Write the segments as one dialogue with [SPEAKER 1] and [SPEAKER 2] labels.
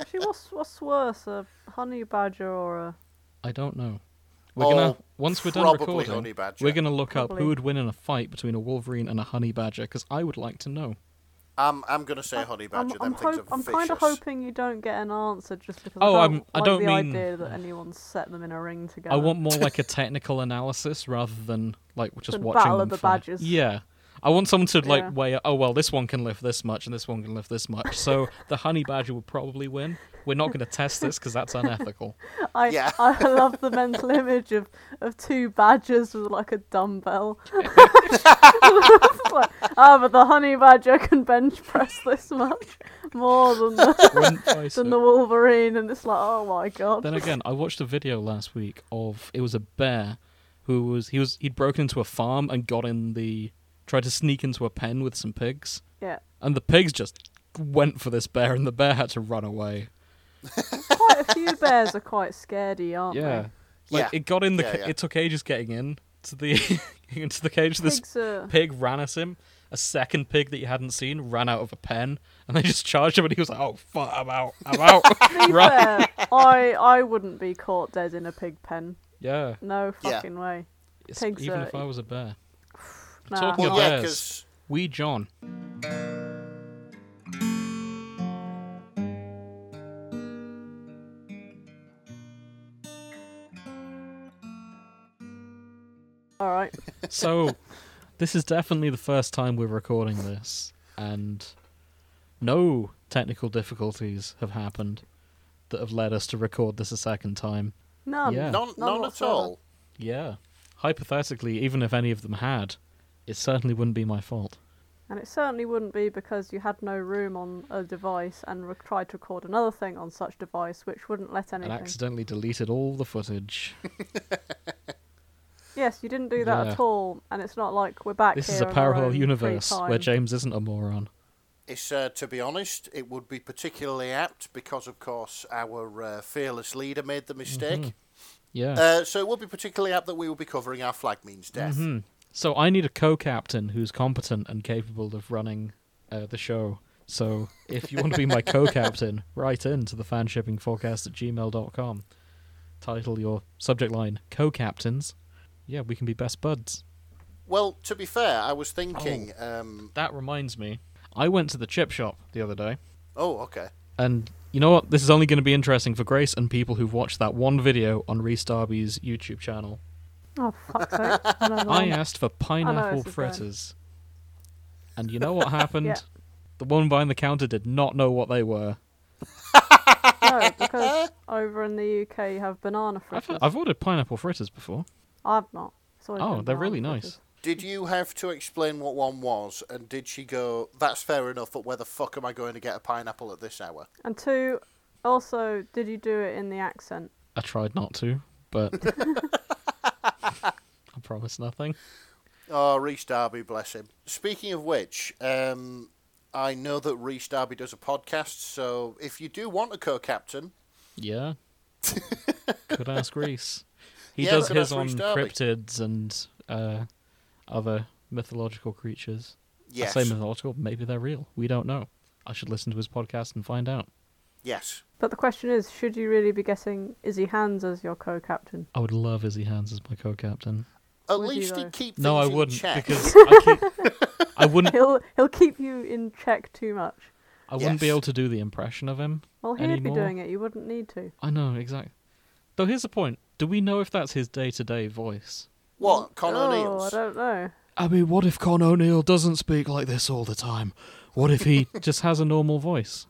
[SPEAKER 1] Actually, what's what's worse, a honey badger or a?
[SPEAKER 2] I don't know. We're gonna
[SPEAKER 3] Oh,
[SPEAKER 2] once we're done
[SPEAKER 3] probably
[SPEAKER 2] recording,
[SPEAKER 3] honey badger.
[SPEAKER 2] we're gonna look up
[SPEAKER 1] Probably.
[SPEAKER 2] who would win in a fight between a wolverine and a honey badger because I would like to know.
[SPEAKER 3] I'm I'm gonna say honey badger.
[SPEAKER 1] I'm, I'm,
[SPEAKER 3] Them things
[SPEAKER 1] hope-
[SPEAKER 3] are
[SPEAKER 1] I'm
[SPEAKER 3] vicious.
[SPEAKER 1] kind of hoping you don't get an answer just because.
[SPEAKER 2] Oh,
[SPEAKER 1] I
[SPEAKER 2] I'm-
[SPEAKER 1] don't,
[SPEAKER 2] I
[SPEAKER 1] like
[SPEAKER 2] don't
[SPEAKER 1] the
[SPEAKER 2] mean-
[SPEAKER 1] idea that anyone set them in a ring together.
[SPEAKER 2] I want more like a technical analysis rather than like just
[SPEAKER 1] The
[SPEAKER 2] watching
[SPEAKER 1] battle
[SPEAKER 2] them
[SPEAKER 1] of the
[SPEAKER 2] fight.
[SPEAKER 1] badges.
[SPEAKER 2] Yeah. I want someone to like
[SPEAKER 1] Yeah.
[SPEAKER 2] weigh. Oh well, this one can lift this much, and this one can lift this much. So the honey badger would probably win. We're not going to test this because that's unethical.
[SPEAKER 1] I,
[SPEAKER 3] Yeah.
[SPEAKER 1] I love the mental image of, of two badgers with like a dumbbell. It's like, ah, but the honey badger can bench press this much more than the,
[SPEAKER 2] Wouldn't try so.
[SPEAKER 1] than the wolverine, and it's like, oh my god.
[SPEAKER 2] Then again, I watched a video last week of it was a bear who was he was he'd broken into a farm and got in the tried to sneak into a pen with some pigs,
[SPEAKER 1] yeah,
[SPEAKER 2] and the pigs just went for this bear, and the bear had to run away.
[SPEAKER 1] quite a few bears are quite scaredy, aren't they?
[SPEAKER 2] like
[SPEAKER 3] Yeah.
[SPEAKER 2] it got in the
[SPEAKER 3] Yeah,
[SPEAKER 2] ca-
[SPEAKER 3] yeah.
[SPEAKER 2] it took ages getting in to the into the cage. This
[SPEAKER 1] Pigs are.
[SPEAKER 2] pig ran at him. A second pig that you hadn't seen ran out of a pen, and they just charged him, and he was like, "Oh fuck, I'm out, I'm out."
[SPEAKER 1] To be
[SPEAKER 2] Right.
[SPEAKER 1] fair, I I wouldn't be caught dead in a pig pen.
[SPEAKER 2] Yeah,
[SPEAKER 1] No
[SPEAKER 3] Yeah.
[SPEAKER 1] fucking way.
[SPEAKER 2] It's-
[SPEAKER 1] Pigs
[SPEAKER 2] even
[SPEAKER 1] are-
[SPEAKER 3] e-
[SPEAKER 2] if I was a bear.
[SPEAKER 1] Nah,
[SPEAKER 2] Talking
[SPEAKER 1] I'm
[SPEAKER 2] of
[SPEAKER 1] not.
[SPEAKER 3] yeah,
[SPEAKER 2] bears.
[SPEAKER 3] because
[SPEAKER 2] We John.
[SPEAKER 1] All right.
[SPEAKER 2] So, this is definitely the first time we're recording this, and no technical difficulties have happened that have led us to record this a second time.
[SPEAKER 1] None.
[SPEAKER 2] Yeah.
[SPEAKER 3] none,
[SPEAKER 1] None
[SPEAKER 3] none at
[SPEAKER 1] whatsoever.
[SPEAKER 3] all.
[SPEAKER 2] Yeah. Hypothetically, even if any of them had, it certainly wouldn't be my fault.
[SPEAKER 1] And it certainly wouldn't be because you had no room on a device and re- tried to record another thing on such device, which wouldn't let anything.
[SPEAKER 2] And accidentally deleted all the footage.
[SPEAKER 1] Yes, you didn't do that
[SPEAKER 2] Yeah.
[SPEAKER 1] at all, and it's not like we're back
[SPEAKER 2] This
[SPEAKER 1] here.
[SPEAKER 2] is a
[SPEAKER 1] on our
[SPEAKER 2] parallel
[SPEAKER 1] own free
[SPEAKER 2] universe
[SPEAKER 1] time.
[SPEAKER 2] where James isn't a moron.
[SPEAKER 3] It's uh, to be honest, it would be particularly apt because, of course, our uh, fearless leader made the mistake.
[SPEAKER 2] Yeah.
[SPEAKER 3] Uh, so it would be particularly apt that we will be covering our flag means death.
[SPEAKER 2] Mhm. So I need a co-captain who's competent and capable of running uh, the show. So if you want to be my co-captain, write in to the fanshippingforecast at gmail.com. Title your subject line, co-captains. Yeah, we can be best buds.
[SPEAKER 3] Well, to be fair, I was thinking.
[SPEAKER 2] Oh.
[SPEAKER 3] Um,
[SPEAKER 2] That reminds me, I went to the chip shop the other day.
[SPEAKER 3] oh, okay.
[SPEAKER 2] And you know what? This is only going to be interesting for Grace and people who've watched that one video on Reese Darby's YouTube channel.
[SPEAKER 1] Oh fuck's sake! Another
[SPEAKER 2] I
[SPEAKER 1] one.
[SPEAKER 2] asked for pineapple
[SPEAKER 1] this is going.
[SPEAKER 2] fritters. And you know what happened?
[SPEAKER 1] Yeah.
[SPEAKER 2] The one behind the counter did not know what they were.
[SPEAKER 1] No, because over in the UK you have banana
[SPEAKER 2] I've,
[SPEAKER 1] fritters. I've,
[SPEAKER 2] I've ordered pineapple fritters before.
[SPEAKER 1] not. It's always
[SPEAKER 2] Oh,
[SPEAKER 1] been
[SPEAKER 2] they're
[SPEAKER 1] banana
[SPEAKER 2] really
[SPEAKER 1] fritters.
[SPEAKER 2] nice.
[SPEAKER 3] Did you have to explain what one was, and did she go, "That's fair enough, but where the fuck am I going to get a pineapple at this hour?"
[SPEAKER 1] And two, also, did you do it in the accent?
[SPEAKER 2] I tried not to, but I promise nothing.
[SPEAKER 3] Oh, Reese Darby, bless him. Speaking of which, um, I know that Reese Darby does a podcast, so if you do want a co-captain,
[SPEAKER 2] Yeah. Could ask Reese. He
[SPEAKER 3] Yeah,
[SPEAKER 2] does
[SPEAKER 3] could ask
[SPEAKER 2] his on
[SPEAKER 3] Rhys Darby.
[SPEAKER 2] cryptids and uh, other mythological creatures.
[SPEAKER 3] yes,
[SPEAKER 2] I say mythological, maybe they're real. We don't know. I should listen to his podcast and find out.
[SPEAKER 3] yes.
[SPEAKER 1] But the question is, should you really be getting Izzy Hands as your co-captain?
[SPEAKER 2] I would love Izzy Hands as my co-captain.
[SPEAKER 3] At
[SPEAKER 1] Would you,
[SPEAKER 3] least
[SPEAKER 1] though?
[SPEAKER 3] he'd keep things
[SPEAKER 2] No, I
[SPEAKER 3] in
[SPEAKER 2] wouldn't
[SPEAKER 3] check.
[SPEAKER 2] because I, keep, I wouldn't.
[SPEAKER 1] He'll he'll keep you in check too much.
[SPEAKER 2] I wouldn't be
[SPEAKER 3] Yes.
[SPEAKER 2] able to do the impression of him.
[SPEAKER 1] Well, he'd
[SPEAKER 2] anymore.
[SPEAKER 1] be doing it. You wouldn't need to.
[SPEAKER 2] I know exactly. Though here's the point: Do we know if that's his day-to-day voice?
[SPEAKER 3] what Connor
[SPEAKER 1] oh, I
[SPEAKER 3] O'Neill's?
[SPEAKER 1] don't know.
[SPEAKER 2] I mean, what if Con O'Neill doesn't speak like this all the time? What if he just has a normal voice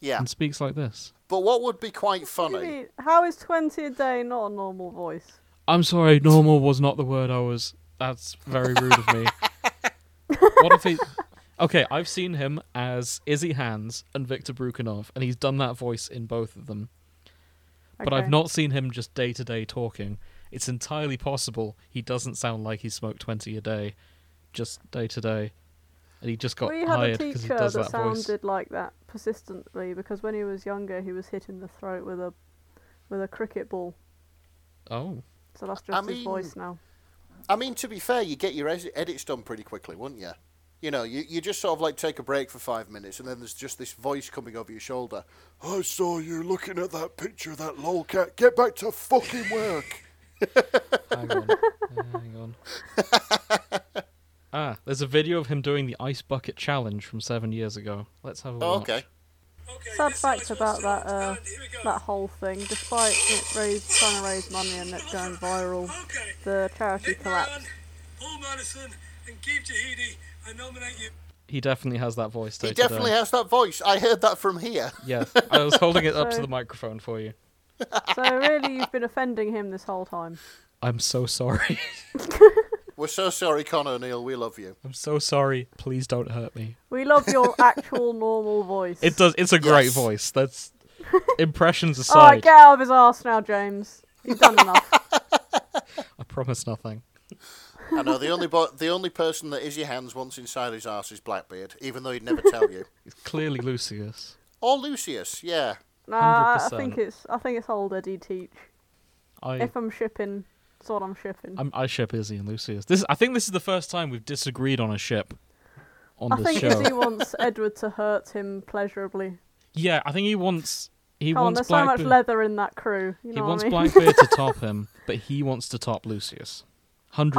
[SPEAKER 3] Yeah,
[SPEAKER 2] and speaks like this?
[SPEAKER 3] but what would be quite
[SPEAKER 1] What do you
[SPEAKER 3] funny?
[SPEAKER 1] mean? How is twenty a day not a normal voice?
[SPEAKER 2] I'm sorry, normal was not the word I was. That's very rude of me. what if he? Okay, I've seen him as Izzy Hands and Victor Brukanov, and he's done that voice in both of them. But I've
[SPEAKER 1] Okay.
[SPEAKER 2] not seen him just day to day talking. It's entirely possible he doesn't sound like he smoked twenty a day, just day to day, and he just got
[SPEAKER 1] we had a
[SPEAKER 2] hired because he
[SPEAKER 1] teacher
[SPEAKER 2] does
[SPEAKER 1] that,
[SPEAKER 2] that
[SPEAKER 1] sounded
[SPEAKER 2] voice.
[SPEAKER 1] like that persistently because when he was younger, he was hit in the throat with a with a cricket ball.
[SPEAKER 2] Oh,
[SPEAKER 1] So that's
[SPEAKER 3] I
[SPEAKER 1] just his voice now.
[SPEAKER 3] I mean, to be fair, you get your edi- edits done pretty quickly, wouldn't you? You know, you, you just sort of like take a break for five minutes, and then there's just this voice coming over your shoulder. I saw you looking at that picture of that lolcat. Get back to fucking work.
[SPEAKER 2] Hang on. Uh, hang on. Ah, there's a video of him doing the ice bucket challenge from seven years ago. Let's have a
[SPEAKER 3] Oh,
[SPEAKER 2] watch.
[SPEAKER 3] okay.
[SPEAKER 1] Sad fact about that uh, that whole thing, despite it raise, trying to raise money and it going viral, the charity
[SPEAKER 4] Nick Moran,
[SPEAKER 1] collapsed.
[SPEAKER 4] Paul Madison, and Keith Jahidi, I nominate you.
[SPEAKER 2] He definitely has that voice.
[SPEAKER 3] He
[SPEAKER 2] day-to-day.
[SPEAKER 3] definitely has that voice. I heard that from here.
[SPEAKER 2] Yeah, I was holding it up to
[SPEAKER 1] So-
[SPEAKER 2] the microphone for you.
[SPEAKER 1] So really, you've been offending him this whole time.
[SPEAKER 2] I'm so sorry.
[SPEAKER 3] We're so sorry, Connor O'Neill. We love you.
[SPEAKER 2] I'm so sorry. Please don't hurt me.
[SPEAKER 1] We love your actual normal voice.
[SPEAKER 2] It does. It's a great
[SPEAKER 3] Yes.
[SPEAKER 2] voice. That's impressions
[SPEAKER 1] Oh,
[SPEAKER 2] aside.
[SPEAKER 1] get out of his arse now, James. You've done enough.
[SPEAKER 2] I promise nothing.
[SPEAKER 3] I know the only bo- the only person that is your hands once inside his arse is Blackbeard, even though he'd never tell you.
[SPEAKER 2] It's clearly Lucius.
[SPEAKER 3] Or Lucius, yeah.
[SPEAKER 1] Nah, I
[SPEAKER 2] 100%.
[SPEAKER 1] think it's I think it's old Eddie Teach.
[SPEAKER 2] I
[SPEAKER 1] If I'm shipping, it's what I'm shipping.
[SPEAKER 2] I'm, I ship Izzy and Lucius. This I think this is the first time we've disagreed on a ship on
[SPEAKER 1] I
[SPEAKER 2] this
[SPEAKER 1] think
[SPEAKER 2] show.
[SPEAKER 1] Izzy wants Edward to hurt him pleasurably.
[SPEAKER 2] Yeah, I think he wants he
[SPEAKER 1] Come on,
[SPEAKER 2] wants
[SPEAKER 1] there's so
[SPEAKER 2] Blackbeard.
[SPEAKER 1] much leather in that crew. You know
[SPEAKER 2] he
[SPEAKER 1] what
[SPEAKER 2] wants
[SPEAKER 1] I mean?
[SPEAKER 2] Blackbeard to top him, but he wants to top Lucius. Hundred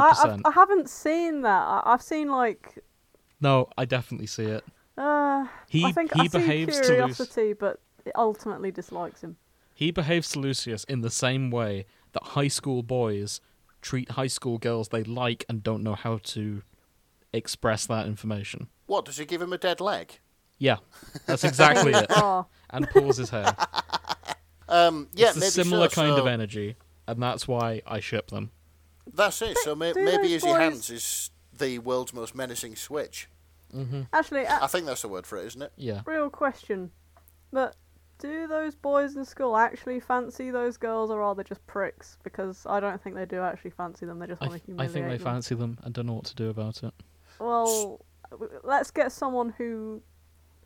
[SPEAKER 1] I,
[SPEAKER 2] percent.
[SPEAKER 1] I, I haven't seen that. I, I've seen like
[SPEAKER 2] No, I definitely see it.
[SPEAKER 1] uh,
[SPEAKER 2] He
[SPEAKER 1] I think
[SPEAKER 2] he
[SPEAKER 1] I see
[SPEAKER 2] behaves to Lucius.
[SPEAKER 1] curiosity, but it ultimately dislikes him.
[SPEAKER 2] He behaves to Lucius in the same way that high school boys treat high school girls they like and don't know how to express that information.
[SPEAKER 3] What does he give him a dead leg?
[SPEAKER 2] Yeah, that's exactly it.
[SPEAKER 1] Ah,
[SPEAKER 2] And pulls his hair.
[SPEAKER 3] Um, yeah,
[SPEAKER 2] it's a
[SPEAKER 3] maybe
[SPEAKER 2] similar
[SPEAKER 3] so,
[SPEAKER 2] kind
[SPEAKER 3] so
[SPEAKER 2] of energy, and that's why I ship them.
[SPEAKER 3] That's it. So may-
[SPEAKER 1] do
[SPEAKER 3] maybe
[SPEAKER 1] those
[SPEAKER 3] Izzy
[SPEAKER 1] boys-
[SPEAKER 3] Hands is the world's most menacing switch.
[SPEAKER 1] actually,
[SPEAKER 3] I
[SPEAKER 1] a
[SPEAKER 3] think that's the word for it, isn't it?
[SPEAKER 2] Yeah,
[SPEAKER 1] real question. But do those boys in school actually fancy those girls, or are they just pricks? Because I don't think they do actually fancy them. They just
[SPEAKER 2] I,
[SPEAKER 1] want to
[SPEAKER 2] I
[SPEAKER 1] humiliate
[SPEAKER 2] think they
[SPEAKER 1] them.
[SPEAKER 2] fancy them and don't know what to do about it.
[SPEAKER 1] Well, w- let's get someone who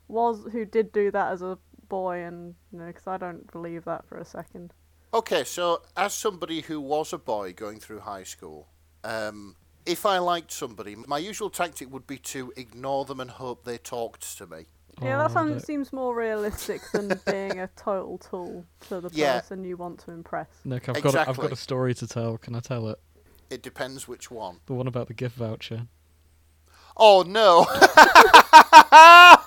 [SPEAKER 1] was who did do that as a boy, and you know, because I don't believe that for a second.
[SPEAKER 3] Okay, so as somebody who was a boy going through high school, um, if I liked somebody, my usual tactic would be to ignore them and hope they talked to me.
[SPEAKER 1] yeah, that
[SPEAKER 2] Oh,
[SPEAKER 1] sounds
[SPEAKER 2] no.
[SPEAKER 1] seems more realistic than being a total tool to the
[SPEAKER 3] Yeah.
[SPEAKER 1] person you want to impress.
[SPEAKER 2] Nick, I've got a, I've got
[SPEAKER 3] Exactly.
[SPEAKER 2] a story to tell. Can I tell it?
[SPEAKER 3] It depends which one.
[SPEAKER 2] The one about the gift voucher.
[SPEAKER 3] Oh no!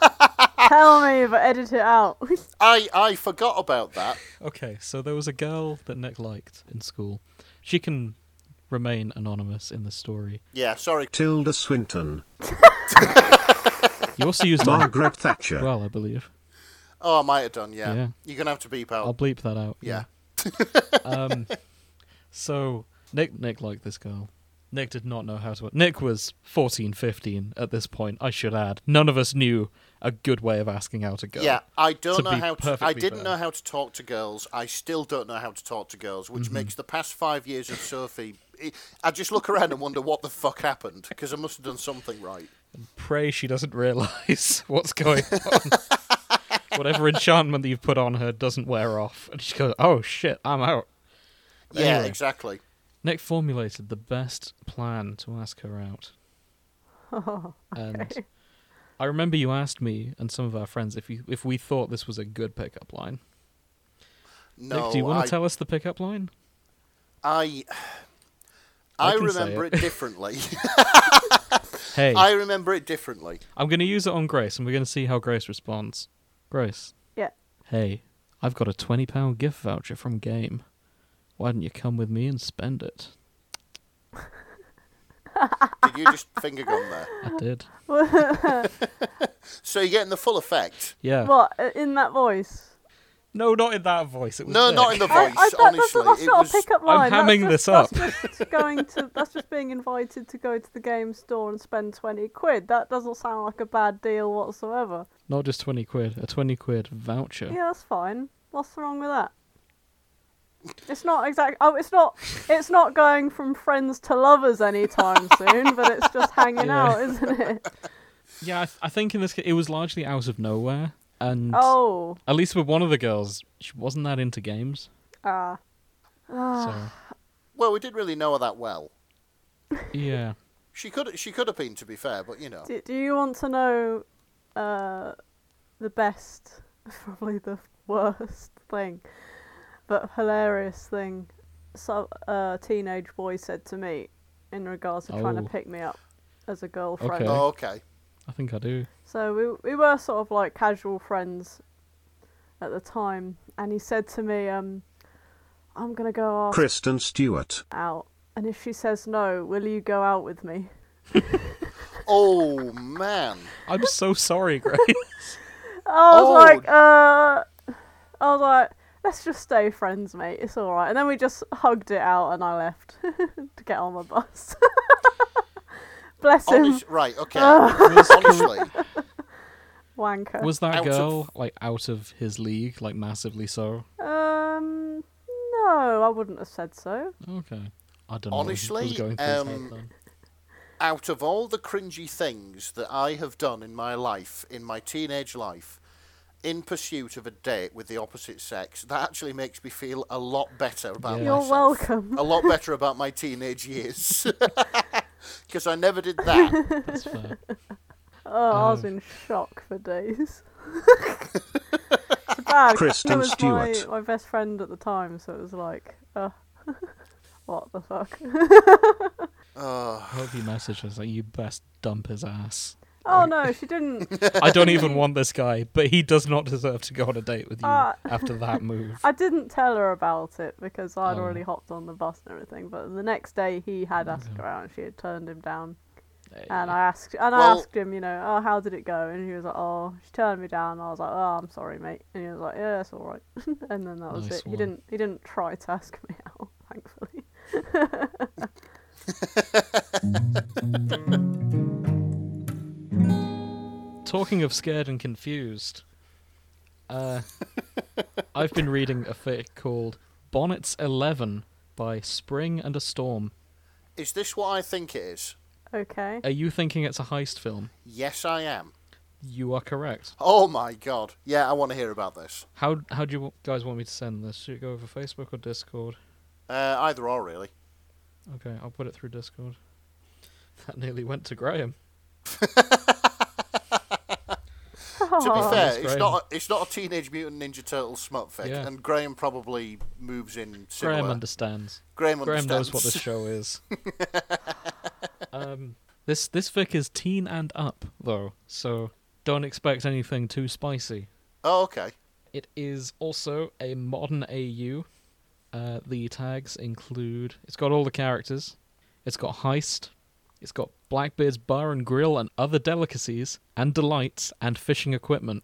[SPEAKER 1] Tell me, but edit it out.
[SPEAKER 3] I I forgot about that.
[SPEAKER 2] Okay, so there was a girl that Nick liked in school. She can remain anonymous in the story.
[SPEAKER 3] Yeah, sorry.
[SPEAKER 5] Tilda Swinton,
[SPEAKER 2] You also used her
[SPEAKER 5] Margaret Thatcher.
[SPEAKER 2] well, I believe.
[SPEAKER 3] Oh, I might have done. Yeah,
[SPEAKER 2] Yeah.
[SPEAKER 3] you're gonna have to beep
[SPEAKER 2] I'll
[SPEAKER 3] out.
[SPEAKER 2] bleep that out.
[SPEAKER 3] Oh. Yeah.
[SPEAKER 2] um, so Nick Nick liked this girl. Nick did not know how to. Nick was 14, 15 at this point. I should add, none of us knew a good way of asking out a girl.
[SPEAKER 3] Yeah, I don't
[SPEAKER 2] To
[SPEAKER 3] know
[SPEAKER 2] be
[SPEAKER 3] how to. I
[SPEAKER 2] perfectly
[SPEAKER 3] didn't
[SPEAKER 2] fair.
[SPEAKER 3] know how to talk to girls. I still don't know how to talk to girls, which
[SPEAKER 2] Mm-hmm.
[SPEAKER 3] makes the past five years of Sophie. I- I just look around and wonder what the fuck happened because I must have done something right.
[SPEAKER 2] Pray she doesn't realize what's going on. Whatever enchantment that you've put on her doesn't wear off, and she goes, "Oh shit, I'm out."
[SPEAKER 3] Yeah,
[SPEAKER 2] Anyway.
[SPEAKER 3] exactly.
[SPEAKER 2] Nick formulated the best plan to ask her out. And I remember you asked me and some of our friends if you if we thought this was a good pickup line.
[SPEAKER 3] No,
[SPEAKER 2] Nick, do you want
[SPEAKER 3] I,
[SPEAKER 2] to tell us the pickup line?
[SPEAKER 3] I,
[SPEAKER 2] I
[SPEAKER 3] I
[SPEAKER 2] can say
[SPEAKER 3] remember
[SPEAKER 2] it.
[SPEAKER 3] it differently.
[SPEAKER 2] Hey,
[SPEAKER 3] I remember it differently.
[SPEAKER 2] I'm going to use it on Grace, and we're going to see how Grace responds. Grace,
[SPEAKER 1] yeah.
[SPEAKER 2] hey, I've got a twenty pound gift voucher from Game. Why don't you come with me and spend it?
[SPEAKER 3] Did you just finger gun there?
[SPEAKER 2] I did.
[SPEAKER 3] So you're getting the full effect.
[SPEAKER 2] Yeah.
[SPEAKER 1] What i- in that voice?
[SPEAKER 2] No, not in that voice. It was
[SPEAKER 3] No, not
[SPEAKER 2] Nick.
[SPEAKER 3] in the
[SPEAKER 1] I, I,
[SPEAKER 3] voice.
[SPEAKER 1] that, that's,
[SPEAKER 3] honestly,
[SPEAKER 1] not- that's
[SPEAKER 3] it
[SPEAKER 1] not
[SPEAKER 3] was.
[SPEAKER 1] a pickup
[SPEAKER 2] I'm
[SPEAKER 1] line.
[SPEAKER 2] hamming
[SPEAKER 1] that's
[SPEAKER 2] this
[SPEAKER 1] just,
[SPEAKER 2] up.
[SPEAKER 1] That's just going to. That's just being invited to go to the game store and spend twenty quid. That doesn't sound like a bad deal whatsoever.
[SPEAKER 2] Not just twenty quid. A twenty quid voucher.
[SPEAKER 1] Yeah, that's fine. What's wrong with that? It's not exact. Oh, it's not. It's not going from friends to lovers anytime soon. But it's just hanging
[SPEAKER 2] Yeah.
[SPEAKER 1] out, isn't it?
[SPEAKER 2] Yeah, I, th- I think in this case, it was largely out of nowhere, and
[SPEAKER 1] Oh,
[SPEAKER 2] at least with one of the girls, she wasn't that into games.
[SPEAKER 1] ah,
[SPEAKER 2] so
[SPEAKER 3] Well, we didn't really know her that well.
[SPEAKER 2] yeah,
[SPEAKER 3] She could she could have been, to be fair, but you know.
[SPEAKER 1] Do, do you want to know uh, the best, probably the worst thing, but hilarious thing so, uh, teenage boy said to me in regards to trying
[SPEAKER 2] Oh.
[SPEAKER 1] to pick me up as a girlfriend?
[SPEAKER 2] Okay.
[SPEAKER 3] Oh, okay.
[SPEAKER 2] I think I do.
[SPEAKER 1] So we we were sort of like casual friends at the time, and he said to me, um, "I'm gonna go ask
[SPEAKER 5] Kristen Stewart.
[SPEAKER 1] out, and if she says no, will you go out with me?"
[SPEAKER 3] Oh man.
[SPEAKER 2] I'm so sorry, Grace.
[SPEAKER 1] I was
[SPEAKER 3] Oh.
[SPEAKER 1] like, uh, I was like, let's just stay friends, mate. It's all right. And then we just hugged it out, and I left to get on my bus. Bless him,
[SPEAKER 3] Honest, right, okay.
[SPEAKER 1] Oh.
[SPEAKER 3] Honestly.
[SPEAKER 1] wanker.
[SPEAKER 2] Was that
[SPEAKER 3] Out of-
[SPEAKER 2] girl like out of his league, like massively so?
[SPEAKER 1] Um, no, I wouldn't have said so.
[SPEAKER 2] Okay. I don't know. what was- what was
[SPEAKER 3] Honestly,
[SPEAKER 2] going through his head
[SPEAKER 3] um,
[SPEAKER 2] then.
[SPEAKER 3] out of all the cringy things that I have done in my life, in my teenage life, in pursuit of a date with the opposite sex, that actually makes me feel a lot better about
[SPEAKER 2] Yeah.
[SPEAKER 1] You're
[SPEAKER 3] myself.
[SPEAKER 1] welcome.
[SPEAKER 3] A lot better about my teenage years. Because I never did that.
[SPEAKER 2] That's fair.
[SPEAKER 1] Oh, I was in shock for days. it's bad.
[SPEAKER 5] Kristen
[SPEAKER 1] it was
[SPEAKER 5] Stewart.
[SPEAKER 1] My, my best friend at the time, so it was like, uh, what the fuck?
[SPEAKER 2] I hope you messaged us like you best dump his ass.
[SPEAKER 1] Oh no, she didn't.
[SPEAKER 2] I don't even want this guy, but he does not deserve to go on a date with you
[SPEAKER 1] Ah.
[SPEAKER 2] after that move.
[SPEAKER 1] I didn't tell her about it because I'd
[SPEAKER 2] Oh.
[SPEAKER 1] already hopped on the bus and everything. But the next day, he had asked her out, and she had turned him down. And I asked, and I
[SPEAKER 3] Well-
[SPEAKER 1] asked him, you know, oh, how did it go? And he was like, oh, she turned me down. I was like, oh, I'm sorry, mate. And he was like, yeah, it's all right. and then that was
[SPEAKER 2] Nice
[SPEAKER 1] it. He
[SPEAKER 2] one.
[SPEAKER 1] didn't, he didn't try to ask me out, thankfully.
[SPEAKER 2] Talking of scared and confused, uh, I've been reading a fic called Bonnets 11 by Spring and a Storm.
[SPEAKER 3] Is this what I think it is?
[SPEAKER 1] Okay.
[SPEAKER 2] Are you thinking it's a heist film?
[SPEAKER 3] Yes, I am.
[SPEAKER 2] You are correct.
[SPEAKER 3] Oh my god. Yeah, I want to hear about this.
[SPEAKER 2] How how do you guys want me to send this? Should it go over Facebook or Discord?
[SPEAKER 3] Uh, either or, really.
[SPEAKER 2] Okay, I'll put it through Discord. That nearly went to Graham.
[SPEAKER 3] To be
[SPEAKER 1] Oh,
[SPEAKER 3] fair,
[SPEAKER 2] that's
[SPEAKER 3] it's
[SPEAKER 2] Graham.
[SPEAKER 3] not a, it's not a Teenage Mutant Ninja Turtle smut fic,
[SPEAKER 2] Yeah.
[SPEAKER 3] and Graham probably moves in similar.
[SPEAKER 2] Graham understands.
[SPEAKER 3] Graham
[SPEAKER 2] Graham
[SPEAKER 3] understands.
[SPEAKER 2] knows what this show is. um, this this fic is teen and up though, so don't expect anything too spicy.
[SPEAKER 3] Oh, okay.
[SPEAKER 2] It is also a modern AU. Uh, the tags include it's got all the characters, it's got heist, it's got Blackbeard's bar and grill and other delicacies and delights and fishing equipment.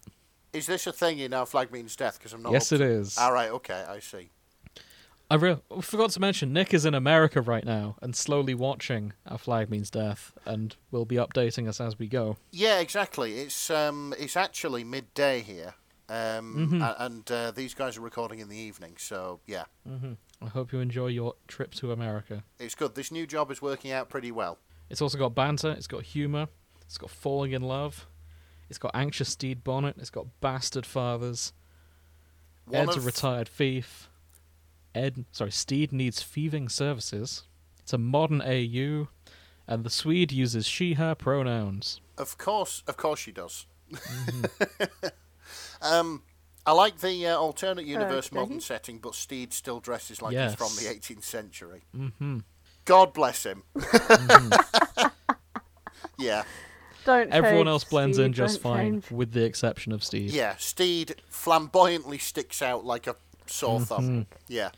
[SPEAKER 3] Is this a thing in Our Flag Means Death? Because I'm not.
[SPEAKER 2] yes, it is.
[SPEAKER 3] All right. Okay, Oh, I see.
[SPEAKER 2] I re- forgot to mention Nick is in America right now and slowly watching Our Flag Means Death, and will be updating us as we go.
[SPEAKER 3] Yeah, exactly. It's um, it's actually midday here, um,
[SPEAKER 2] Mm-hmm.
[SPEAKER 3] a- and uh, these guys are recording in the evening, so yeah,
[SPEAKER 2] I hope you enjoy your trip to America.
[SPEAKER 3] it's good. This new job is working out pretty well.
[SPEAKER 2] It's also got banter, it's got humor, it's got falling in love, it's got anxious Steed Bonnet, it's got bastard fathers,
[SPEAKER 3] One
[SPEAKER 2] Ed's
[SPEAKER 3] of-
[SPEAKER 2] a retired thief, Ed, sorry, Steed needs thieving services. It's a modern AU, and the Swede uses she/her pronouns.
[SPEAKER 3] Of course, of course she does. um, I like the uh, alternate universe
[SPEAKER 1] Okey-dokey.
[SPEAKER 3] modern setting, but Steed still dresses like he's from the
[SPEAKER 2] Yes.
[SPEAKER 3] 18th century. Mm-hmm. God bless him. yeah,
[SPEAKER 1] don't
[SPEAKER 2] Everyone
[SPEAKER 1] change,
[SPEAKER 2] else blends in
[SPEAKER 1] Steve,
[SPEAKER 2] just
[SPEAKER 1] don't
[SPEAKER 2] fine,
[SPEAKER 1] change.
[SPEAKER 2] with the exception of Steed.
[SPEAKER 3] yeah. Steed flamboyantly sticks out like a sore thumb. Yeah.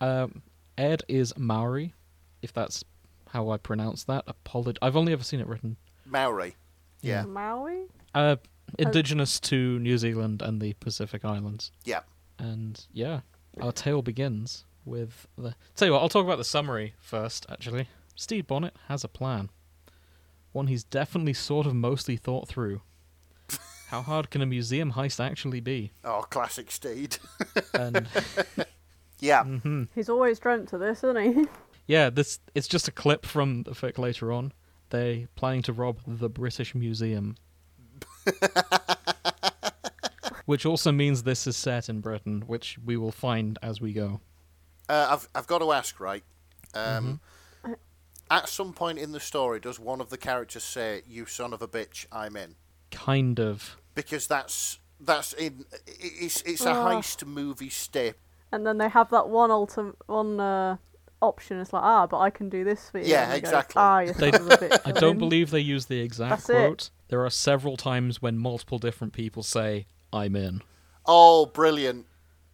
[SPEAKER 2] Um, Ed is Maori, if that's how I pronounce that. Apolog- I've only ever seen it written.
[SPEAKER 3] Maori. Yeah.
[SPEAKER 1] Maui.
[SPEAKER 2] Uh, indigenous to New Zealand and the Pacific Islands.
[SPEAKER 3] Yeah.
[SPEAKER 2] And yeah, our tale begins with the. Tell you what, I'll talk about the summary first, actually. Steve Bonnet has a plan. One he's definitely sort of mostly thought through. How hard can a museum heist actually be?
[SPEAKER 3] Oh, classic Steed.
[SPEAKER 2] And
[SPEAKER 3] yeah.
[SPEAKER 1] He's always dreamt of this, isn't he?
[SPEAKER 2] yeah, this it's just a clip from the fic later on. They planning to rob the British Museum. which also means this is set in Britain, which we will find as we go.
[SPEAKER 3] Uh, I've I've got to ask, right? Um, At some point in the story, does one of the characters say, "You son of a bitch, I'm in"?
[SPEAKER 2] Kind of.
[SPEAKER 3] Because that's that's in i- it's it's a
[SPEAKER 1] Ugh.
[SPEAKER 3] heist movie staple.
[SPEAKER 1] And then they have that one ultim- one uh, option. It's like, ah, but I can do this for you.
[SPEAKER 3] Yeah,
[SPEAKER 1] and they go,
[SPEAKER 3] exactly.
[SPEAKER 1] ah, you
[SPEAKER 2] They-
[SPEAKER 1] son of a bitch,
[SPEAKER 2] I
[SPEAKER 1] I'm
[SPEAKER 2] don't
[SPEAKER 1] in."
[SPEAKER 2] believe they use the exact
[SPEAKER 1] That's it.
[SPEAKER 2] quote. There are several times when multiple different people say, I'm in.
[SPEAKER 3] Oh, brilliant!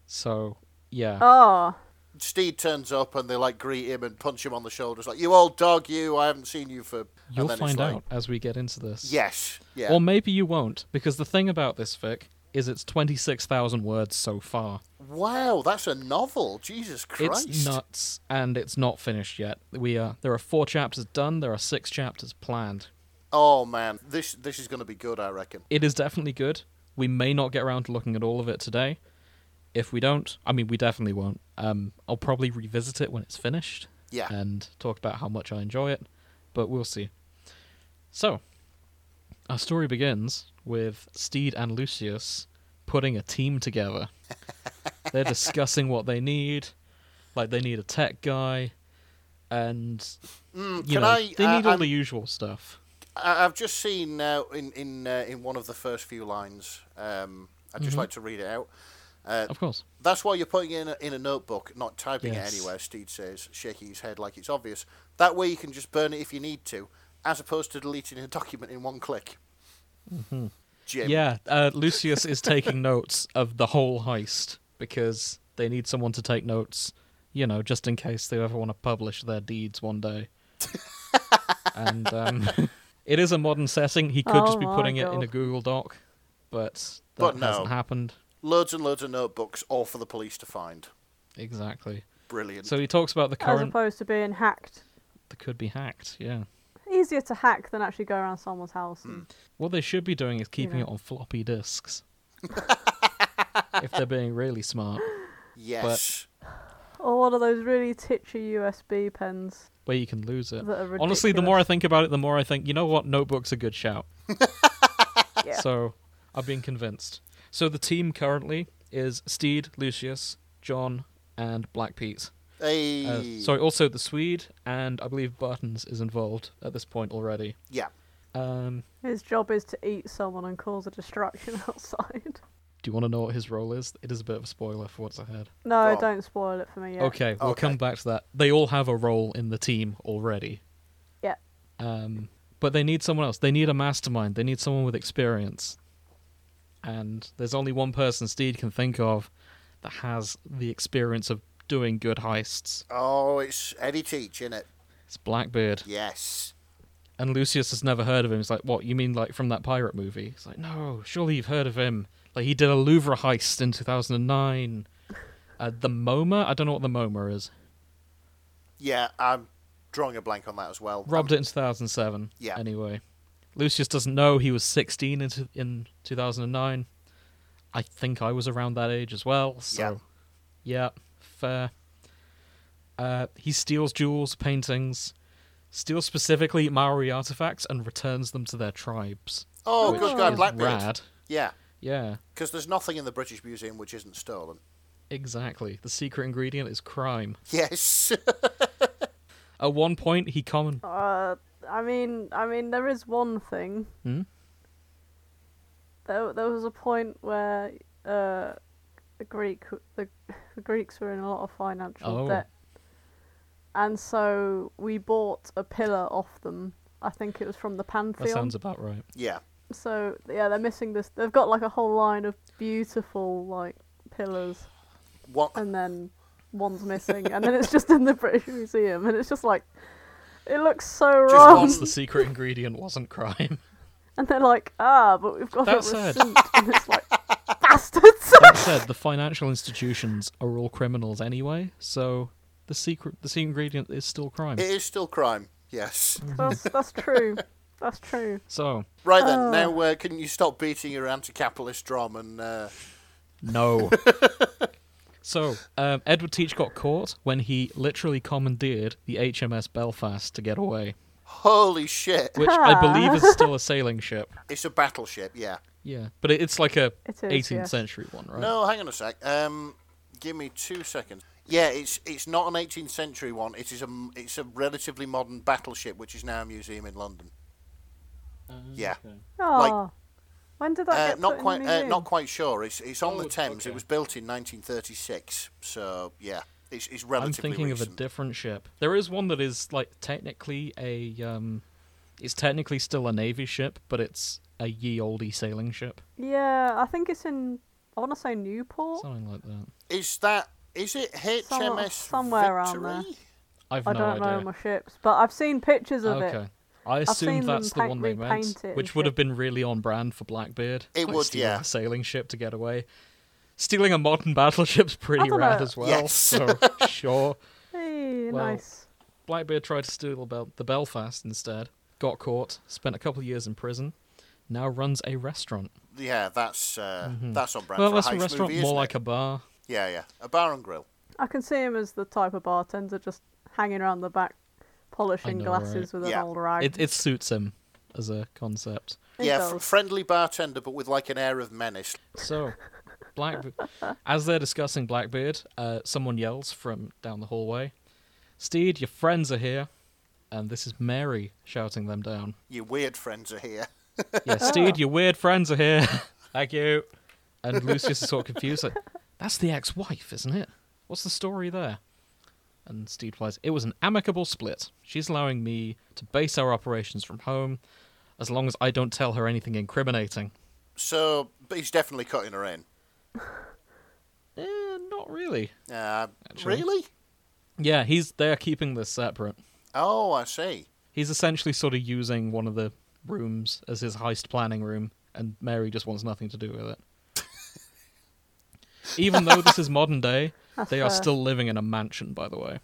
[SPEAKER 2] So, yeah.
[SPEAKER 1] Oh,
[SPEAKER 3] Steed turns up and they like greet him and punch him on the shoulders, like "You old dog, you! I haven't seen you for." and
[SPEAKER 2] You'll
[SPEAKER 3] then it's
[SPEAKER 2] find
[SPEAKER 3] like,
[SPEAKER 2] out as we get into this.
[SPEAKER 3] Yes. Yeah.
[SPEAKER 2] Or maybe you won't, because the thing about this fic is it's 26,000 words so far.
[SPEAKER 3] Wow, that's a novel. Jesus Christ.
[SPEAKER 2] It's nuts, and it's not finished yet. We are, There are four chapters done, there are six chapters planned.
[SPEAKER 3] Oh man, this this is going to be good, I reckon.
[SPEAKER 2] It is definitely good. We may not get around to looking at all of it today. If we don't, I mean, we definitely won't. Um, I'll probably revisit it when it's finished.
[SPEAKER 3] Yeah.
[SPEAKER 2] and talk about how much I enjoy it, but we'll see. So, our story begins with Steed and Lucius putting a team together. They're discussing what they need, like they need a tech guy, and
[SPEAKER 3] Mm,
[SPEAKER 2] you
[SPEAKER 3] can
[SPEAKER 2] know
[SPEAKER 3] I?
[SPEAKER 2] they
[SPEAKER 3] uh,
[SPEAKER 2] need all
[SPEAKER 3] I'm-
[SPEAKER 2] the usual stuff.
[SPEAKER 3] I- I've just seen now in in uh, in one of the first few lines. Um, I'd
[SPEAKER 2] Mm-hmm.
[SPEAKER 3] just like to read it out. Uh,
[SPEAKER 2] Of course,
[SPEAKER 3] that's why you're putting it in a, in a notebook, not typing
[SPEAKER 2] Yes.
[SPEAKER 3] it anywhere. Steed says, shaking his head like it's obvious. That way you can just burn it if you need to, as opposed to deleting a document in one click. Mm-hmm. Jim.
[SPEAKER 2] yeah. Uh, Lucius is taking notes of the whole heist because they need someone to take notes, you know, just in case they ever want to publish their deeds one day. and um, it is a modern setting. He could just
[SPEAKER 1] Oh
[SPEAKER 2] be
[SPEAKER 1] my
[SPEAKER 2] putting it in a
[SPEAKER 1] God.
[SPEAKER 2] Google Doc, but that
[SPEAKER 3] But no.
[SPEAKER 2] hasn't happened
[SPEAKER 3] Loads and loads of notebooks, all for the police to find.
[SPEAKER 2] exactly.
[SPEAKER 3] Brilliant.
[SPEAKER 2] So he talks about the
[SPEAKER 1] as
[SPEAKER 2] current
[SPEAKER 1] opposed to being hacked.
[SPEAKER 2] that could be hacked. Yeah.
[SPEAKER 1] Easier to hack than actually go around someone's house.
[SPEAKER 3] Hmm.
[SPEAKER 1] And...
[SPEAKER 2] What they should be doing is keeping
[SPEAKER 1] know.
[SPEAKER 2] it on floppy disks. if they're being really smart,
[SPEAKER 3] yes.
[SPEAKER 1] Or one of those really titchy USB pens
[SPEAKER 2] where you can lose it.
[SPEAKER 1] that are ridiculous.
[SPEAKER 2] Honestly, the more I think about it, the more I think, you know what? Notebook's a good shout.
[SPEAKER 1] Yeah.
[SPEAKER 2] So I've been convinced. So the team currently is Steed, Lucius, John, and Black Pete.
[SPEAKER 3] Hey.
[SPEAKER 2] Uh, sorry, also the Swede, and I believe Buttons is involved at this point already.
[SPEAKER 3] Yeah.
[SPEAKER 2] Um,
[SPEAKER 1] His job is to eat someone and cause a distraction outside.
[SPEAKER 2] do you want to know what his role is? It is a bit of a spoiler for what's ahead.
[SPEAKER 1] No,
[SPEAKER 3] Go on.
[SPEAKER 1] don't spoil it for me yet.
[SPEAKER 2] Okay, we'll
[SPEAKER 3] Okay.
[SPEAKER 2] come back to that. They all have a role in the team already.
[SPEAKER 1] Yeah.
[SPEAKER 2] Um, but they need someone else. They need a mastermind. They need someone with experience. And there's only one person Steed can think of that has the experience of doing good heists.
[SPEAKER 3] Oh, it's Eddie Teach, is it?
[SPEAKER 2] It's Blackbeard.
[SPEAKER 3] Yes.
[SPEAKER 2] And Lucius has never heard of him. He's like, what, you mean like from that pirate movie? He's like, no, surely you've heard of him. Like, he did a Louvre heist in 2009. Uh, the MoMA? I don't know what the MoMA is.
[SPEAKER 3] Yeah, I'm drawing a blank on that as well. Um,
[SPEAKER 2] Robbed it in 2007.
[SPEAKER 3] Yeah.
[SPEAKER 2] Anyway, Lucius doesn't know he was 16 in, t- in 2009. I think I was around that age as well. So, yeah, fair. Uh, he steals jewels, paintings, steals specifically Maori artifacts, and returns them to their tribes.
[SPEAKER 3] Oh,
[SPEAKER 1] Which
[SPEAKER 3] good God,
[SPEAKER 1] is
[SPEAKER 3] Blackbeard.
[SPEAKER 2] Rad.
[SPEAKER 3] Yeah,
[SPEAKER 2] Yeah,
[SPEAKER 3] because there's nothing in the British Museum which isn't stolen.
[SPEAKER 2] exactly. The secret ingredient is crime.
[SPEAKER 3] Yes.
[SPEAKER 2] At one point, he common.
[SPEAKER 1] Uh, I mean, I mean, there is one thing.
[SPEAKER 2] Hmm?
[SPEAKER 1] There, there was a point where uh, the Greek, the, the Greeks were in a lot of financial
[SPEAKER 2] Oh.
[SPEAKER 1] debt, and so we bought a pillar off them. I think it was from the Pantheon.
[SPEAKER 2] That sounds about right.
[SPEAKER 3] yeah.
[SPEAKER 1] So yeah, they're missing this. They've got like a whole line of beautiful like pillars,
[SPEAKER 3] What?
[SPEAKER 1] and then one's missing, and then it's just in the British Museum, and it's just like it looks so
[SPEAKER 3] Just
[SPEAKER 1] wrong.
[SPEAKER 2] Once the secret ingredient wasn't crime.
[SPEAKER 1] And they're like, ah, but we've got
[SPEAKER 2] That
[SPEAKER 1] a
[SPEAKER 2] said-
[SPEAKER 1] receipt. and it's like, bastards.
[SPEAKER 2] that said, the financial institutions are all criminals anyway, so the secret, the secret ingredient is still crime.
[SPEAKER 3] It is still crime. Yes.
[SPEAKER 1] that's, that's true. That's true.
[SPEAKER 2] So,
[SPEAKER 3] Right then,
[SPEAKER 1] Oh.
[SPEAKER 3] now uh, can you stop beating your anti-capitalist drum and uh,
[SPEAKER 2] no. so, um, Edward Teach got caught when he literally commandeered the HMS Belfast to get away,
[SPEAKER 3] holy shit,
[SPEAKER 2] which I believe is still a sailing ship.
[SPEAKER 3] it's a battleship. Yeah.
[SPEAKER 2] Yeah, but it- it's like a
[SPEAKER 1] It is,
[SPEAKER 2] 18th
[SPEAKER 1] yes.
[SPEAKER 2] century one, right?
[SPEAKER 3] No, hang on a sec. Um, give me two seconds. Yeah, it's it's not an 18th century one. It is a m- it's a relatively modern battleship which is now a museum in London.
[SPEAKER 2] Uh,
[SPEAKER 3] Yeah.
[SPEAKER 1] Oh.
[SPEAKER 3] Like-
[SPEAKER 1] when did that
[SPEAKER 3] Uh,
[SPEAKER 1] get
[SPEAKER 3] not
[SPEAKER 1] put
[SPEAKER 3] quite
[SPEAKER 1] in the
[SPEAKER 3] uh,
[SPEAKER 1] museum?
[SPEAKER 3] not quite sure. It's it's on
[SPEAKER 2] Oh,
[SPEAKER 3] the Thames.
[SPEAKER 2] okay.
[SPEAKER 3] It was built in 1936, so yeah, it's it's
[SPEAKER 2] I'm
[SPEAKER 3] relatively
[SPEAKER 2] thinking
[SPEAKER 3] recent.
[SPEAKER 2] of a different ship. There is one that is like technically a um, it's technically still a navy ship, but it's a ye olde sailing ship,
[SPEAKER 1] Yeah, I think it's in. I want to say Newport.
[SPEAKER 2] something like that.
[SPEAKER 3] Is that is it HMS
[SPEAKER 1] somewhere around
[SPEAKER 3] Victory?
[SPEAKER 1] there.
[SPEAKER 2] I've
[SPEAKER 1] I
[SPEAKER 2] no
[SPEAKER 1] don't
[SPEAKER 2] idea.
[SPEAKER 1] know my ships, but I've seen pictures of
[SPEAKER 2] okay.
[SPEAKER 1] it.
[SPEAKER 2] I
[SPEAKER 1] seen
[SPEAKER 2] assume that's
[SPEAKER 1] them
[SPEAKER 2] the one
[SPEAKER 1] paint-
[SPEAKER 2] they
[SPEAKER 1] repaint it
[SPEAKER 2] meant,
[SPEAKER 1] and
[SPEAKER 2] which would
[SPEAKER 1] shit.
[SPEAKER 2] have been really on brand for Blackbeard.
[SPEAKER 3] It
[SPEAKER 2] like
[SPEAKER 3] would,
[SPEAKER 2] stealing
[SPEAKER 3] yeah.
[SPEAKER 2] a sailing ship to get away. Stealing a modern battleship's pretty
[SPEAKER 1] dunno.
[SPEAKER 2] rad as well.
[SPEAKER 3] Yes.
[SPEAKER 2] So sure,
[SPEAKER 1] Hey,
[SPEAKER 2] Well,
[SPEAKER 1] nice.
[SPEAKER 2] Blackbeard tried to steal the, Bel- the Belfast instead. Got caught. Spent a couple of years in prison. Now runs a restaurant.
[SPEAKER 3] Yeah, that's uh, that's on brand
[SPEAKER 2] Mm-hmm. well,
[SPEAKER 3] for
[SPEAKER 2] that's
[SPEAKER 3] a
[SPEAKER 2] a
[SPEAKER 3] heist
[SPEAKER 2] restaurant,
[SPEAKER 3] movie,
[SPEAKER 2] more
[SPEAKER 3] isn't
[SPEAKER 2] like
[SPEAKER 3] it?
[SPEAKER 2] a bar.
[SPEAKER 3] yeah, yeah, a bar and grill.
[SPEAKER 1] I can see him as the type of bartender just hanging around the back, polishing
[SPEAKER 2] know,
[SPEAKER 1] glasses with
[SPEAKER 3] Yeah.
[SPEAKER 1] an old rag.
[SPEAKER 2] It it suits him as a concept.
[SPEAKER 1] It
[SPEAKER 3] yeah, fr-
[SPEAKER 1] does.
[SPEAKER 3] friendly bartender, but with like an air of menace.
[SPEAKER 2] So, Blackbeard, as they're discussing Blackbeard, uh, someone yells from down the hallway, "Steed, your friends are here!" And this is Mary shouting them down.
[SPEAKER 3] Your weird friends are here.
[SPEAKER 2] Yeah, Steed, your weird friends are here. Thank you. And Lucius is sort of confused. Like, That's the ex-wife, isn't it? What's the story there? And Steed replies, "It was an amicable split. She's allowing me to base our operations from home, as long as I don't tell her anything incriminating."
[SPEAKER 3] So, but he's definitely cutting her in.
[SPEAKER 2] Eh, not really.
[SPEAKER 3] Uh,
[SPEAKER 2] Actually.
[SPEAKER 3] really?
[SPEAKER 2] Yeah, he's they are keeping this separate.
[SPEAKER 3] Oh, I see.
[SPEAKER 2] He's essentially sort of using one of the rooms as his heist planning room, and Mary just wants nothing to do with it. Even though this is modern day,
[SPEAKER 1] That's
[SPEAKER 2] they are
[SPEAKER 1] fair.
[SPEAKER 2] still living in a mansion, by the way.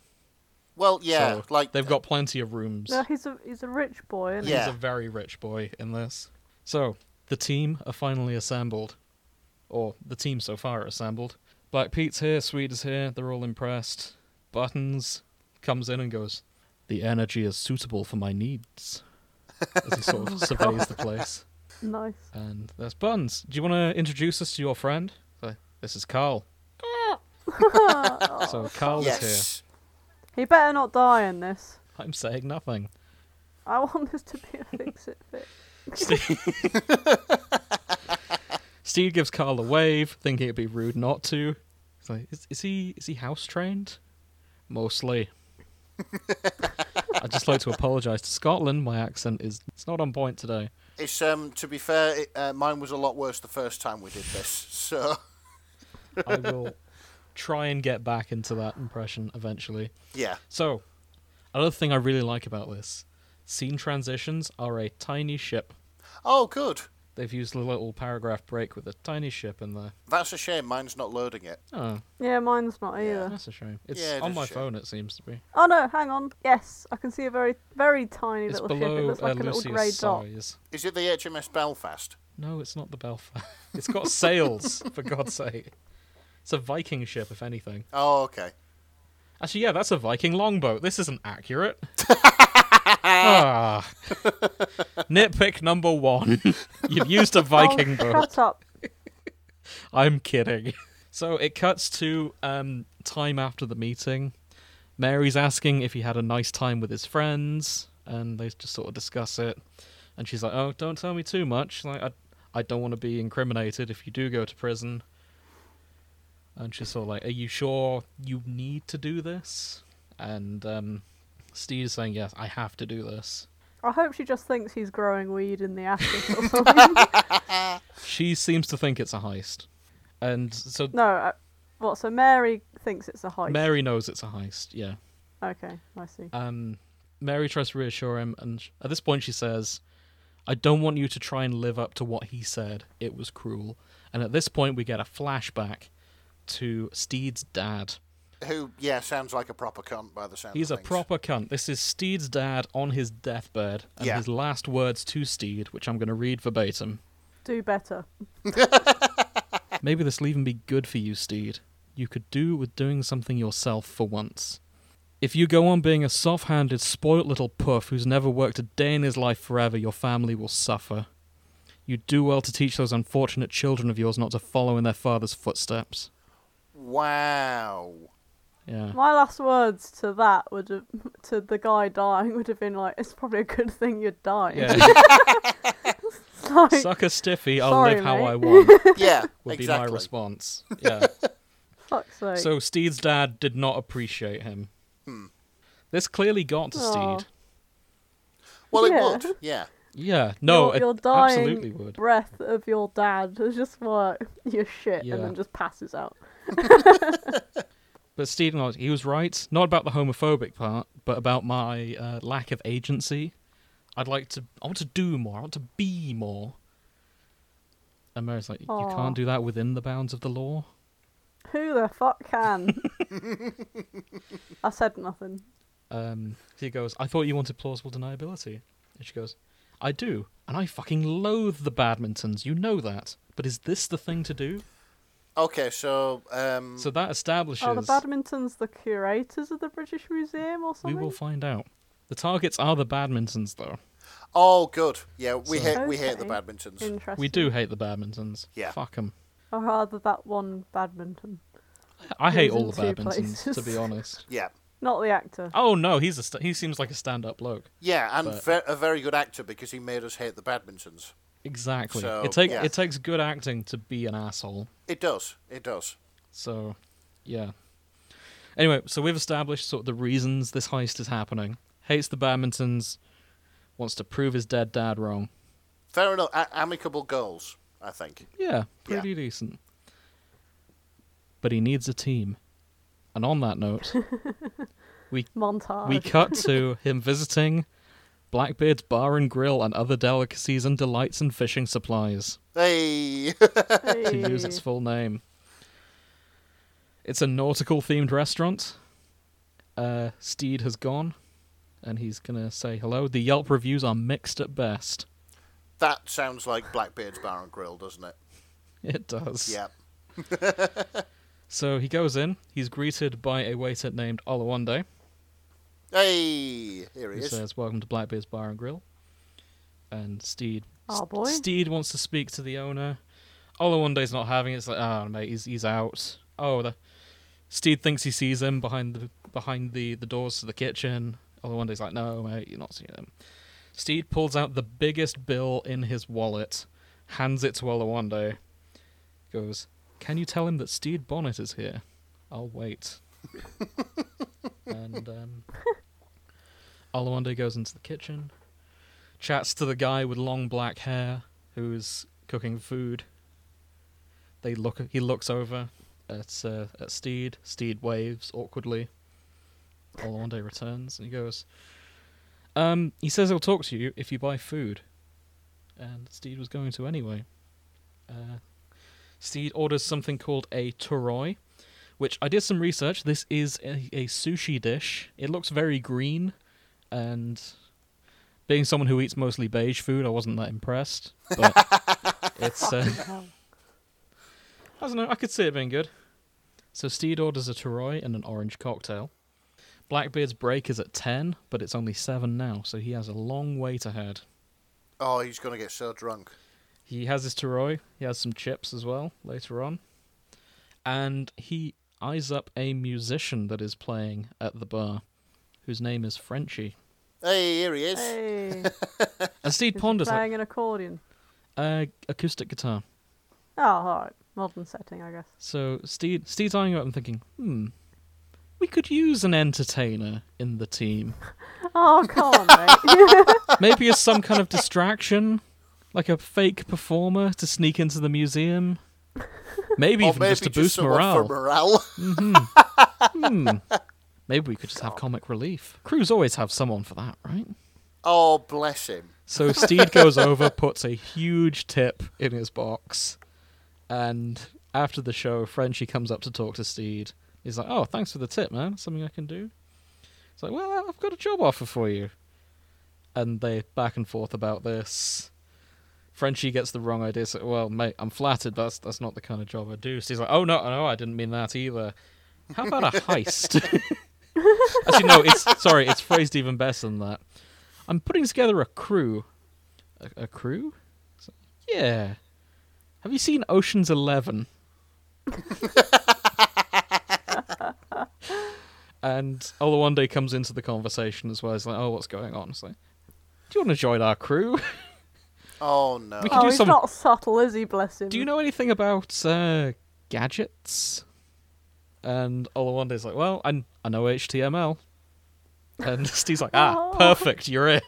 [SPEAKER 3] Well, yeah,
[SPEAKER 2] So
[SPEAKER 3] like
[SPEAKER 2] they've got plenty of rooms.
[SPEAKER 1] No, he's a he's a rich boy, isn't
[SPEAKER 3] Yeah.
[SPEAKER 2] He's a very rich boy in this. So the team are finally assembled, or the team so far are assembled. Black Pete's here, Swede is here. They're all impressed. Buttons comes in and goes. The energy is suitable for my needs. As he sort of surveys the place,
[SPEAKER 1] he? Nice.
[SPEAKER 2] and there's Buttons. Do you want to introduce us to your friend? So, This is Carl. so Carl is
[SPEAKER 3] yes.
[SPEAKER 1] He better not die in this.
[SPEAKER 2] here. I'm saying nothing.
[SPEAKER 1] I want this to be a fix it fix.
[SPEAKER 2] Steve gives Carl a wave, thinking it'd be rude not to. He's like, is, is he is he house trained? Mostly. I'd just like to apologise to Scotland. My accent is it's not on point today.
[SPEAKER 3] It's um to be fair, it, uh, mine was a lot worse the first time we did this. So
[SPEAKER 2] I will try and get back into that impression eventually.
[SPEAKER 3] yeah,
[SPEAKER 2] So, another thing I really like about this scene transitions are a tiny ship.
[SPEAKER 3] oh good.
[SPEAKER 2] They've used a little paragraph break with a tiny ship in there.
[SPEAKER 3] That's a shame. Mine's not loading it.
[SPEAKER 2] Oh,
[SPEAKER 1] Yeah, mine's not either.
[SPEAKER 2] that's a shame. It's
[SPEAKER 3] Yeah, it
[SPEAKER 2] on
[SPEAKER 3] is
[SPEAKER 2] my
[SPEAKER 3] a shame.
[SPEAKER 2] phone. It seems to be.
[SPEAKER 1] Oh no, hang on. Yes, I can see a very very tiny
[SPEAKER 2] It's
[SPEAKER 1] little ship. It
[SPEAKER 2] below
[SPEAKER 1] looks like a
[SPEAKER 2] uh,
[SPEAKER 1] little grey
[SPEAKER 2] Lucius'
[SPEAKER 1] dot.
[SPEAKER 2] size.
[SPEAKER 3] Is it the HMS Belfast?
[SPEAKER 2] No, it's not the Belfast. It's got sails, for God's sake. It's a Viking ship, if anything.
[SPEAKER 3] Oh okay.
[SPEAKER 2] Actually, yeah, that's a Viking longboat. This isn't accurate. ah. Nitpick number one. You've used a Viking
[SPEAKER 1] oh,
[SPEAKER 2] boat.
[SPEAKER 1] shut up.
[SPEAKER 2] I'm kidding. So it cuts to um, time after the meeting. Mary's asking if he had a nice time with his friends, and they just sort of discuss it. And she's like, "Oh, don't tell me too much. Like, I, I don't want to be incriminated if you do go to prison." And she's sort of like, "Are you sure you need to do this?" And um, Steve's saying, "Yes, I have to do this."
[SPEAKER 1] I hope she just thinks he's growing weed in the attic or something.
[SPEAKER 2] She seems to think it's a heist, and so
[SPEAKER 1] no, I, what? So Mary thinks it's a heist.
[SPEAKER 2] Mary knows it's a heist. Yeah.
[SPEAKER 1] Okay, I see.
[SPEAKER 2] Um, Mary tries to reassure him, and sh- at this point, she says, I don't want you to try and live up to what he said. It was cruel. And at this point, we get a flashback to Steed's dad.
[SPEAKER 3] Who yeah sounds like a proper cunt by the sound.
[SPEAKER 2] He's a
[SPEAKER 3] of things.
[SPEAKER 2] proper cunt. This is Steed's dad on his deathbed, and
[SPEAKER 3] Yeah.
[SPEAKER 2] his last words to Steed, which I'm going to read verbatim.
[SPEAKER 1] Do better.
[SPEAKER 2] Maybe this'll even be good for you, Steed. You could do with doing something yourself for once. If you go on being a soft handed, spoilt little puff who's never worked a day in his life forever, your family will suffer. You do well to teach those unfortunate children of yours not to follow in their father's footsteps.
[SPEAKER 3] Wow.
[SPEAKER 2] Yeah.
[SPEAKER 1] My last words to that would have, to the guy dying would have been like, "It's probably a good thing you're dying."
[SPEAKER 2] Yeah.
[SPEAKER 1] It's like,
[SPEAKER 2] Suck a stiffy, I'll
[SPEAKER 1] Sorry,
[SPEAKER 2] live how
[SPEAKER 1] mate.
[SPEAKER 2] I want
[SPEAKER 3] Yeah,
[SPEAKER 2] would be my
[SPEAKER 3] exactly.
[SPEAKER 2] response. Yeah.
[SPEAKER 1] fuck's sake.
[SPEAKER 2] So Steed's dad did not appreciate him. This clearly got to
[SPEAKER 1] Aw.
[SPEAKER 2] Steed.
[SPEAKER 3] Well,
[SPEAKER 1] Yeah.
[SPEAKER 3] it would. Yeah.
[SPEAKER 2] Yeah. No,
[SPEAKER 1] your,
[SPEAKER 2] it
[SPEAKER 1] your dying
[SPEAKER 2] absolutely would.
[SPEAKER 1] breath of your dad is just like your shit,
[SPEAKER 2] Yeah.
[SPEAKER 1] and then just passes out.
[SPEAKER 2] But Stephen, Hawking, he was right. Not about the homophobic part, but about my uh, lack of agency. I'd like to. I want to do more. I want to be more. And Mary's like, you
[SPEAKER 1] Aw.
[SPEAKER 2] can't do that within the bounds of the law.
[SPEAKER 1] Who the fuck can? I said nothing.
[SPEAKER 2] Um, he goes, I thought you wanted plausible deniability. And she goes, I do, and I fucking loathe the badmintons. You know that. But is this the thing to do?
[SPEAKER 3] Okay, so um,
[SPEAKER 2] So that establishes.
[SPEAKER 1] Oh, the badmintons, the curators of the British Museum, or
[SPEAKER 2] we
[SPEAKER 1] something.
[SPEAKER 2] will find out. The targets are the badmintons, though.
[SPEAKER 3] oh, good. Yeah, we
[SPEAKER 2] So-
[SPEAKER 3] hate we hate the
[SPEAKER 1] Okay.
[SPEAKER 3] badmintons.
[SPEAKER 1] Interesting.
[SPEAKER 2] We do hate the badmintons.
[SPEAKER 3] Yeah.
[SPEAKER 2] Fuck 'em.
[SPEAKER 1] Or rather, that one badminton,
[SPEAKER 2] I hate
[SPEAKER 1] Lives
[SPEAKER 2] all the
[SPEAKER 1] in two
[SPEAKER 2] badmintons, to
[SPEAKER 1] places.
[SPEAKER 2] be honest.
[SPEAKER 3] yeah,
[SPEAKER 1] not the actor.
[SPEAKER 2] Oh no, he's a st- he seems like a stand-up bloke.
[SPEAKER 3] yeah, and
[SPEAKER 2] But-
[SPEAKER 3] ve- a very good actor because he made us hate the badmintons.
[SPEAKER 2] Exactly.
[SPEAKER 3] So,
[SPEAKER 2] it takes
[SPEAKER 3] yeah.
[SPEAKER 2] it takes good acting to be an asshole.
[SPEAKER 3] It does. It does.
[SPEAKER 2] So, yeah. Anyway, so we've established sort of the reasons this heist is happening. Hates the badmintons, wants to prove his dead dad wrong.
[SPEAKER 3] Fair enough. A- amicable goals, I think.
[SPEAKER 2] Yeah, pretty decent. But he needs a team. And on that note,
[SPEAKER 1] Montage.
[SPEAKER 2] We cut to him visiting Blackbeard's bar and grill and other delicacies and delights and fishing supplies,
[SPEAKER 3] Hey,
[SPEAKER 2] to use its
[SPEAKER 1] Hey.
[SPEAKER 2] full name. It's a nautical themed restaurant. Uh, Steed has gone, and he's gonna say hello. The Yelp reviews are mixed at best.
[SPEAKER 3] that sounds like Blackbeard's Bar and Grill, doesn't it?
[SPEAKER 2] It does.
[SPEAKER 3] Yeah.
[SPEAKER 2] So he goes in. He's greeted by a waiter named Olawande,
[SPEAKER 3] Hey, here he
[SPEAKER 2] who
[SPEAKER 3] is.
[SPEAKER 2] says, "Welcome to Blackbeard's Bar and Grill." And Steed
[SPEAKER 1] Oh boy.
[SPEAKER 2] Steed wants to speak to the owner. Ola one day's not having it. It's like, oh mate, he's he's out. Oh, the Steed thinks he sees him behind the behind the, the doors to the kitchen. Ola one day's like, no mate, you're not seeing him. Steed pulls out the biggest bill in his wallet, hands it to Ola one day. Goes, can you tell him that Steed Bonnet is here? I'll wait. and um, Olawande goes into the kitchen, chats to the guy with long black hair who's cooking food. They look. He looks over at uh, at Steed. Steed waves awkwardly. Olawande returns and he goes. Um, he says he'll talk to you if you buy food, and Steed was going to anyway. Uh, Steed orders something called a toroi, which I did some research. This is a, a sushi dish. It looks very green, and being someone who eats mostly beige food, I wasn't that impressed. But it's uh,
[SPEAKER 1] hell.
[SPEAKER 2] I don't know. I could see it being good. So Steed orders a Toroi and an orange cocktail. Blackbeard's break is at ten, but it's only seven now, so he has a long wait ahead.
[SPEAKER 3] Oh, he's going to get so drunk.
[SPEAKER 2] He has his Toroi. He has some chips as well later on. And he eyes up a musician that is playing at the bar, whose name is Frenchie.
[SPEAKER 3] Hey, here he is.
[SPEAKER 1] Hey,
[SPEAKER 2] And Steed
[SPEAKER 1] He's
[SPEAKER 2] ponders like,
[SPEAKER 1] playing an accordion.
[SPEAKER 2] uh, acoustic guitar.
[SPEAKER 1] Oh, alright. Modern setting, I guess.
[SPEAKER 2] So Steed, Steed's eyeing up and thinking, hmm, we could use an entertainer in the team.
[SPEAKER 1] Oh, come on, mate.
[SPEAKER 2] Maybe as some kind of distraction, like a fake performer to sneak into the museum. Maybe
[SPEAKER 3] or
[SPEAKER 2] even
[SPEAKER 3] maybe
[SPEAKER 2] just to boost
[SPEAKER 3] someone
[SPEAKER 2] morale.
[SPEAKER 3] for morale.
[SPEAKER 2] Maybe we could just have comic relief. Crews always have someone for that, right?
[SPEAKER 3] oh, bless him.
[SPEAKER 2] So Steed goes over, puts a huge tip in his box, and after the show, Frenchie comes up to talk to Steed. He's like, "Oh, thanks for the tip, man. Something I can do." He's like, "Well, I've got a job offer for you." And they back and forth about this. Frenchie gets the wrong idea. So, well, mate, I'm flattered. That's that's not the kind of job I do. Steed's like, "Oh no, no, I didn't mean that either. How about a heist?" Actually, no. It's sorry. It's phrased even better than that. I'm putting together a crew. A, a crew? So- Yeah. Have you seen Ocean's Eleven? And Olawande comes into the conversation as well. He's like, "Oh, what's going on?" It's like, "Do you want to join our crew?
[SPEAKER 3] Oh no.
[SPEAKER 2] We can
[SPEAKER 1] Oh,
[SPEAKER 2] do
[SPEAKER 1] he's
[SPEAKER 2] some-
[SPEAKER 1] not subtle, is he? Bless him.
[SPEAKER 2] Do you know anything about uh, gadgets?" And Olawande's like, "Well, I, I know HTML." And Steve's like, "Ah,
[SPEAKER 1] Oh.
[SPEAKER 2] perfect, you're in."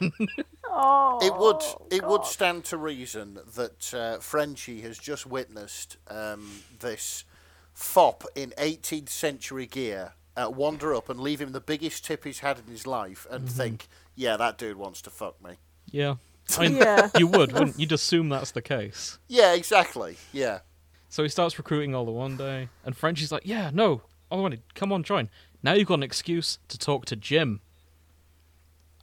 [SPEAKER 1] Oh,
[SPEAKER 3] It would it would
[SPEAKER 1] God.
[SPEAKER 3] stand to reason that uh, Frenchie has just witnessed um, this fop in 18th century gear uh, wander up and leave him the biggest tip he's had in his life and
[SPEAKER 2] Mm-hmm.
[SPEAKER 3] think, yeah, that dude wants to fuck me.
[SPEAKER 2] yeah, I mean,
[SPEAKER 1] Yeah.
[SPEAKER 2] you would, wouldn't you? You'd assume that's the case.
[SPEAKER 3] Yeah, exactly. Yeah.
[SPEAKER 2] So he starts recruiting Olawande, and Frenchie's like, "Yeah, no, Olawande, come on, join. Now you've got an excuse to talk to Jim.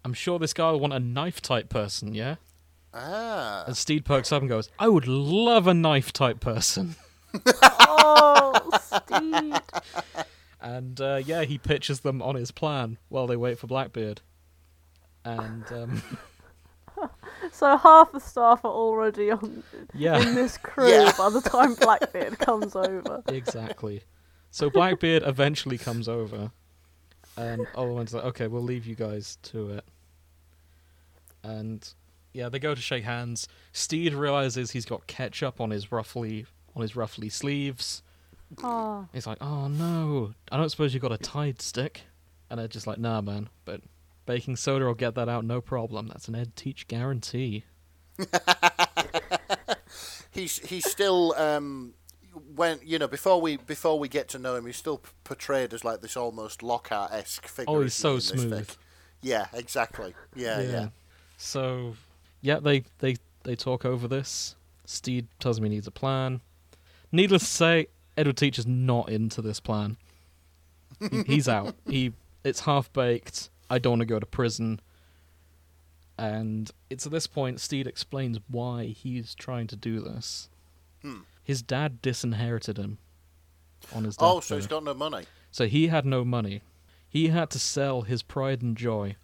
[SPEAKER 2] I'm sure this guy will want a knife type person, yeah."
[SPEAKER 3] Ah.
[SPEAKER 2] And Steed perks up and goes, "I would love a knife type person."
[SPEAKER 1] Oh, Steed.
[SPEAKER 2] And uh, yeah, he pitches them on his plan while they wait for Blackbeard. And um,
[SPEAKER 1] So half the staff are already on in
[SPEAKER 2] yeah,
[SPEAKER 1] this crew
[SPEAKER 3] Yeah.
[SPEAKER 1] by the time Blackbeard comes over.
[SPEAKER 2] exactly. So Blackbeard eventually comes over, and Olawande's like, "Okay, we'll leave you guys to it." And yeah, they go to shake hands. Steed realizes he's got ketchup on his roughly on his roughly sleeves.
[SPEAKER 1] Oh,
[SPEAKER 2] He's like, "Oh no, I don't suppose you got a Tide stick?" And they're just like, "Nah, man, but baking soda will get that out, no problem. That's an Ed Teach guarantee."
[SPEAKER 3] he's he's still um, when you know before we before we get to know him, he's still p- portrayed as like this almost Lockhart esque figure.
[SPEAKER 2] Oh, he's
[SPEAKER 3] isn't he,
[SPEAKER 2] so
[SPEAKER 3] in this
[SPEAKER 2] smooth.
[SPEAKER 3] fic? Yeah, exactly. Yeah, yeah.
[SPEAKER 2] So, yeah, they they they talk over this. Steed tells him he needs a plan. Needless to say, Edward Teach is not into this plan. He- He's out. He it's half baked. I don't want to go to prison. And it's at this point Steed explains why he's trying to do this.
[SPEAKER 3] Hmm.
[SPEAKER 2] His dad disinherited him on his
[SPEAKER 3] Oh, so he's
[SPEAKER 2] deathbed.
[SPEAKER 3] got no money.
[SPEAKER 2] So he had no money. He had to sell his pride and joy,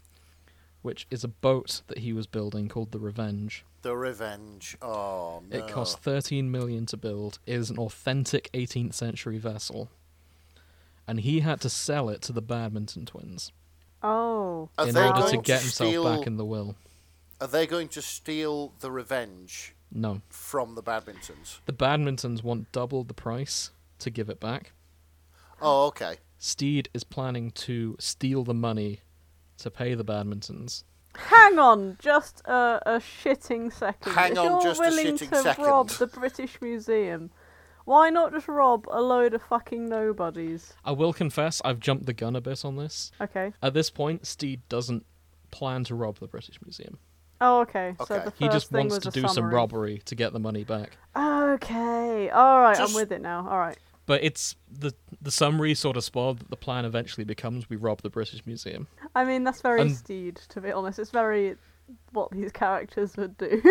[SPEAKER 2] which is a boat that he was building called the Revenge.
[SPEAKER 3] The revenge. Oh no.
[SPEAKER 2] It cost 13 million to build. It is an authentic 18th century vessel. And he had to sell it to the Badminton twins
[SPEAKER 1] oh,
[SPEAKER 3] Are
[SPEAKER 2] in
[SPEAKER 3] they
[SPEAKER 2] order to
[SPEAKER 3] going
[SPEAKER 2] get
[SPEAKER 3] to
[SPEAKER 2] himself
[SPEAKER 3] steal-
[SPEAKER 2] back in the will.
[SPEAKER 3] Are they going to steal the revenge
[SPEAKER 2] No.
[SPEAKER 3] from the badmintons?
[SPEAKER 2] The Badmintons want double the price to give it back.
[SPEAKER 3] Oh, okay.
[SPEAKER 2] Steed is planning to steal the money to pay the Badmintons.
[SPEAKER 1] hang on, just a, a shitting second.
[SPEAKER 3] Hang
[SPEAKER 1] if
[SPEAKER 3] on
[SPEAKER 1] you're
[SPEAKER 3] just a
[SPEAKER 1] willing
[SPEAKER 3] shitting
[SPEAKER 1] to
[SPEAKER 3] second.
[SPEAKER 1] rob the British Museum, why not just rob a load of fucking nobodies?
[SPEAKER 2] I will confess, I've jumped the gun a bit on this.
[SPEAKER 1] Okay.
[SPEAKER 2] At this point, Steed doesn't plan to rob the British Museum.
[SPEAKER 1] Oh, okay. So
[SPEAKER 3] Okay.
[SPEAKER 1] the first
[SPEAKER 2] He just
[SPEAKER 1] thing
[SPEAKER 2] wants
[SPEAKER 1] was
[SPEAKER 2] to
[SPEAKER 1] a
[SPEAKER 2] do some
[SPEAKER 1] summary.
[SPEAKER 2] robbery to get the money back.
[SPEAKER 1] Okay. All right.
[SPEAKER 3] Just-
[SPEAKER 1] I'm with it now. All right.
[SPEAKER 2] But it's the the summary sort of spoiled that the plan eventually becomes we rob the British Museum.
[SPEAKER 1] I mean, that's very
[SPEAKER 2] And-
[SPEAKER 1] Steed, to be honest. It's very what these characters would do.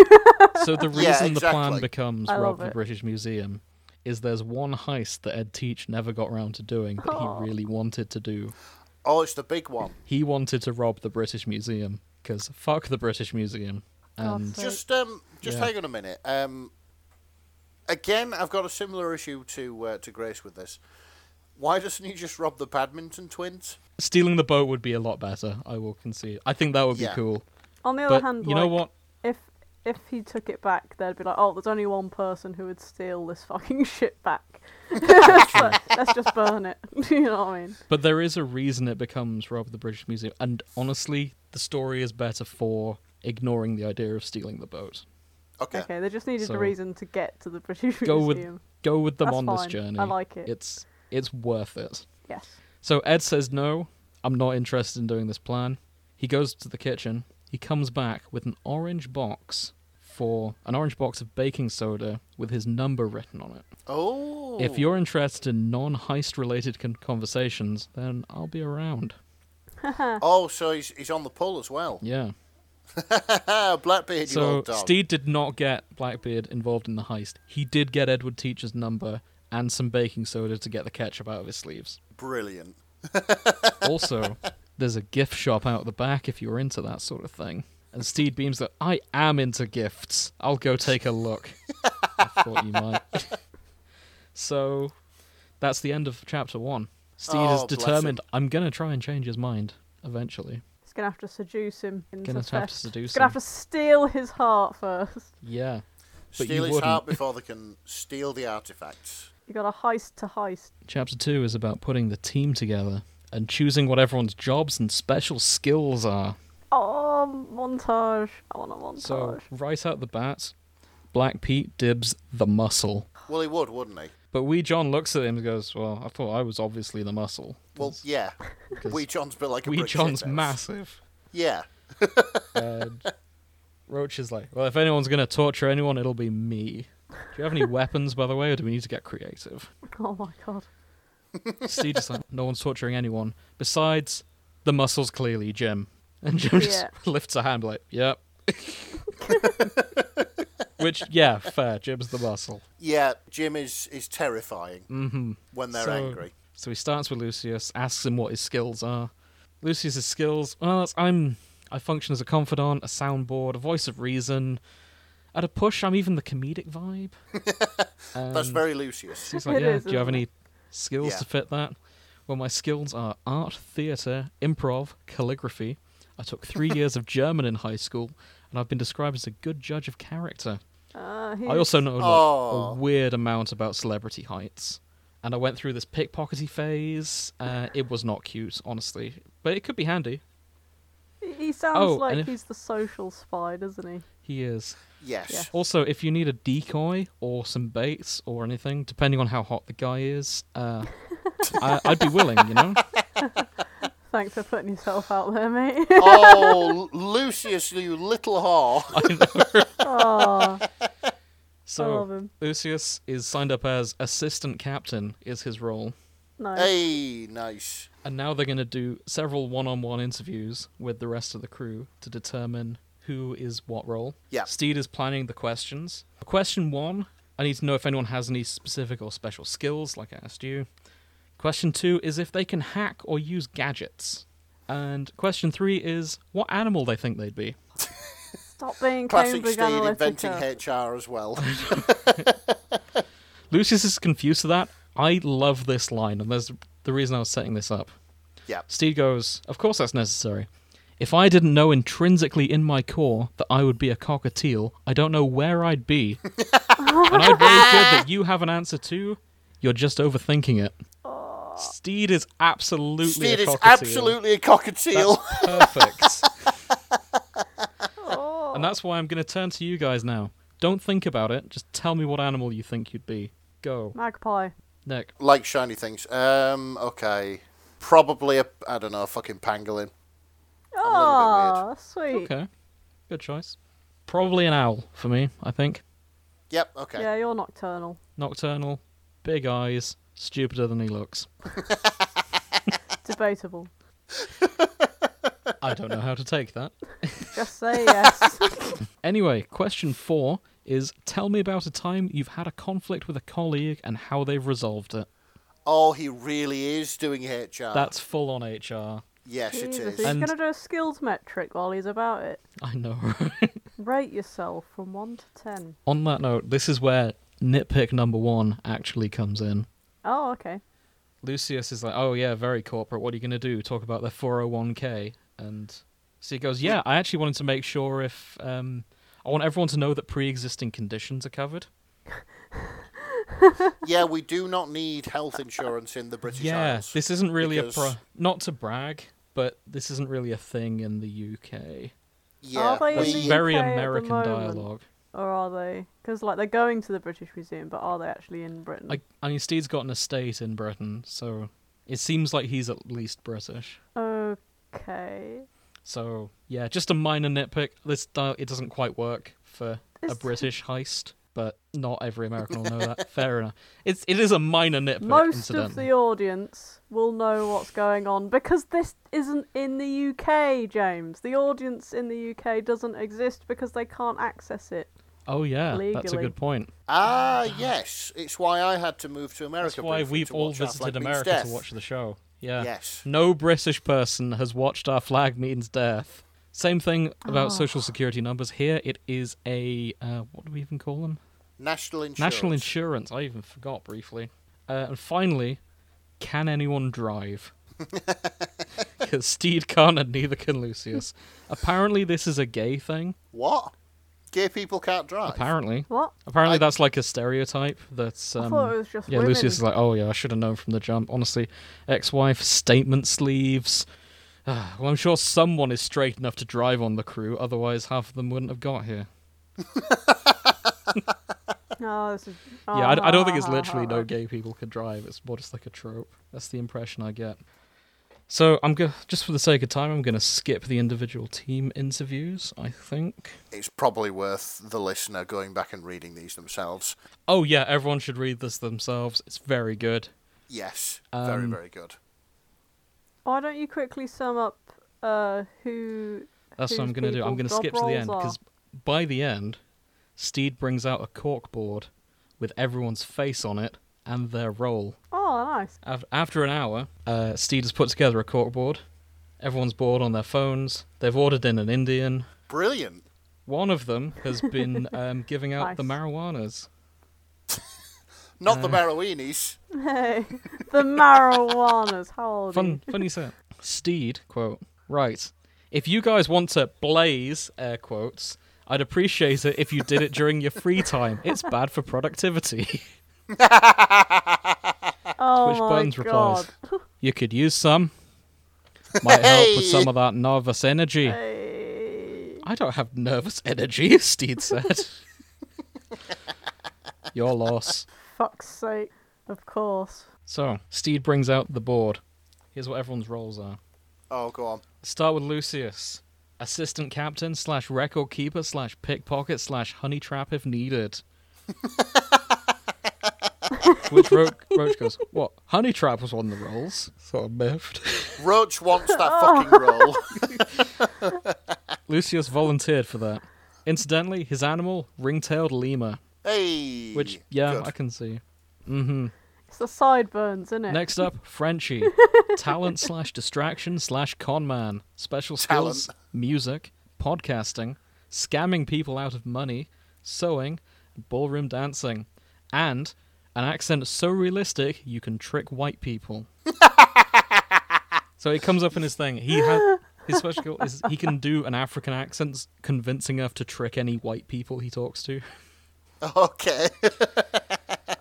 [SPEAKER 2] So the reason
[SPEAKER 3] Yeah,
[SPEAKER 2] the plan
[SPEAKER 3] exactly.
[SPEAKER 2] becomes
[SPEAKER 1] I
[SPEAKER 2] rob
[SPEAKER 1] love
[SPEAKER 2] the
[SPEAKER 1] it.
[SPEAKER 2] British Museum is there's one heist that Ed Teach never got round to doing that
[SPEAKER 1] Aw.
[SPEAKER 2] he really wanted to do.
[SPEAKER 3] Oh, it's the big one.
[SPEAKER 2] He wanted to rob the British Museum because fuck the British Museum. And
[SPEAKER 1] so-
[SPEAKER 3] Just um, just
[SPEAKER 2] Yeah.
[SPEAKER 3] hang on a minute. Um, again, I've got a similar issue to uh, to Grace with this. Why doesn't he just rob the badminton twins?
[SPEAKER 2] stealing the boat would be a lot better. I will concede. I think that would be
[SPEAKER 3] Yeah.
[SPEAKER 2] cool.
[SPEAKER 1] On the other
[SPEAKER 2] But
[SPEAKER 1] hand,
[SPEAKER 2] you
[SPEAKER 1] like,
[SPEAKER 2] know what?
[SPEAKER 1] if if he took it back, they'd be like, oh, there's only one person who would steal this fucking shit back. So, let's just burn it. you know what I mean?
[SPEAKER 2] But there is a reason it becomes Rob the British Museum, and honestly, the story is better for ignoring the idea of stealing the boat.
[SPEAKER 3] Okay.
[SPEAKER 1] Okay, they just needed
[SPEAKER 2] So-
[SPEAKER 1] a reason to get to the British
[SPEAKER 2] Go with
[SPEAKER 1] Museum.
[SPEAKER 2] go with them
[SPEAKER 1] That's
[SPEAKER 2] on this
[SPEAKER 1] fine.
[SPEAKER 2] journey.
[SPEAKER 1] I like it.
[SPEAKER 2] It's it's worth it.
[SPEAKER 1] Yes.
[SPEAKER 2] So Ed says no, I'm not interested in doing this plan. He goes to the kitchen. He comes back with an orange box for an orange box of baking soda with his number written on it.
[SPEAKER 3] Oh.
[SPEAKER 2] If you're interested in non-heist related con- conversations, then I'll be around.
[SPEAKER 3] Oh, so he's he's on the pull as well.
[SPEAKER 2] Yeah.
[SPEAKER 3] Blackbeard, you
[SPEAKER 2] So
[SPEAKER 3] old dog.
[SPEAKER 2] Steed did not get Blackbeard involved in the heist. He did get Edward Teacher's number and some baking soda to get the ketchup out of his sleeves.
[SPEAKER 3] Brilliant.
[SPEAKER 2] Also, there's a gift shop out the back if you're into that sort of thing. And Steed beams that I am into gifts. I'll go take a look. I thought you might. so that's the end of chapter one. Steed
[SPEAKER 3] Oh,
[SPEAKER 2] is
[SPEAKER 3] bless him.
[SPEAKER 2] determined. I'm gonna try and change his mind eventually.
[SPEAKER 1] He's gonna have to seduce him into
[SPEAKER 2] Gonna have to
[SPEAKER 1] sex.
[SPEAKER 2] seduce
[SPEAKER 1] He's gonna
[SPEAKER 2] him.
[SPEAKER 1] have to steal his heart first.
[SPEAKER 2] Yeah, But you
[SPEAKER 3] steal his
[SPEAKER 2] wouldn't.
[SPEAKER 3] heart before they can steal the artifacts.
[SPEAKER 1] You got a heist to heist.
[SPEAKER 2] chapter two is about putting the team together and choosing what everyone's jobs and special skills are.
[SPEAKER 1] Oh, montage! I want a montage.
[SPEAKER 2] So right out the bat, Black Pete dibs the muscle.
[SPEAKER 3] Well, he would, wouldn't he?
[SPEAKER 2] But Wee John looks at him and goes, "Well, I thought I was obviously the muscle.
[SPEAKER 3] Well, yeah. Wee John's built like a
[SPEAKER 2] Wee
[SPEAKER 3] brick
[SPEAKER 2] John's
[SPEAKER 3] shithouse.
[SPEAKER 2] massive."
[SPEAKER 3] Yeah.
[SPEAKER 2] Roach is like, "Well, if anyone's gonna torture anyone, it'll be me." Do you have any weapons, by the way, or do we need to get creative?
[SPEAKER 1] Oh my god.
[SPEAKER 2] Steed just like, no one's torturing anyone besides the muscles, clearly, Jim. And Jim just
[SPEAKER 1] Yeah.
[SPEAKER 2] lifts a hand, like, yep. Which, yeah, fair. Jim's the muscle.
[SPEAKER 3] Yeah, Jim is, is terrifying when they're
[SPEAKER 2] Mm-hmm. So-
[SPEAKER 3] angry.
[SPEAKER 2] So he starts with Lucius, asks him what his skills are. Lucius's skills, well, that's, I'm, I function as a confidant, a soundboard, a voice of reason. At a push, I'm even the comedic vibe. um,
[SPEAKER 3] That's very Lucius.
[SPEAKER 2] He's like,
[SPEAKER 1] It
[SPEAKER 2] yeah,
[SPEAKER 1] is,
[SPEAKER 2] do you have
[SPEAKER 1] isn't
[SPEAKER 2] any skills
[SPEAKER 3] Yeah.
[SPEAKER 2] to fit that? Well, my skills are art, theatre, improv, calligraphy. I took three years of German in high school, and I've been described as a good judge of character.
[SPEAKER 1] Uh, he's,
[SPEAKER 2] I also know like,
[SPEAKER 3] Aw.
[SPEAKER 2] a weird amount about celebrity heights. And I went through this pickpockety phase. Uh, it was not cute, honestly. But it could be handy.
[SPEAKER 1] he- he sounds
[SPEAKER 2] Oh, and
[SPEAKER 1] like
[SPEAKER 2] if-
[SPEAKER 1] he's the social spy, doesn't he?
[SPEAKER 2] He is.
[SPEAKER 3] Yes.
[SPEAKER 1] Yeah.
[SPEAKER 2] Also, if you need a decoy or some baits or anything, depending on how hot the guy is, uh, I, I'd be willing, you know?
[SPEAKER 1] Thanks for putting yourself out there, mate.
[SPEAKER 3] Oh, Lu- Lucius, you little whore.
[SPEAKER 1] oh, I love
[SPEAKER 2] So
[SPEAKER 1] him.
[SPEAKER 2] Lucius is signed up as assistant captain is his role,
[SPEAKER 1] no.
[SPEAKER 3] Hey, nice.
[SPEAKER 2] and now they're going to do several one-on-one interviews with the rest of the crew to determine who is what role.
[SPEAKER 3] Yeah.
[SPEAKER 2] Steed is planning the questions. Question 1, I need to know if anyone has any specific or special skills like I asked you. Question 2 is if they can hack or use gadgets. And question 3 is what animal they think they'd be.
[SPEAKER 1] Stop being
[SPEAKER 3] Classic
[SPEAKER 1] Cambridge
[SPEAKER 3] Steed inventing
[SPEAKER 1] Analytica.
[SPEAKER 3] HR as well.
[SPEAKER 2] Lucius is confused to that. I love this line, and there's the reason I was setting this up.
[SPEAKER 3] yeah.
[SPEAKER 2] Steed goes, Of course that's necessary. If I didn't know intrinsically in my core that I would be a cockatiel, I don't know where I'd be. and I'd really good that you have an answer to. You're just overthinking it. Steed is absolutely
[SPEAKER 3] Steed
[SPEAKER 2] a
[SPEAKER 3] is
[SPEAKER 2] cockatiel.
[SPEAKER 3] absolutely a cockatiel.
[SPEAKER 2] perfect. and that's why I'm going to turn to you guys now. Don't think about it. Just tell me what animal you think you'd be. Go,
[SPEAKER 1] Magpie.
[SPEAKER 2] Nick.
[SPEAKER 3] like shiny things. Um, okay. Probably a, I don't know, a fucking pangolin. little
[SPEAKER 1] Oh, sweet.
[SPEAKER 2] Okay, good choice. Probably an owl for me. I think.
[SPEAKER 3] Yep, okay.
[SPEAKER 1] Yeah, you're nocturnal.
[SPEAKER 2] Nocturnal, big eyes, stupider than he looks.
[SPEAKER 1] Debatable.
[SPEAKER 2] I don't know how to take that.
[SPEAKER 1] Just say yes.
[SPEAKER 2] Anyway, question four is tell me about a time you've had a conflict with a colleague and how they've resolved it.
[SPEAKER 3] Oh, he really is doing HR.
[SPEAKER 2] That's full on HR.
[SPEAKER 3] yes, it
[SPEAKER 1] Jesus,
[SPEAKER 3] is.
[SPEAKER 1] he's
[SPEAKER 2] And-
[SPEAKER 1] gonna do a skills metric while he's about it.
[SPEAKER 2] I know.
[SPEAKER 1] Rate yourself from one to ten.
[SPEAKER 2] on that note, this is where nitpick number one actually comes in.
[SPEAKER 1] Oh, okay.
[SPEAKER 2] Lucius is like, oh yeah, very corporate. What are you going to do? Talk about their 401k. And so he goes, yeah, I actually wanted to make sure if. Um, I want everyone to know that pre existing conditions are covered.
[SPEAKER 3] yeah, we do not need health insurance in the British
[SPEAKER 2] yeah,
[SPEAKER 3] Isles.
[SPEAKER 2] this isn't really
[SPEAKER 3] because-
[SPEAKER 2] a pro- not to brag, but this isn't really a thing in the UK.
[SPEAKER 3] yeah,
[SPEAKER 1] Are they in
[SPEAKER 2] It's
[SPEAKER 1] the
[SPEAKER 3] we-
[SPEAKER 2] very
[SPEAKER 1] UK at the
[SPEAKER 2] American
[SPEAKER 1] moment.
[SPEAKER 2] dialogue.
[SPEAKER 1] Or are they? Because like they're going to the British Museum, but are they actually in Britain?
[SPEAKER 2] Like, I mean, Steve's got an estate in Britain, so it seems like he's at least British.
[SPEAKER 1] Okay.
[SPEAKER 2] So yeah, just a minor nitpick. This dial it doesn't quite work for a
[SPEAKER 1] It's-
[SPEAKER 2] British heist, but not every American will know that. Fair enough. It's it is a minor nitpick.
[SPEAKER 1] Most of
[SPEAKER 2] incidentally.
[SPEAKER 1] the audience will know what's going on because this isn't in the UK, James. The audience in the UK doesn't exist because they can't access it.
[SPEAKER 2] oh yeah, that's a
[SPEAKER 1] Legally.
[SPEAKER 2] good point.
[SPEAKER 3] Ah, yes. It's why I had to move to America.
[SPEAKER 2] That's why
[SPEAKER 3] briefly
[SPEAKER 2] we've
[SPEAKER 3] to
[SPEAKER 2] all
[SPEAKER 3] watch Our
[SPEAKER 2] visited
[SPEAKER 3] Flag Means
[SPEAKER 2] America to
[SPEAKER 3] Death.
[SPEAKER 2] watch the uh, show. Yeah.
[SPEAKER 3] Yes.
[SPEAKER 2] No British person has watched Our Flag Means Death. Same thing about social security numbers. Here it is a uh, what do we even call them?
[SPEAKER 3] National insurance.
[SPEAKER 2] National insurance. I even forgot briefly. Uh, and finally, Can anyone drive? Because Steed can't and neither can Lucius. Apparently, this is a gay thing.
[SPEAKER 3] What? Gay people can't drive.
[SPEAKER 2] Apparently.
[SPEAKER 1] What?
[SPEAKER 2] Apparently,
[SPEAKER 3] I-
[SPEAKER 2] that's like a stereotype. That's um,
[SPEAKER 1] I thought it was just
[SPEAKER 2] yeah.
[SPEAKER 1] women.
[SPEAKER 2] Lucius is like, oh yeah, I should have known from the jump. Honestly, ex-wife statement sleeves. Ah, well, I'm sure someone is straight enough to drive on the crew. Otherwise, half of them wouldn't have got here.
[SPEAKER 1] No, Oh, this is.
[SPEAKER 2] yeah, I, d- I don't think it's
[SPEAKER 1] Ah.
[SPEAKER 2] literally no gay people can drive. It's more just like a trope. That's the impression I get. So I'm go- just for the sake of time, I'm going to skip the individual team interviews. I think.
[SPEAKER 3] It's probably worth the listener going back and reading these themselves.
[SPEAKER 2] Oh yeah, everyone should read this themselves. It's very good.
[SPEAKER 3] Yes, very,
[SPEAKER 2] Um,
[SPEAKER 3] very good.
[SPEAKER 1] Why don't you quickly sum up uh, who?
[SPEAKER 2] That's what
[SPEAKER 1] whose
[SPEAKER 2] I'm going to do. I'm going
[SPEAKER 1] people's job
[SPEAKER 2] to skip to the
[SPEAKER 1] roles
[SPEAKER 2] end
[SPEAKER 1] are.
[SPEAKER 2] because by the end, Steed brings out a cork board with everyone's face on it and their role.
[SPEAKER 1] Oh, nice.
[SPEAKER 2] Af- After an hour, uh, Steed has put together a cork board. Everyone's bored on their phones. They've ordered in an Indian.
[SPEAKER 3] Brilliant.
[SPEAKER 2] One of them has been um, giving out the
[SPEAKER 1] Nice.
[SPEAKER 2] marijuanas.
[SPEAKER 3] Not
[SPEAKER 2] uh,
[SPEAKER 3] the Marowinis.
[SPEAKER 1] Hey, the marijuanas. How old? Are you?
[SPEAKER 2] Fun, funny set. Steed, quote, right. If you guys want to blaze, air quotes, I'd appreciate it if you did it during your free time. It's bad for productivity.
[SPEAKER 1] Oh
[SPEAKER 2] Which
[SPEAKER 1] my
[SPEAKER 2] Buns
[SPEAKER 1] god.
[SPEAKER 2] replies, You could use some. Might help with some of that nervous energy.
[SPEAKER 1] Uh, Hey.
[SPEAKER 2] I don't have nervous energy, Steed said. Your loss.
[SPEAKER 1] Fuck's sake. Of course.
[SPEAKER 2] So, Steed brings out the board. Here's what everyone's roles are.
[SPEAKER 3] Oh, go on.
[SPEAKER 2] Start with Lucius. Assistant captain slash record keeper slash pickpocket slash honey trap if needed. Which Ro- Roach goes, What? Honey trap was one of the roles? Sort of miffed.
[SPEAKER 3] Roach wants that fucking roll.
[SPEAKER 2] Lucius volunteered for that. Incidentally, his animal, ring-tailed lemur,
[SPEAKER 3] Hey.
[SPEAKER 2] which yeah,
[SPEAKER 3] Good.
[SPEAKER 2] I can see.
[SPEAKER 1] It's the sideburns, isn't it?
[SPEAKER 2] Next up, Frenchie, talent slash distraction slash con man, special
[SPEAKER 3] Talent.
[SPEAKER 2] skills, music, podcasting, scamming people out of money, sewing, ballroom dancing, and an accent so realistic you can trick white people. so it comes up in his thing. He has his special skill is he can do an African accent convincing enough to trick any white people he talks to.
[SPEAKER 3] Okay.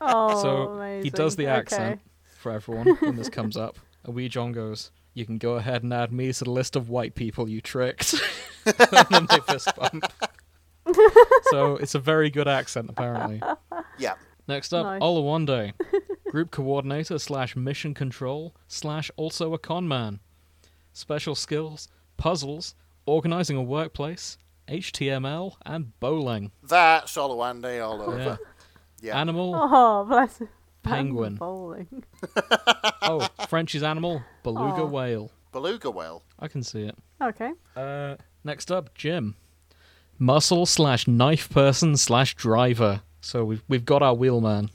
[SPEAKER 1] Oh,
[SPEAKER 2] So
[SPEAKER 1] amazing.
[SPEAKER 2] he does the
[SPEAKER 1] okay.
[SPEAKER 2] accent for everyone when this comes up. And Wee John goes, You can go ahead and add me to the list of white people you tricked. and then they fist bump. so it's a very good accent, apparently.
[SPEAKER 3] yeah.
[SPEAKER 2] Next up,
[SPEAKER 1] Nice.
[SPEAKER 2] Olawande, group coordinator slash mission control slash also a con man. Special skills, puzzles, organizing a workplace, HTML, and bowling.
[SPEAKER 3] That's Olawande all over.
[SPEAKER 2] Yeah.
[SPEAKER 3] Yeah.
[SPEAKER 2] Animal,
[SPEAKER 1] Oh, bless him.
[SPEAKER 2] Penguin.
[SPEAKER 1] Bowling.
[SPEAKER 2] oh, French's animal, beluga
[SPEAKER 1] Aw.
[SPEAKER 2] whale.
[SPEAKER 3] Beluga whale.
[SPEAKER 2] I can see it.
[SPEAKER 1] Okay.
[SPEAKER 2] Uh, next up, Jim, muscle slash knife person slash driver. So we've we've got our wheel man,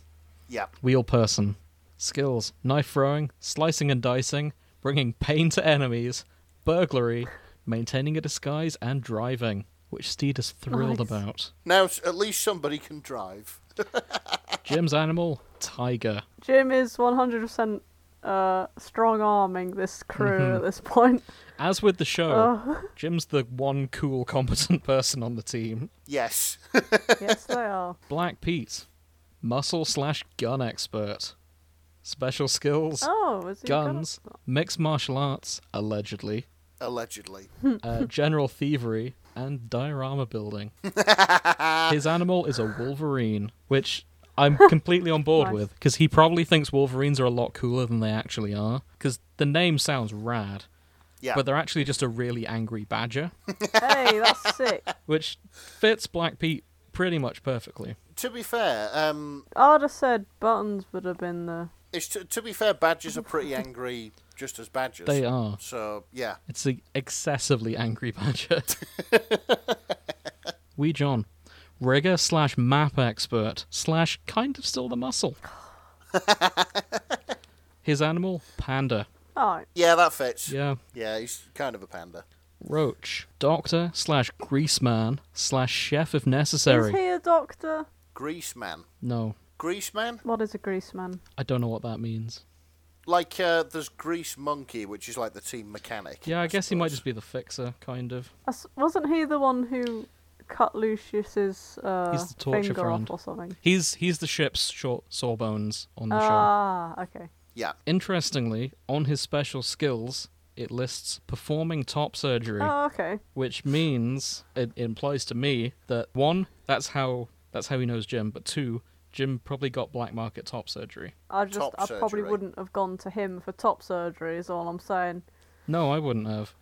[SPEAKER 3] Yeah.
[SPEAKER 2] wheel person. Skills: knife throwing, slicing and dicing, bringing pain to enemies, burglary, maintaining a disguise, and driving, which Steed is thrilled
[SPEAKER 1] Nice.
[SPEAKER 2] about.
[SPEAKER 3] Now s- at least somebody can drive.
[SPEAKER 2] Jim's animal: tiger.
[SPEAKER 1] Jim is 100% uh, strong arming this crew at this point.
[SPEAKER 2] As with the show, Jim's the one cool, competent person on the team.
[SPEAKER 3] Yes.
[SPEAKER 1] Oh, yes, they are.
[SPEAKER 2] Black Pete, muscle slash gun expert. Special skills.
[SPEAKER 1] Oh, is he got a-
[SPEAKER 2] guns, mixed martial arts, allegedly,
[SPEAKER 3] Allegedly.
[SPEAKER 2] uh, general thievery, and diorama building. His animal is a wolverine, which I'm completely on board
[SPEAKER 1] Nice.
[SPEAKER 2] with because he probably thinks wolverines are a lot cooler than they actually are because the name sounds rad,
[SPEAKER 3] Yeah.
[SPEAKER 2] but they're actually just a really angry badger,
[SPEAKER 1] Hey, that's sick.
[SPEAKER 2] which fits Black Pete pretty much perfectly.
[SPEAKER 3] to be fair, um,
[SPEAKER 1] I'd have said buttons would have been the.
[SPEAKER 3] it's to, to be fair, badgers are pretty angry, just as badgers.
[SPEAKER 2] They are.
[SPEAKER 3] So yeah.
[SPEAKER 2] It's an excessively angry badger. Wee John, rigger slash map expert slash kind of still the muscle. His animal, panda.
[SPEAKER 1] Alright.
[SPEAKER 3] Yeah, that fits.
[SPEAKER 2] Yeah.
[SPEAKER 3] Yeah, he's kind of a panda.
[SPEAKER 2] Roach, doctor slash grease man slash chef if
[SPEAKER 1] Is
[SPEAKER 2] necessary.
[SPEAKER 1] he a doctor?
[SPEAKER 3] Grease man.
[SPEAKER 2] No,
[SPEAKER 3] Grease man.
[SPEAKER 1] What is a grease man?
[SPEAKER 2] I don't know what that means.
[SPEAKER 3] Like uh, there's Grease Monkey, which is like the team mechanic.
[SPEAKER 2] Yeah, I guess he might
[SPEAKER 3] suppose.
[SPEAKER 2] just be the fixer, kind of.
[SPEAKER 1] That's- Wasn't he the one who cut Lucius's uh,
[SPEAKER 2] He's the torture
[SPEAKER 1] finger
[SPEAKER 2] friend.
[SPEAKER 1] off or something?
[SPEAKER 2] He's he's the ship's short sawbones on the show.
[SPEAKER 1] Ah, okay.
[SPEAKER 3] Yeah.
[SPEAKER 2] Interestingly, on his special skills, it lists performing top surgery,
[SPEAKER 1] Oh, okay.
[SPEAKER 2] which means it implies to me that one, that's how that's how he knows Jim, but two, Jim probably got black market top surgery.
[SPEAKER 1] I just,
[SPEAKER 3] Top
[SPEAKER 1] I probably
[SPEAKER 3] surgery.
[SPEAKER 1] wouldn't have gone to him for top surgery. Is all I'm saying.
[SPEAKER 2] No, I wouldn't have.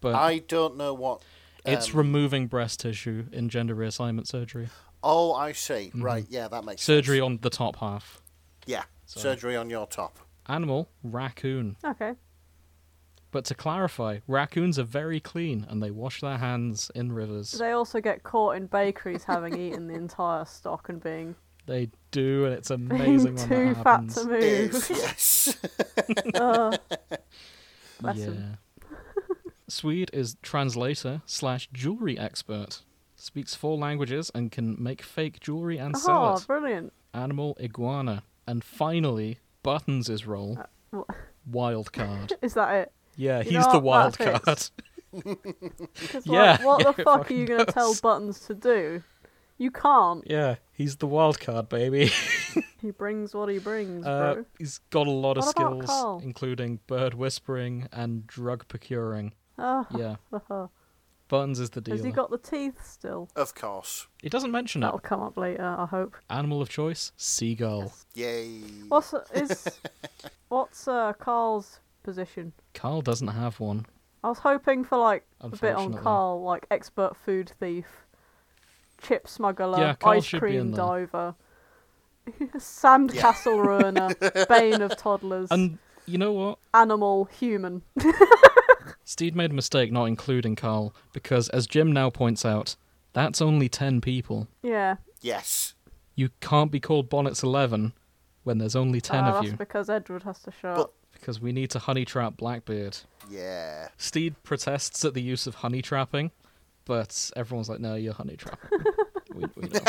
[SPEAKER 2] But
[SPEAKER 3] I don't know what.
[SPEAKER 2] it's
[SPEAKER 3] um,
[SPEAKER 2] removing breast tissue in gender reassignment surgery.
[SPEAKER 3] Oh, I see. Right. Yeah, that makes
[SPEAKER 2] Mm-hmm. Surgery
[SPEAKER 3] sense.
[SPEAKER 2] on the top half.
[SPEAKER 3] Yeah.
[SPEAKER 2] Sorry.
[SPEAKER 3] Surgery on your top.
[SPEAKER 2] Animal, raccoon.
[SPEAKER 1] Okay.
[SPEAKER 2] But to clarify, raccoons are very clean and they wash their hands in
[SPEAKER 1] Do
[SPEAKER 2] rivers.
[SPEAKER 1] They also get caught in bakeries having eaten the entire stock and being,
[SPEAKER 2] They do, and it's amazing
[SPEAKER 1] being
[SPEAKER 2] when
[SPEAKER 1] too
[SPEAKER 2] that
[SPEAKER 1] fat
[SPEAKER 2] happens.
[SPEAKER 1] to
[SPEAKER 3] It
[SPEAKER 1] move.
[SPEAKER 3] is, yes.
[SPEAKER 1] Ugh. Bless 'em.
[SPEAKER 2] yeah. Swede is translator slash jewelry expert. Speaks four languages and can make fake jewelry and sell
[SPEAKER 1] Oh,
[SPEAKER 2] it.
[SPEAKER 1] brilliant.
[SPEAKER 2] Animal iguana. And finally, Buttons' is role.
[SPEAKER 1] Uh, wha-
[SPEAKER 2] wild card.
[SPEAKER 1] Is that it?
[SPEAKER 2] Yeah,
[SPEAKER 1] You know
[SPEAKER 2] he's the
[SPEAKER 1] what?
[SPEAKER 2] wild
[SPEAKER 1] That
[SPEAKER 2] card.
[SPEAKER 1] fits. 'Cause,
[SPEAKER 2] Yeah,
[SPEAKER 1] like, what
[SPEAKER 2] yeah,
[SPEAKER 1] the
[SPEAKER 2] it
[SPEAKER 1] fuck are
[SPEAKER 2] fucking
[SPEAKER 1] you going to tell
[SPEAKER 2] does.
[SPEAKER 1] Buttons to do? You can't.
[SPEAKER 2] yeah, he's the wild card, baby.
[SPEAKER 1] He brings what he brings,
[SPEAKER 2] Uh,
[SPEAKER 1] bro.
[SPEAKER 2] he's got a lot of
[SPEAKER 1] What about Carl?
[SPEAKER 2] skills, including bird whispering and drug procuring.
[SPEAKER 1] Oh,
[SPEAKER 2] Yeah. Buttons is the dealer.
[SPEAKER 1] has he got Oh. the teeth still?
[SPEAKER 3] of course.
[SPEAKER 2] He doesn't mention it.
[SPEAKER 1] That'll come up later, I hope.
[SPEAKER 2] Animal of choice, seagull.
[SPEAKER 3] Yay.
[SPEAKER 1] What's is what's uh, Carl's position?
[SPEAKER 2] Carl doesn't have one.
[SPEAKER 1] I was hoping for like a bit on
[SPEAKER 2] Unfortunately.
[SPEAKER 1] Carl, like expert food thief, chip smuggler,
[SPEAKER 2] Yeah, Carl
[SPEAKER 1] ice
[SPEAKER 2] should be
[SPEAKER 1] cream
[SPEAKER 2] in there.
[SPEAKER 1] diver, sandcastle ruiner, bane of toddlers,
[SPEAKER 2] And you know what?
[SPEAKER 1] animal, human.
[SPEAKER 2] Steed made a mistake not including Carl because, as Jim now points out, that's only 10 people.
[SPEAKER 1] yeah,
[SPEAKER 3] Yes.
[SPEAKER 2] You can't be called Bonnet's 11 when there's only 10
[SPEAKER 1] uh,
[SPEAKER 2] of
[SPEAKER 1] that's
[SPEAKER 2] you
[SPEAKER 1] because Edward has to show
[SPEAKER 3] But-
[SPEAKER 1] up.
[SPEAKER 2] because we need to honey trap Blackbeard.
[SPEAKER 3] Yeah.
[SPEAKER 2] Steed protests at the use of honey trapping, but everyone's like, no, you're honey trapping. we, we know.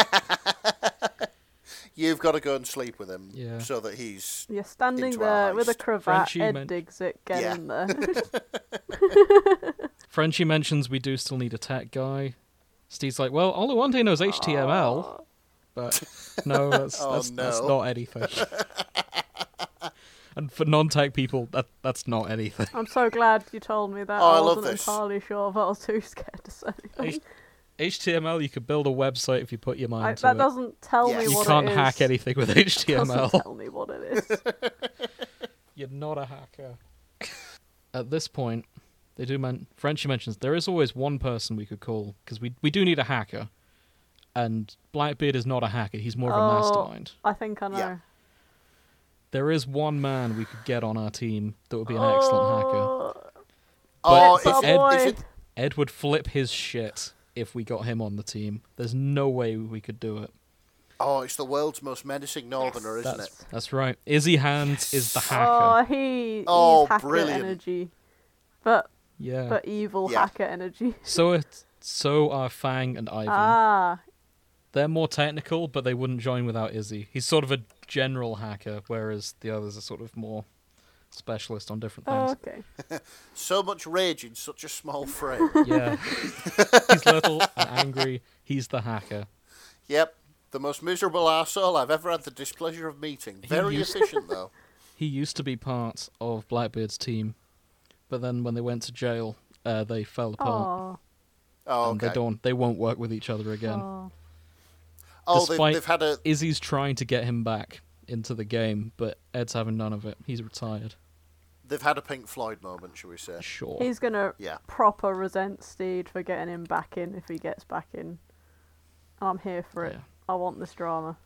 [SPEAKER 3] You've got to go and sleep with him
[SPEAKER 2] Yeah.
[SPEAKER 3] so that he's.
[SPEAKER 1] You're standing
[SPEAKER 3] Into our
[SPEAKER 1] there with a
[SPEAKER 3] heist.
[SPEAKER 1] cravat.
[SPEAKER 2] Frenchie
[SPEAKER 1] Ed
[SPEAKER 2] meant-
[SPEAKER 1] digs it. Get
[SPEAKER 3] Yeah.
[SPEAKER 1] in there.
[SPEAKER 2] Frenchie mentions we do still need a tech guy. Steve's like, well, Oluwante knows HTML, but no, that's
[SPEAKER 3] Oh,
[SPEAKER 2] that's, that's
[SPEAKER 3] no.
[SPEAKER 2] not anything. and for non-tech people, that that's not anything.
[SPEAKER 1] I'm so glad you told me that.
[SPEAKER 3] Oh, I
[SPEAKER 1] I
[SPEAKER 3] love
[SPEAKER 1] wasn't
[SPEAKER 3] this.
[SPEAKER 1] entirely sure, but I was too scared to say.
[SPEAKER 2] H- HTML, you could build a website if you put your mind
[SPEAKER 1] I,
[SPEAKER 2] to
[SPEAKER 1] that
[SPEAKER 2] it.
[SPEAKER 1] doesn't tell
[SPEAKER 3] Yes.
[SPEAKER 1] me
[SPEAKER 2] you
[SPEAKER 1] what
[SPEAKER 2] can't
[SPEAKER 1] it is.
[SPEAKER 2] hack anything with
[SPEAKER 1] Doesn't
[SPEAKER 2] HTML.
[SPEAKER 1] tell me what it is.
[SPEAKER 2] You're not a hacker. At this point, they do men. Frenchie mentions there is always one person we could call because we we do need a hacker, and Blackbeard is not a hacker. He's more of a
[SPEAKER 1] Oh.
[SPEAKER 2] mastermind.
[SPEAKER 1] I think I know.
[SPEAKER 3] Yeah.
[SPEAKER 2] There is one man we could get on our team that would be an excellent hacker.
[SPEAKER 3] Oh,
[SPEAKER 2] But-
[SPEAKER 3] if,
[SPEAKER 2] Ed-
[SPEAKER 1] Oh, boy.
[SPEAKER 3] if it,
[SPEAKER 2] Ed would flip his shit if we got him on the team. There's no way we could do it.
[SPEAKER 3] oh, it's the world's most menacing northerner, isn't
[SPEAKER 2] That's
[SPEAKER 3] it?
[SPEAKER 2] that's right. Izzy Hands is the hacker.
[SPEAKER 1] Oh, he he's
[SPEAKER 3] Oh,
[SPEAKER 1] hacker
[SPEAKER 3] brilliant.
[SPEAKER 1] energy, but
[SPEAKER 2] yeah.
[SPEAKER 1] but evil
[SPEAKER 3] Yeah.
[SPEAKER 1] hacker energy.
[SPEAKER 2] So it so are Fang and Ivan.
[SPEAKER 1] Ah,
[SPEAKER 2] They're more technical, but they wouldn't join without Izzy. He's sort of a general hacker, whereas the others are sort of more specialist on different things.
[SPEAKER 1] okay.
[SPEAKER 3] So much rage in such a small frame.
[SPEAKER 2] yeah. He's little and angry. He's the hacker.
[SPEAKER 3] yep. The most miserable arsehole I've ever had the displeasure of meeting. Very
[SPEAKER 2] used-
[SPEAKER 3] efficient, though.
[SPEAKER 2] He used to be part of Blackbeard's team, but then when they went to jail, uh, they fell apart.
[SPEAKER 1] Oh,
[SPEAKER 3] Oh,
[SPEAKER 2] And
[SPEAKER 3] okay.
[SPEAKER 2] they don't. They won't work with each other again.
[SPEAKER 1] oh.
[SPEAKER 3] oh they've,
[SPEAKER 2] Despite-
[SPEAKER 3] they've had a.
[SPEAKER 2] Izzy's trying to get him back into the game, but Ed's having none of it. He's retired.
[SPEAKER 3] They've had a Pink Floyd moment, shall we say?
[SPEAKER 2] Sure.
[SPEAKER 1] he's gonna
[SPEAKER 3] Yeah.
[SPEAKER 1] proper resent Steed for getting him back in if he gets back in. And I'm here for it.
[SPEAKER 2] Yeah.
[SPEAKER 1] I want this drama.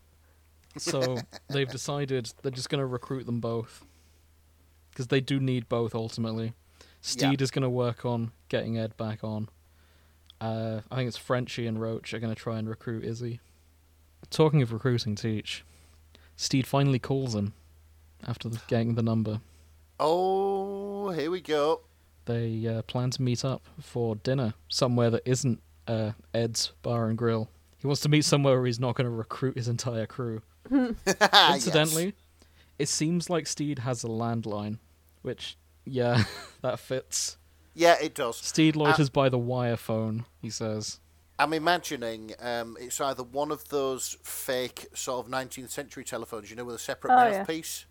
[SPEAKER 2] So they've decided they're just going to recruit them both because they do need both ultimately. Steed is going to work on getting Ed back on. Uh, I think it's Frenchie and Roach are going to try and recruit Izzy. Talking of recruiting Teach, Steed finally calls him after the, getting the number.
[SPEAKER 3] Oh, here we go.
[SPEAKER 2] They uh, plan to meet up for dinner somewhere that isn't uh, Ed's bar and grill. He wants to meet somewhere where he's not going to recruit his entire crew.
[SPEAKER 3] Ah, yes.
[SPEAKER 2] Incidentally, It seems like Steed has a landline, which, yeah, that fits.
[SPEAKER 3] Yeah, it does.
[SPEAKER 2] Steed
[SPEAKER 3] Uh,
[SPEAKER 2] loiters by the wire phone, he says.
[SPEAKER 3] I'm imagining um, it's either one of those fake sort of 19th century telephones, you know, with a separate
[SPEAKER 1] Oh, yeah.
[SPEAKER 3] mouthpiece.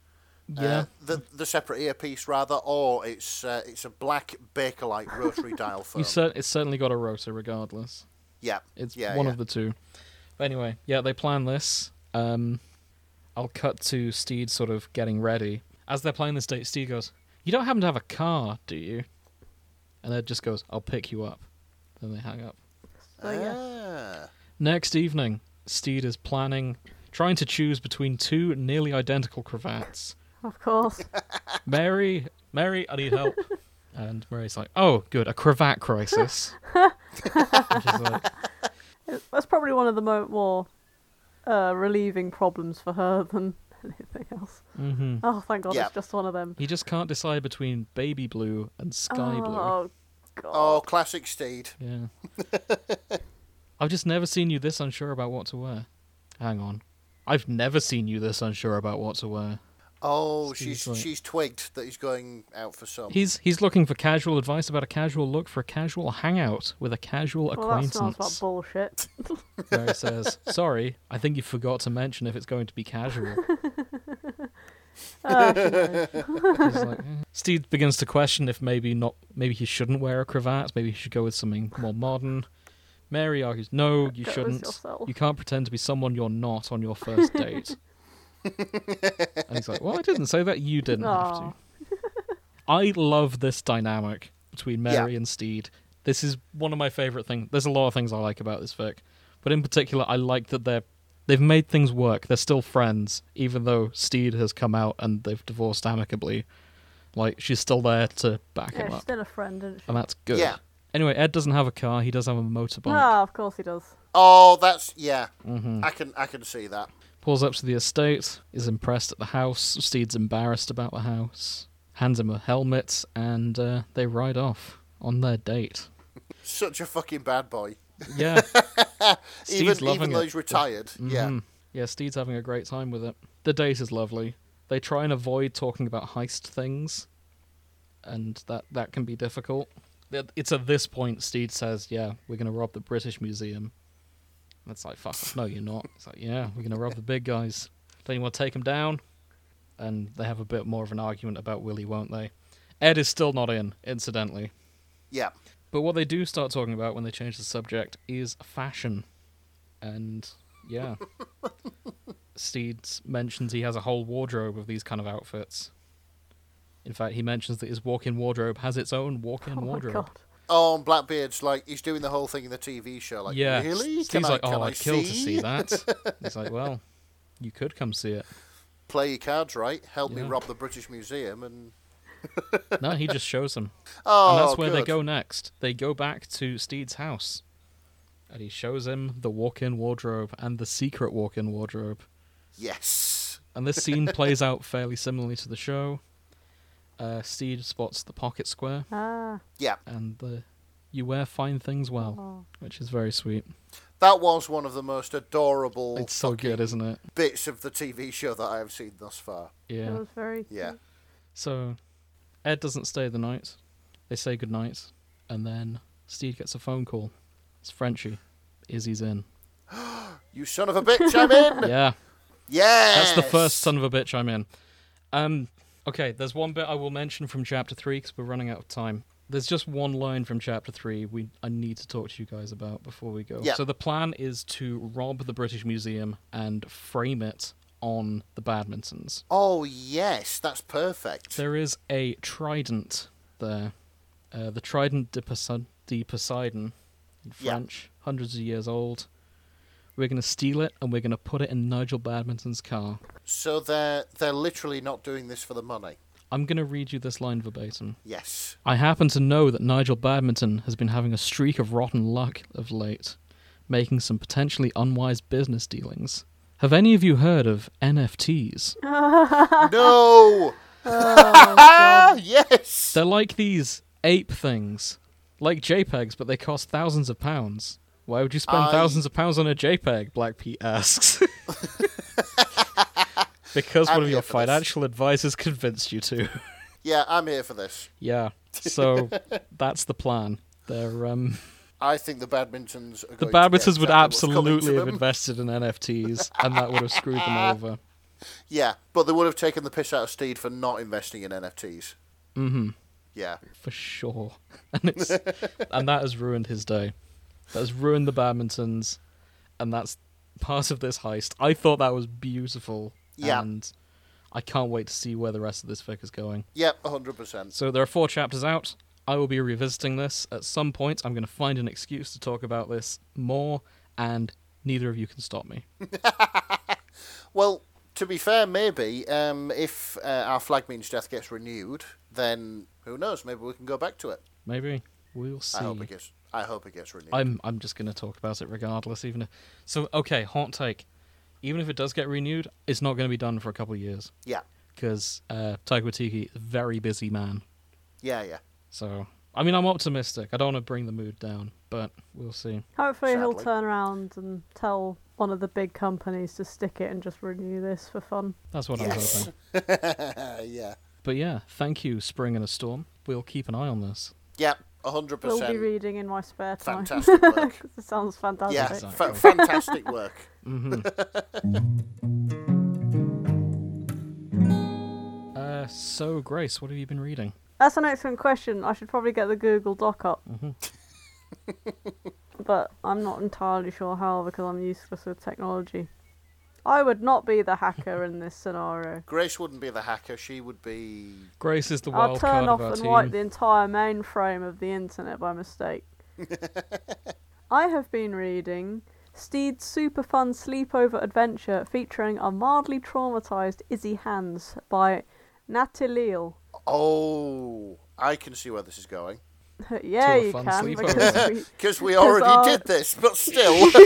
[SPEAKER 2] Yeah.
[SPEAKER 3] Uh, the the separate earpiece rather, or it's uh, it's a black Bakelite rotary dial phone.
[SPEAKER 2] you cer- it's certainly got a rotor, regardless.
[SPEAKER 3] yeah,
[SPEAKER 2] It's
[SPEAKER 3] yeah,
[SPEAKER 2] one
[SPEAKER 3] yeah.
[SPEAKER 2] of the two. But anyway, yeah, they plan this. Um, I'll cut to Steed sort of getting ready. As they're playing this date, Steed goes, You don't happen to have a car, do you? And Ed just goes, I'll pick you up. Then they hang up.
[SPEAKER 3] Uh.
[SPEAKER 1] So yeah.
[SPEAKER 3] Ah.
[SPEAKER 2] Next evening, Steed is planning, trying to choose between two nearly identical cravats.
[SPEAKER 1] Of course.
[SPEAKER 2] Mary, Mary, I need help. And Mary's like, oh, good, a cravat crisis. Which is like,
[SPEAKER 1] It- That's probably one of the mo- more uh, relieving problems for her than anything else.
[SPEAKER 2] mm-hmm.
[SPEAKER 1] Oh, thank God,
[SPEAKER 3] Yeah.
[SPEAKER 1] it's just one of them.
[SPEAKER 2] He just can't decide between baby blue and sky blue.
[SPEAKER 1] oh,
[SPEAKER 3] Oh,
[SPEAKER 1] God.
[SPEAKER 3] classic Steed.
[SPEAKER 2] Yeah. I've just never seen you this unsure about what to wear. Hang on. I've never seen you this unsure about what to wear.
[SPEAKER 3] Oh,
[SPEAKER 2] Steve's
[SPEAKER 3] she's
[SPEAKER 2] right.
[SPEAKER 3] she's twigged that he's going out for some.
[SPEAKER 2] He's he's looking for casual advice about a casual look for a casual hangout with a casual
[SPEAKER 1] well, that sounds
[SPEAKER 2] acquaintance.
[SPEAKER 1] like bullshit.
[SPEAKER 2] Mary says, "Sorry, I think you forgot to mention if it's going to be casual."
[SPEAKER 1] Ah, she knows.
[SPEAKER 2] He's like, "Eh." Steve begins to question if maybe not, maybe he shouldn't wear a cravat. Maybe he should go with something more modern. Mary argues, "No, you
[SPEAKER 1] Go as
[SPEAKER 2] shouldn't.
[SPEAKER 1] yourself."
[SPEAKER 2] You can't pretend to be someone you're not on your first date." and he's like, "Well, I didn't say that. You didn't have
[SPEAKER 1] Aw.
[SPEAKER 2] to." I love this dynamic between Mary and Steed. This is one of my favorite things. There's a lot of things I like about this fic, but in particular, I like that they're they've made things work. They're still friends, even though Steed has come out and they've divorced amicably. Like she's still there to back
[SPEAKER 1] yeah,
[SPEAKER 2] him
[SPEAKER 1] she's
[SPEAKER 2] up,
[SPEAKER 1] still a friend, isn't she?
[SPEAKER 2] and that's good.
[SPEAKER 3] Yeah.
[SPEAKER 2] Anyway, Ed doesn't have a car. He does have a motorbike.
[SPEAKER 1] Ah, of course he does.
[SPEAKER 3] Oh, that's yeah.
[SPEAKER 2] Mm-hmm.
[SPEAKER 3] I can I can see that.
[SPEAKER 2] Pulls up to the estate. Is impressed at the house. Steed's embarrassed about the house. Hands him a helmet, and uh, they ride off on their date.
[SPEAKER 3] Such a fucking bad boy.
[SPEAKER 2] Yeah. Steve's
[SPEAKER 3] even even
[SPEAKER 2] loving
[SPEAKER 3] though
[SPEAKER 2] it.
[SPEAKER 3] he's retired. Yeah.
[SPEAKER 2] Mhm. Yeah, Steed's having a great time with it. The date is lovely. They try and avoid talking about heist things, and that, that can be difficult. That- It's at this point Steed says, Yeah, we're going to rob the British Museum. And It's like, Fuck, no, you're not. It's like, Yeah, we're going to rob the big guys. Don't you want to take them down? And they have a bit more of an argument about Willie, won't they? Ed is still not in, incidentally.
[SPEAKER 3] Yeah.
[SPEAKER 2] But what they do start talking about when they change the subject is fashion. And yeah. Steed mentions he has a whole wardrobe of these kind of outfits. In fact, he mentions that his walk in wardrobe has its own walk in
[SPEAKER 1] Oh
[SPEAKER 2] wardrobe.
[SPEAKER 1] my God.
[SPEAKER 3] Oh, and Blackbeard's like he's doing the whole thing in the TV show. Like,
[SPEAKER 2] yeah.
[SPEAKER 3] really?
[SPEAKER 2] Steed's
[SPEAKER 3] Can I,
[SPEAKER 2] like,
[SPEAKER 3] can
[SPEAKER 2] oh,
[SPEAKER 3] I
[SPEAKER 2] I'd kill to see
[SPEAKER 3] see?
[SPEAKER 2] that. He's like, well, you could come see it.
[SPEAKER 3] Play your cards right. Help me
[SPEAKER 2] Yeah.
[SPEAKER 3] rob the British Museum and
[SPEAKER 2] No, he just shows them.
[SPEAKER 3] oh,
[SPEAKER 2] and that's where they
[SPEAKER 3] good.
[SPEAKER 2] go next. They go back to Steed's house, and he shows him the walk-in wardrobe and the secret walk-in wardrobe.
[SPEAKER 3] Yes.
[SPEAKER 2] And this scene plays out fairly similarly to the show. Uh, Steed spots the pocket square,
[SPEAKER 1] Ah,
[SPEAKER 3] Yeah.
[SPEAKER 2] and the you wear fine things well,
[SPEAKER 1] Oh.
[SPEAKER 2] which is very sweet.
[SPEAKER 3] That was one of the most adorable
[SPEAKER 2] It's so good, isn't it?
[SPEAKER 3] bits of the TV show that I have seen thus far.
[SPEAKER 1] it
[SPEAKER 2] Yeah.
[SPEAKER 1] was very.
[SPEAKER 3] Yeah.
[SPEAKER 2] Mm-hmm.
[SPEAKER 1] cute.
[SPEAKER 2] So Ed doesn't stay the night. They say goodnight, and then Steed gets a phone call. It's Frenchie. Izzy's in.
[SPEAKER 3] You son of a bitch, I'm in.
[SPEAKER 2] Yeah. That's
[SPEAKER 3] Yes.
[SPEAKER 2] the first son of a bitch I'm in. Um, okay, there's one bit I will mention from chapter three because we're running out of time. There's just one line from chapter three we I need to talk to you guys about before we go.
[SPEAKER 3] Yeah.
[SPEAKER 2] So the plan is to rob the British Museum and frame it on the Badmintons.
[SPEAKER 3] Oh yes, that's perfect.
[SPEAKER 2] There is a trident there, uh, the Trident de, Poseid- de Poseidon, in
[SPEAKER 3] Yeah.
[SPEAKER 2] French, hundreds of years old. We're gonna steal it and we're gonna put it in Nigel Badminton's car.
[SPEAKER 3] So they're they're literally not doing this for the money.
[SPEAKER 2] I'm going to read you this line verbatim.
[SPEAKER 3] Yes.
[SPEAKER 2] I happen to know that Nigel Badminton has been having a streak of rotten luck of late, making some potentially unwise business dealings. Have any of you heard of NFTs?
[SPEAKER 3] no. Ah, yes.
[SPEAKER 2] They're like these ape things, like JPEGs, but they cost thousands of pounds. Why would you spend
[SPEAKER 3] I-
[SPEAKER 2] thousands of pounds on a JPEG? Black Pete asks. because
[SPEAKER 3] I'm
[SPEAKER 2] one of
[SPEAKER 3] here
[SPEAKER 2] your
[SPEAKER 3] for this.
[SPEAKER 2] financial advisors convinced you to.
[SPEAKER 3] Yeah, I'm here for this.
[SPEAKER 2] yeah. So that's the plan. They're um
[SPEAKER 3] I think the badmintons are
[SPEAKER 2] the badmintons
[SPEAKER 3] going to get
[SPEAKER 2] would
[SPEAKER 3] exactly what's coming
[SPEAKER 2] absolutely
[SPEAKER 3] to
[SPEAKER 2] have
[SPEAKER 3] them.
[SPEAKER 2] invested in NFTs and that would have screwed them over.
[SPEAKER 3] Yeah, but they would have taken the piss out of Steed for not investing in NFTs.
[SPEAKER 2] Mhm.
[SPEAKER 3] Yeah.
[SPEAKER 2] For sure. And it's and that has ruined his day. That has ruined the badmintons and that's part of this heist. I thought that was beautiful.
[SPEAKER 3] Yeah.
[SPEAKER 2] And I can't wait to see where the rest of this fic is going.
[SPEAKER 3] Yep, 100%.
[SPEAKER 2] So there are four chapters out. I will be revisiting this at some point. I'm going to find an excuse to talk about this more, and neither of you can stop me.
[SPEAKER 3] Well, to be fair, maybe um, if uh, our flag means death gets renewed, then who knows? Maybe we can go back to it.
[SPEAKER 2] Maybe we'll see.
[SPEAKER 3] I hope it gets. I hope it gets renewed.
[SPEAKER 2] I'm I'm just going to talk about it regardless. Even if, so, okay, haunt take. Even if it does get renewed, it's not going to be done for a couple of years
[SPEAKER 3] Yeah,
[SPEAKER 2] because uh, Taika Waititi is a very busy man.
[SPEAKER 3] yeah, yeah.
[SPEAKER 2] So I mean, I'm optimistic. I don't want to bring the mood down, but we'll see.
[SPEAKER 1] Hopefully he'll
[SPEAKER 3] Sadly.
[SPEAKER 1] turn around and tell one of the big companies to stick it and just renew this for fun.
[SPEAKER 2] That's what I'm
[SPEAKER 3] Yes.
[SPEAKER 2] hoping.
[SPEAKER 3] yeah.
[SPEAKER 2] But yeah, thank you, Spring and a Storm. We'll keep an eye on this.
[SPEAKER 3] Yep, 100%.
[SPEAKER 1] We'll be reading in my spare time.
[SPEAKER 3] Fantastic work.
[SPEAKER 1] 'Cause it sounds fantastic.
[SPEAKER 3] yeah,
[SPEAKER 2] Exactly.
[SPEAKER 3] fa- fantastic work.
[SPEAKER 2] Uh, so Grace, what have you been reading?
[SPEAKER 1] That's an excellent question. I should probably get the Google Doc up.
[SPEAKER 2] Mm-hmm.
[SPEAKER 1] but I'm not entirely sure how because I'm useless with technology. I would not be the hacker in this scenario.
[SPEAKER 3] Grace wouldn't be the hacker. She would be.
[SPEAKER 2] Grace is the
[SPEAKER 1] I'll
[SPEAKER 2] wild
[SPEAKER 1] turn
[SPEAKER 2] card
[SPEAKER 1] off
[SPEAKER 2] of our
[SPEAKER 1] and
[SPEAKER 2] team.
[SPEAKER 1] wipe the entire mainframe of the internet by mistake. I have been reading Steed's super fun sleepover adventure featuring a mildly traumatized Izzy Hands by Natalil.
[SPEAKER 3] Oh, I can see where this is going.
[SPEAKER 1] yeah,
[SPEAKER 2] To a
[SPEAKER 1] you
[SPEAKER 2] fun
[SPEAKER 1] can because
[SPEAKER 2] sleepover.
[SPEAKER 1] we,
[SPEAKER 3] Because we already
[SPEAKER 1] our-
[SPEAKER 3] did this, but still.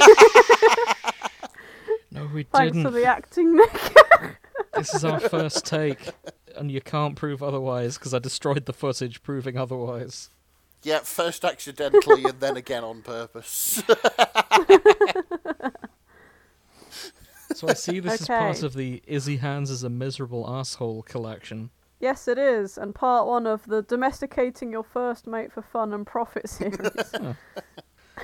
[SPEAKER 2] No, we
[SPEAKER 1] thanks
[SPEAKER 2] didn't.
[SPEAKER 1] for the acting, Nick.
[SPEAKER 2] This is our first take, and you can't prove otherwise because I destroyed the footage proving otherwise.
[SPEAKER 3] yeah, first accidentally and then again on purpose.
[SPEAKER 2] So I see this is
[SPEAKER 1] Okay.
[SPEAKER 2] part of the Izzy Hands is a miserable asshole collection.
[SPEAKER 1] Yes, it is, and part one of the domesticating your first mate for fun and profit series.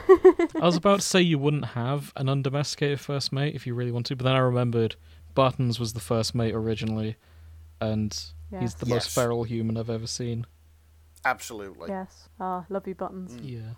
[SPEAKER 2] I was about to say you wouldn't have an undomesticated first mate if you really want to, but then I remembered Buttons was the first mate originally, and he's the most
[SPEAKER 3] Yes.
[SPEAKER 2] feral human I've ever seen.
[SPEAKER 3] Absolutely.
[SPEAKER 1] yes, ah, love you buttons.
[SPEAKER 2] Yeah.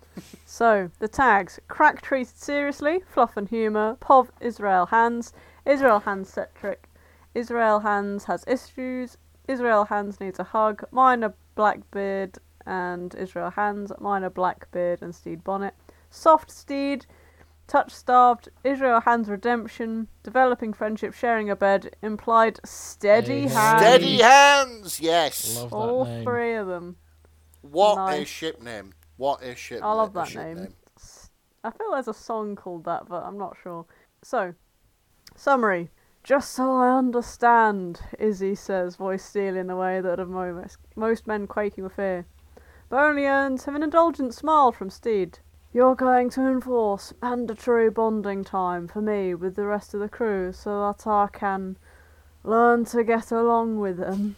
[SPEAKER 1] So the tags: crack treated seriously, fluff and humour, Pov Israel hands, Israel hands centric, Israel hands has issues, Israel hands needs a hug, minor Blackbeard and Israel hands, minor Blackbeard and Steed Bonnet, soft Steed, Touch Starved, Israel Hands Redemption, Developing Friendship, Sharing a Bed, Implied Steady
[SPEAKER 2] Hey,
[SPEAKER 1] Hands.
[SPEAKER 3] Steady hands, yes.
[SPEAKER 2] Love that
[SPEAKER 1] All
[SPEAKER 2] name.
[SPEAKER 1] three of them.
[SPEAKER 3] What a
[SPEAKER 1] Nice.
[SPEAKER 3] ship name. What a ship
[SPEAKER 1] I love
[SPEAKER 3] na- a
[SPEAKER 1] that
[SPEAKER 3] ship
[SPEAKER 1] name. S- I feel there's a song called that, but I'm not sure. So, summary. Just so I understand, Izzy says, voice stealing away that of most, most men quaking with fear. But only earns him an indulgent smile from Steed. You're going to enforce mandatory bonding time for me with the rest of the crew so that I can learn to get along with them.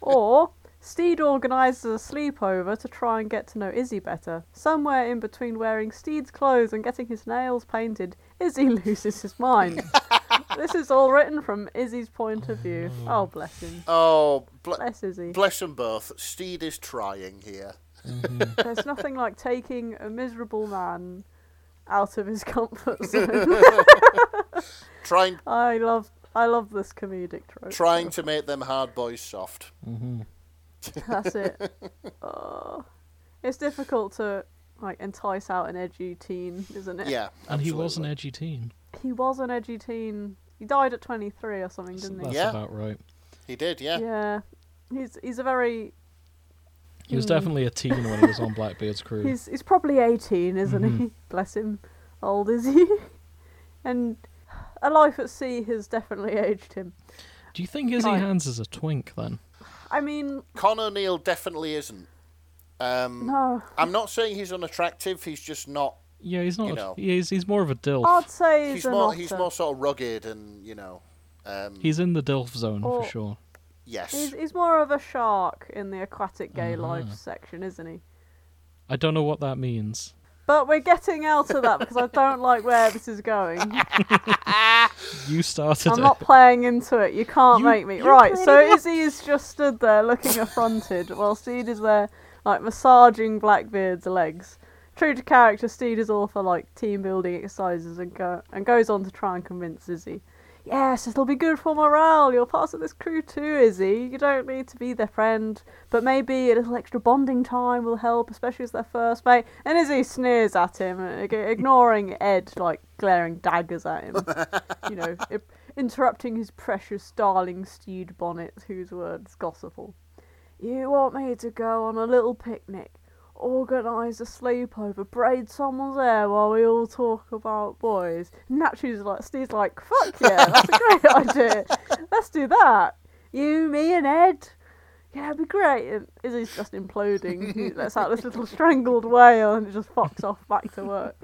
[SPEAKER 1] or Steed organises a sleepover to try and get to know Izzy better. Somewhere in between wearing Steed's clothes and getting his nails painted, Izzy loses his mind. this is all written from Izzy's point of view. Oh, bless him.
[SPEAKER 3] Oh, bl-
[SPEAKER 1] Bless Izzy.
[SPEAKER 3] bless them both. Steed is trying here.
[SPEAKER 1] There's nothing like taking a miserable man out of his comfort zone.
[SPEAKER 3] Trying,
[SPEAKER 1] I love, I love this comedic trope.
[SPEAKER 3] trying to make them hard boys soft.
[SPEAKER 2] Mm-hmm.
[SPEAKER 1] That's it. Oh. It's difficult to like entice out an edgy teen, isn't it?
[SPEAKER 3] Yeah.
[SPEAKER 2] And he was an
[SPEAKER 3] absolutely.
[SPEAKER 2] edgy teen.
[SPEAKER 1] He was an edgy teen. He died at 23 or something,
[SPEAKER 2] That's
[SPEAKER 1] didn't he?
[SPEAKER 3] Yeah.
[SPEAKER 2] about right.
[SPEAKER 3] He did, yeah.
[SPEAKER 1] Yeah. He's he's a very
[SPEAKER 2] He was definitely a teen when he was on Blackbeard's crew.
[SPEAKER 1] Hmm. he's he's probably 18, isn't
[SPEAKER 3] Mm-hmm.
[SPEAKER 1] he? Bless him. Old is he? and a life at sea has definitely aged him.
[SPEAKER 2] Do you think Izzy
[SPEAKER 1] Right.
[SPEAKER 2] Hands is a twink then?
[SPEAKER 1] I mean,
[SPEAKER 3] Con O'Neill definitely isn't. Um,
[SPEAKER 1] no.
[SPEAKER 3] I'm not saying he's unattractive. He's just not
[SPEAKER 2] Yeah, he's not.
[SPEAKER 3] You know.
[SPEAKER 2] He's he's more of a dilf.
[SPEAKER 1] I'd say he's,
[SPEAKER 3] He's
[SPEAKER 1] an
[SPEAKER 3] more he's
[SPEAKER 1] otter.
[SPEAKER 3] more sort of rugged and you know, um,
[SPEAKER 2] He's in the dilf zone
[SPEAKER 1] Or-
[SPEAKER 2] for sure.
[SPEAKER 3] yes,
[SPEAKER 1] He's, he's more of a shark in the aquatic gay
[SPEAKER 3] Mm-hmm.
[SPEAKER 1] life section, isn't he?
[SPEAKER 2] I don't know what that means.
[SPEAKER 1] But we're getting out of that because I don't like where this is going.
[SPEAKER 2] You started
[SPEAKER 1] I'm not
[SPEAKER 2] it.
[SPEAKER 1] playing into it. You can't
[SPEAKER 2] You-
[SPEAKER 1] make me.
[SPEAKER 2] you
[SPEAKER 1] Right, so
[SPEAKER 2] brought it up.
[SPEAKER 1] Izzy is just stood there looking affronted while Steed is there, like, massaging Blackbeard's legs. True to character, Steed is all for, like, team building exercises and, go- and goes on to try and convince Izzy. Yes, it'll be good for morale. You're part of this crew too, Izzy. You don't need to be their friend, but maybe a little extra bonding time will help, especially as their first mate. And Izzy sneers at him, ig- ignoring Ed, like glaring daggers at him you know, i- interrupting his precious darling stewed bonnet, whose words gossipal. You want me to go on a little picnic, organise a sleepover, braid someone's hair while we all talk about boys? Naturally, he's like, Steve's like, fuck yeah, that's a great idea. Let's do that. You, me, and Ed. Yeah, it'd be great. And Izzy's just imploding. He lets out this little strangled wail and it just fucks off back to work.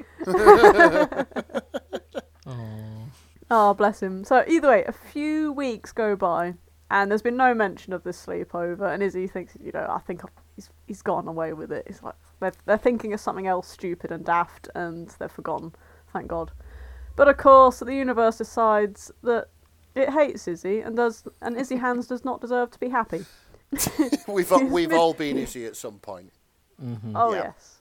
[SPEAKER 2] Oh,
[SPEAKER 1] Oh, bless him. So either way, a few weeks go by, and there's been no mention of this sleepover. And Izzy thinks, you know, I think I've- he's he's gone away with it. It's like they're they're thinking of something else stupid and daft, and they're forgotten. Thank God. But of course, the universe decides that it hates Izzy and does, and Izzy Hands does not deserve to be happy.
[SPEAKER 3] we've all, we've all been Izzy at some point.
[SPEAKER 1] Oh
[SPEAKER 3] Yeah.
[SPEAKER 1] yes.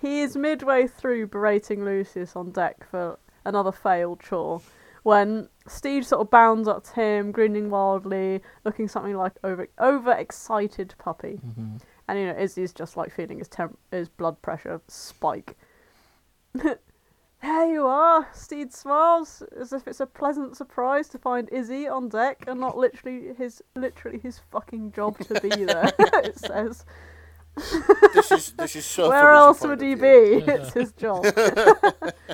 [SPEAKER 1] He is midway through berating Lucius on deck for another failed chore when Steve sort of bounds up to him, grinning wildly, looking something like over over excited puppy. And you know, Izzy's just like feeling his temp- his blood pressure spike. There you are! Steed smiles as if it's a pleasant surprise to find Izzy on deck and not literally his literally his fucking job to be there. it says.
[SPEAKER 3] This is this is so. from
[SPEAKER 1] Where
[SPEAKER 3] his
[SPEAKER 1] else
[SPEAKER 3] point
[SPEAKER 1] would
[SPEAKER 3] of
[SPEAKER 1] he
[SPEAKER 3] view.
[SPEAKER 1] be? It's his job.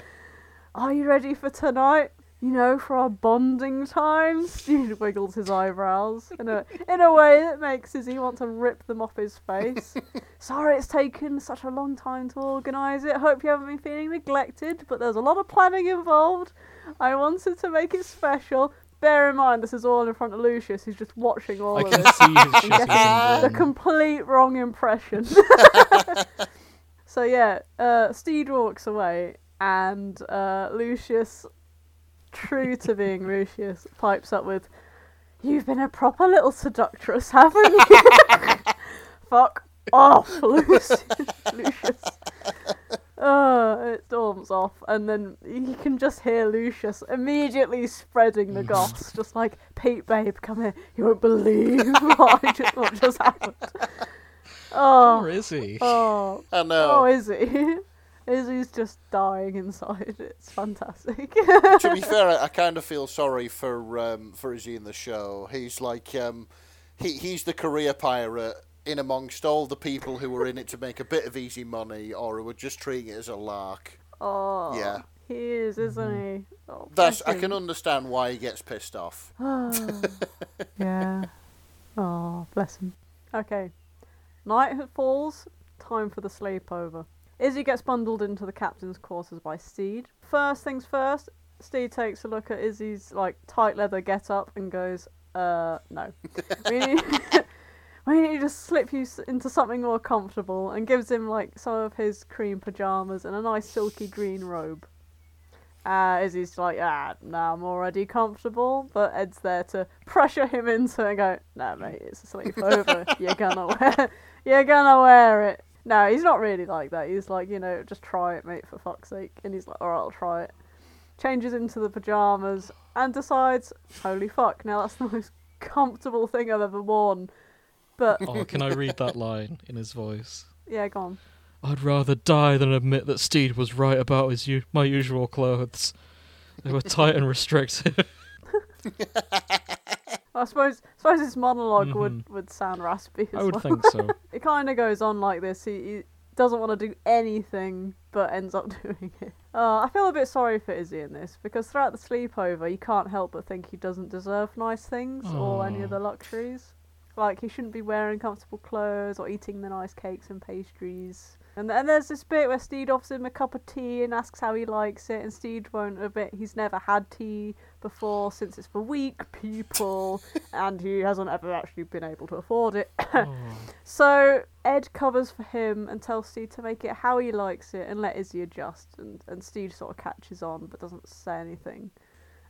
[SPEAKER 1] Are you ready for tonight? You know, for our bonding time? Steve wiggles his eyebrows in a, in a way that makes Izzy want to rip them off his face. Sorry it's taken such a long time to organise it. Hope you haven't been feeling neglected, but there's a lot of planning involved. I wanted to make it special. Bear in mind, this is all in front of Lucius, who's just watching all
[SPEAKER 2] I
[SPEAKER 1] of
[SPEAKER 2] can
[SPEAKER 1] this
[SPEAKER 2] see his shit
[SPEAKER 1] getting the
[SPEAKER 2] getting wrong.
[SPEAKER 1] complete wrong impression. so yeah, uh, Steed walks away, and uh, Lucius, true to being Lucius, pipes up with, "You've been a proper little seductress, haven't you?" Fuck off, Lucius. Lucius. Oh, it storms off, and then you can just hear Lucius immediately spreading the goss, just like, Pete, babe, come here. You won't believe what, I just, what just happened.
[SPEAKER 2] Where is he?
[SPEAKER 1] Oh,
[SPEAKER 3] I
[SPEAKER 1] oh,
[SPEAKER 3] know.
[SPEAKER 1] Izzy. Izzy's just dying inside. It's fantastic.
[SPEAKER 3] to be fair, I, I kind of feel sorry for um, for Izzy in the show. He's like um, he he's the career pirate in amongst all the people who were in it to make a bit of easy money or who were just treating it as a lark.
[SPEAKER 1] oh,
[SPEAKER 3] Yeah.
[SPEAKER 1] He is, isn't he? Oh,
[SPEAKER 3] That's
[SPEAKER 1] bless
[SPEAKER 3] I can
[SPEAKER 1] him.
[SPEAKER 3] understand why he gets pissed off.
[SPEAKER 1] yeah. Oh, bless him. Okay. Night falls. Time for the sleepover. Izzy gets bundled into the captain's quarters by Steed. First things first, Steed takes a look at Izzy's like tight leather get up and goes, "Uh, no. We need, we need to slip you s- into something more comfortable." And gives him like some of his cream pajamas and a nice silky green robe. Uh, Izzy's like, ah, no, I'm already comfortable, but Ed's there to pressure him into it and go, no, mate, it's a sleepover. you're gonna wear, you're gonna wear it. No, he's not really like that. He's like, you know, just try it, mate, for fuck's sake. And he's like, all right, I'll try it. Changes into the pajamas and decides, holy fuck, now that's the most comfortable thing I've ever worn. But
[SPEAKER 2] Oh, can I read that line in his voice?
[SPEAKER 1] yeah, go on.
[SPEAKER 2] I'd rather die than admit that Steed was right about his u- my usual clothes. They were tight and restrictive.
[SPEAKER 1] I suppose, suppose his monolog would would sound raspy. As
[SPEAKER 2] I would
[SPEAKER 1] well.
[SPEAKER 2] think so.
[SPEAKER 1] it kind of goes on like this. He, he doesn't want to do anything, but ends up doing it. Uh, I feel a bit sorry for Izzy in this because throughout the sleepover, you can't help but think he doesn't deserve nice things or any of the luxuries. Like he shouldn't be wearing comfortable clothes or eating the nice cakes and pastries. And then there's this bit where Steed offers him a cup of tea and asks how he likes it, and Steed won't admit he's never had tea before since it's for weak people, and he hasn't ever actually been able to afford it. So Ed covers for him and tells Steed to make it how he likes it and let Izzy adjust, and, and Steed sort of catches on but doesn't say anything.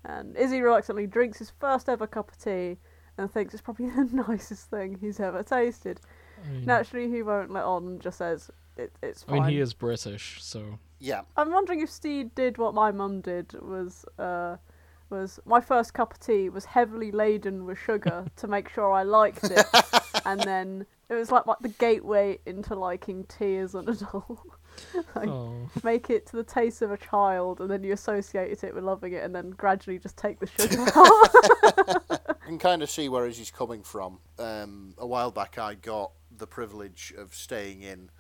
[SPEAKER 1] And Izzy reluctantly drinks his first ever cup of tea and thinks it's probably the nicest thing he's ever tasted.
[SPEAKER 2] I mean,
[SPEAKER 1] Naturally, he won't let on and just says, it, it's
[SPEAKER 2] I
[SPEAKER 1] fine.
[SPEAKER 2] mean, he is British, so
[SPEAKER 3] Yeah.
[SPEAKER 1] I'm wondering if Steed did what my mum did was uh, was my first cup of tea was heavily laden with sugar to make sure I liked it, and then it was like, like the gateway into liking tea as an adult. like,
[SPEAKER 2] oh,
[SPEAKER 1] Make it to the taste of a child, and then you associate it with loving it, and then gradually just take the sugar out.
[SPEAKER 3] I can kind of see where Izzy's coming from. Um, a while back, I got the privilege of staying in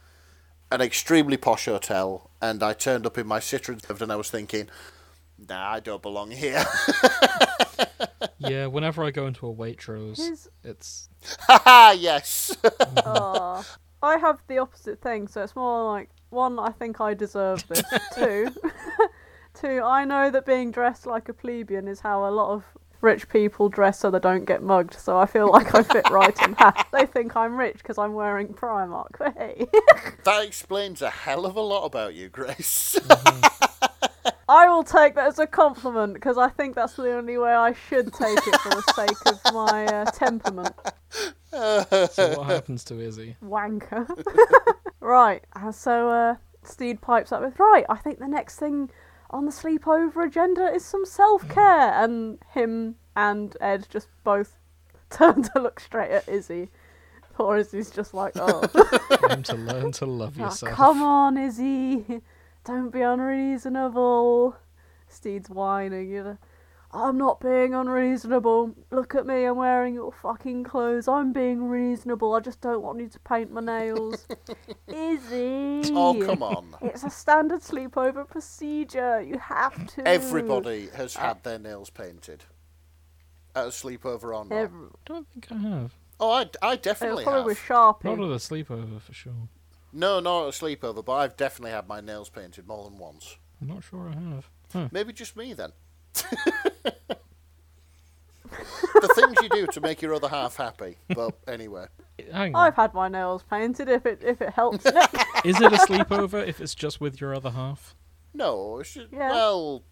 [SPEAKER 3] an extremely posh hotel, and I turned up in my Citroen and I was thinking, nah, I don't belong here.
[SPEAKER 2] yeah. Whenever I go into a Waitrose,
[SPEAKER 1] His-
[SPEAKER 2] it's
[SPEAKER 3] Haha, yes.
[SPEAKER 1] Aw. I have the opposite thing, so it's more like one, I think I deserve this. two, two, I know that being dressed like a plebeian is how a lot of rich people dress so they don't get mugged. So I feel like I fit right in that. They think I'm rich because I'm wearing Primark. But hey,
[SPEAKER 3] that explains a hell of a lot about you, Grace.
[SPEAKER 1] I will take that as a compliment because I think that's the only way I should take it for the sake of my uh, temperament.
[SPEAKER 2] so what happens to Izzy?
[SPEAKER 1] wanker. right, and so uh, Steed pipes up with, right, I think the next thing on the sleepover agenda is some self care. And him and Ed just both turn to look straight at Izzy. Poor Izzy's just like, oh,
[SPEAKER 2] Time to learn to love
[SPEAKER 1] ah,
[SPEAKER 2] yourself.
[SPEAKER 1] come on, Izzy, don't be unreasonable. Steed's whining, you know. I'm not being unreasonable. Look at me, I'm wearing your fucking clothes. I'm being reasonable. I just don't want you to paint my nails. Izzy.
[SPEAKER 3] oh, come on.
[SPEAKER 1] It's a standard sleepover procedure. You have to.
[SPEAKER 3] Everybody has had their nails painted at a sleepover or not.
[SPEAKER 1] Every-
[SPEAKER 2] I don't think I have.
[SPEAKER 3] Oh, I, I
[SPEAKER 1] it was
[SPEAKER 3] definitely
[SPEAKER 1] probably
[SPEAKER 3] have.
[SPEAKER 1] with
[SPEAKER 2] Not at
[SPEAKER 1] Sharpie.
[SPEAKER 2] a sleepover for sure.
[SPEAKER 3] No, not at a sleepover, but I've definitely had my nails painted more than once.
[SPEAKER 2] I'm not sure I have. Huh.
[SPEAKER 3] Maybe just me then. the things you do to make your other half happy. But anyway,
[SPEAKER 2] Hang on.
[SPEAKER 1] I've had my nails painted if it if it helps.
[SPEAKER 2] Is it a sleepover if it's just with your other half?
[SPEAKER 3] no, it's just,
[SPEAKER 1] Yeah,
[SPEAKER 3] well,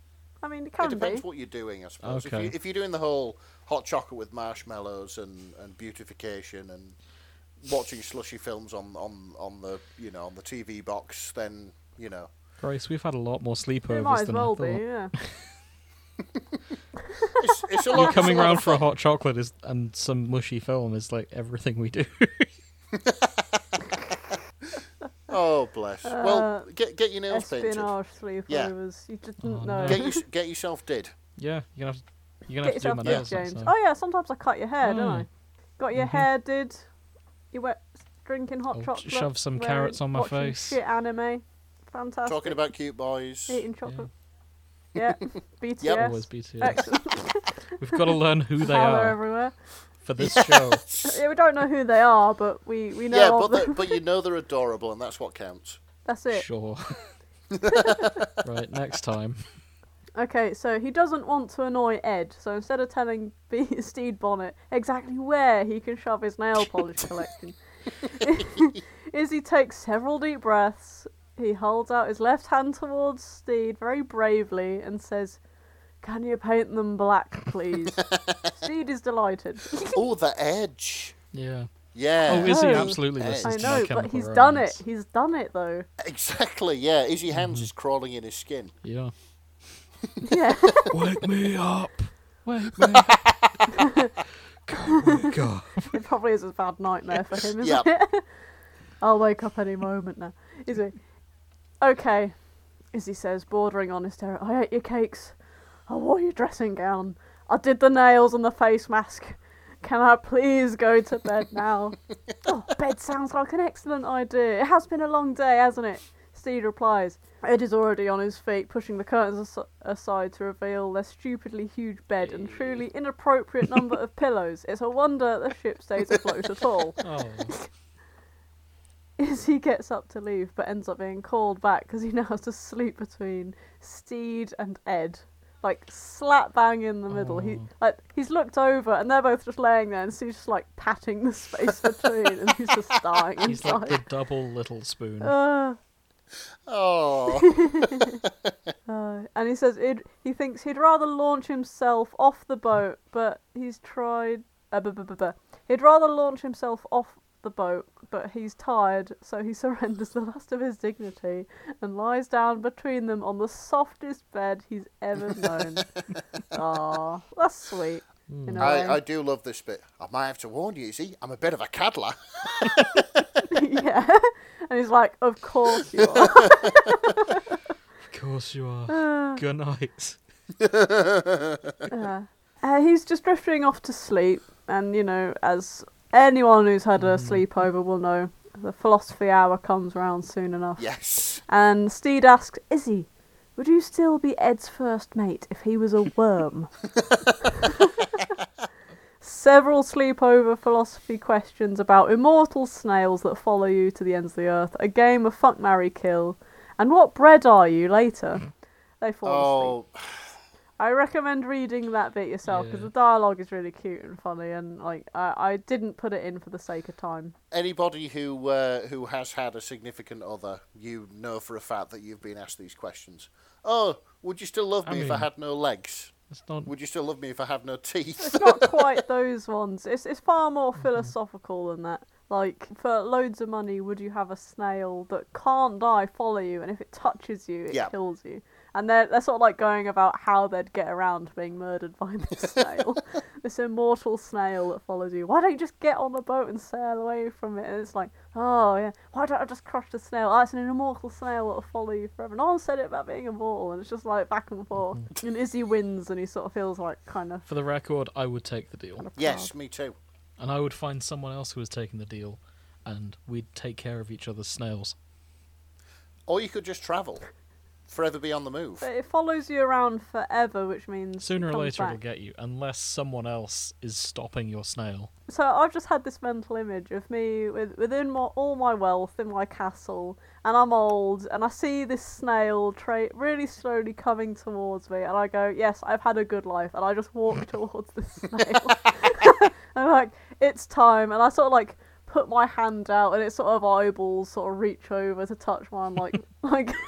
[SPEAKER 1] I mean, it
[SPEAKER 3] it
[SPEAKER 1] can
[SPEAKER 3] depends
[SPEAKER 1] be.
[SPEAKER 3] what you're doing, I suppose.
[SPEAKER 2] Okay.
[SPEAKER 3] If, you, if you're doing the whole hot chocolate with marshmallows and, and beautification and watching slushy films on, on, on the you know on the TV box, then you know
[SPEAKER 2] Grace, we've had a lot more
[SPEAKER 1] It
[SPEAKER 2] sleepovers
[SPEAKER 1] might as
[SPEAKER 2] than
[SPEAKER 1] well
[SPEAKER 2] I thought.
[SPEAKER 1] be. Yeah.
[SPEAKER 3] it's, it's a lot.
[SPEAKER 2] You coming
[SPEAKER 3] it's a lot
[SPEAKER 2] round
[SPEAKER 3] of
[SPEAKER 2] for a
[SPEAKER 3] fun.
[SPEAKER 2] hot chocolate is and some mushy film is like everything we do.
[SPEAKER 3] Oh bless. well,
[SPEAKER 1] Uh,
[SPEAKER 3] get get your nails painted.
[SPEAKER 1] Espionage sleepovers. You didn't
[SPEAKER 2] Oh,
[SPEAKER 1] know.
[SPEAKER 2] no.
[SPEAKER 3] Get, your, get yourself did.
[SPEAKER 2] yeah, you're gonna have to, you're gonna
[SPEAKER 1] Get
[SPEAKER 2] have to do
[SPEAKER 1] yourself
[SPEAKER 2] my
[SPEAKER 1] did,
[SPEAKER 2] nails.
[SPEAKER 1] James.
[SPEAKER 2] next time.
[SPEAKER 1] Oh yeah, sometimes I cut your hair, don't I?
[SPEAKER 2] Mm.
[SPEAKER 1] Got your
[SPEAKER 2] Mhm.
[SPEAKER 1] hair did. You went drinking hot
[SPEAKER 2] I'll j-
[SPEAKER 1] chocolate.
[SPEAKER 2] shove some
[SPEAKER 1] wearing-
[SPEAKER 2] carrots on my
[SPEAKER 1] watching
[SPEAKER 2] face.
[SPEAKER 1] Shit anime. Fantastic.
[SPEAKER 3] Talking about cute boys.
[SPEAKER 1] eating chocolate. Yeah. BTS.
[SPEAKER 2] Always BTS.
[SPEAKER 1] Excellent.
[SPEAKER 2] We've got to learn who they
[SPEAKER 1] How they're
[SPEAKER 2] are
[SPEAKER 1] everywhere.
[SPEAKER 2] for this show.
[SPEAKER 1] Yeah, we don't know who they are, but we we know
[SPEAKER 3] yeah,
[SPEAKER 1] of
[SPEAKER 3] but
[SPEAKER 1] them.
[SPEAKER 3] they- but you know they're adorable, and that's what counts.
[SPEAKER 1] That's it.
[SPEAKER 2] Sure. right, next time.
[SPEAKER 1] Okay, so he doesn't want to annoy Ed, so instead of telling B- Steed Bonnet exactly where he can shove his nail polish collection, Izzy takes several deep breaths. He holds out his left hand towards Steed very bravely and says, Can you paint them black, please? Steed is delighted.
[SPEAKER 3] oh, the edge.
[SPEAKER 2] Yeah.
[SPEAKER 3] Yeah.
[SPEAKER 2] Oh, Izzy
[SPEAKER 1] know.
[SPEAKER 2] absolutely
[SPEAKER 3] I
[SPEAKER 2] listens
[SPEAKER 1] I
[SPEAKER 2] to my
[SPEAKER 1] know, but
[SPEAKER 2] Chemical
[SPEAKER 1] he's done it.
[SPEAKER 2] Romance.
[SPEAKER 1] He's done it, though.
[SPEAKER 3] exactly. Yeah, Izzy Hands is crawling in his skin.
[SPEAKER 2] Yeah.
[SPEAKER 1] Yeah.
[SPEAKER 2] Wake me up. Wake me up. Can't wake up.
[SPEAKER 1] It probably is a bad nightmare for him, isn't
[SPEAKER 3] Yeah.
[SPEAKER 1] it? I'll wake up any moment now. Is it? Okay, Izzy says, bordering on hysteria. I ate your cakes. I wore your dressing gown. I did the nails and the face mask. Can I please go to bed now? oh, bed sounds like an excellent idea. It has been a long day, hasn't it? Steed replies. Ed is already on his feet, pushing the curtains as- aside to reveal their stupidly huge bed and truly inappropriate number of pillows. It's a wonder the ship stays afloat at all.
[SPEAKER 2] Oh.
[SPEAKER 1] is he gets up to leave but ends up being called back because he now has to sleep between Steed and Ed. Like slap bang in the middle. He
[SPEAKER 2] Oh.
[SPEAKER 1] like he's looked over and they're both just laying there and Steve's just like patting the space between and he's just starting
[SPEAKER 2] He's
[SPEAKER 1] inside.
[SPEAKER 2] like the double little spoon.
[SPEAKER 1] Uh,
[SPEAKER 3] Oh,
[SPEAKER 1] uh, and he says he'd, he thinks he'd rather launch himself off the boat, but he's tried. Uh, buh, buh, buh, buh. He'd rather launch himself off the boat, but he's tired, so he surrenders the last of his dignity and lies down between them on the softest bed he's ever known. Aw, that's sweet. in a way.
[SPEAKER 3] I, I do love this bit. I might have to warn you, you see, I'm a bit of a caddler.
[SPEAKER 1] yeah. And he's like, Of course you are.
[SPEAKER 2] Of course you are. Good night.
[SPEAKER 1] Uh, he's just drifting off to sleep, and you know, as anyone who's had a sleepover will know, the philosophy hour comes round soon enough.
[SPEAKER 3] Yes.
[SPEAKER 1] And Steed asks, Izzy, would you still be Ed's first mate if he was a worm? Several sleepover philosophy questions about immortal snails that follow you to the ends of the earth, a game of fuck, marry, kill, and what bread are you later? They fall asleep.
[SPEAKER 3] Oh,
[SPEAKER 1] I recommend reading that bit yourself because
[SPEAKER 2] Yeah.
[SPEAKER 1] the dialogue is really cute and funny, and like I, I didn't put it in for the sake of time.
[SPEAKER 3] anybody who uh, who has had a significant other, you know for a fact that you've been asked these questions. Oh, would you still love
[SPEAKER 2] I
[SPEAKER 3] me if I
[SPEAKER 2] mean-
[SPEAKER 3] had no legs?
[SPEAKER 2] It's not.
[SPEAKER 3] Would you still love me if I have no teeth?
[SPEAKER 1] It's not quite those ones. It's it's far more philosophical than that. Like for loads of money, would you have a snail that can't die follow you, and if it touches you, it
[SPEAKER 3] Yeah.
[SPEAKER 1] kills you? And they're they're sort of like going about how they'd get around being murdered by this snail, this immortal snail that follows you. Why don't you just get on the boat and sail away from it? And it's like, oh yeah, why don't I just crush the snail? Oh, it's an immortal snail that'll follow you forever. No one said it about being immortal, and it's just like back and forth. And Izzy wins, and he sort of feels like kind of
[SPEAKER 2] For the record, I would take the deal,
[SPEAKER 3] yes, me too.
[SPEAKER 2] and I would find someone else who was taking the deal, and we'd take care of each other's snails.
[SPEAKER 3] Or you could just travel, forever be on the move.
[SPEAKER 1] But it follows you around forever, which means it
[SPEAKER 2] Sooner or
[SPEAKER 1] comes
[SPEAKER 2] later, it'll
[SPEAKER 1] back.
[SPEAKER 2] get you, unless someone else is stopping your snail.
[SPEAKER 1] So I've just had this mental image of me with within my, all my wealth in my castle, and I'm old, and I see this snail trait really slowly coming towards me, and I go, "Yes, I've had a good life," and I just walk towards this snail. and I'm like, "It's time," and I sort of like put my hand out, and it sort of eyeballs sort of reach over to touch mine, like like.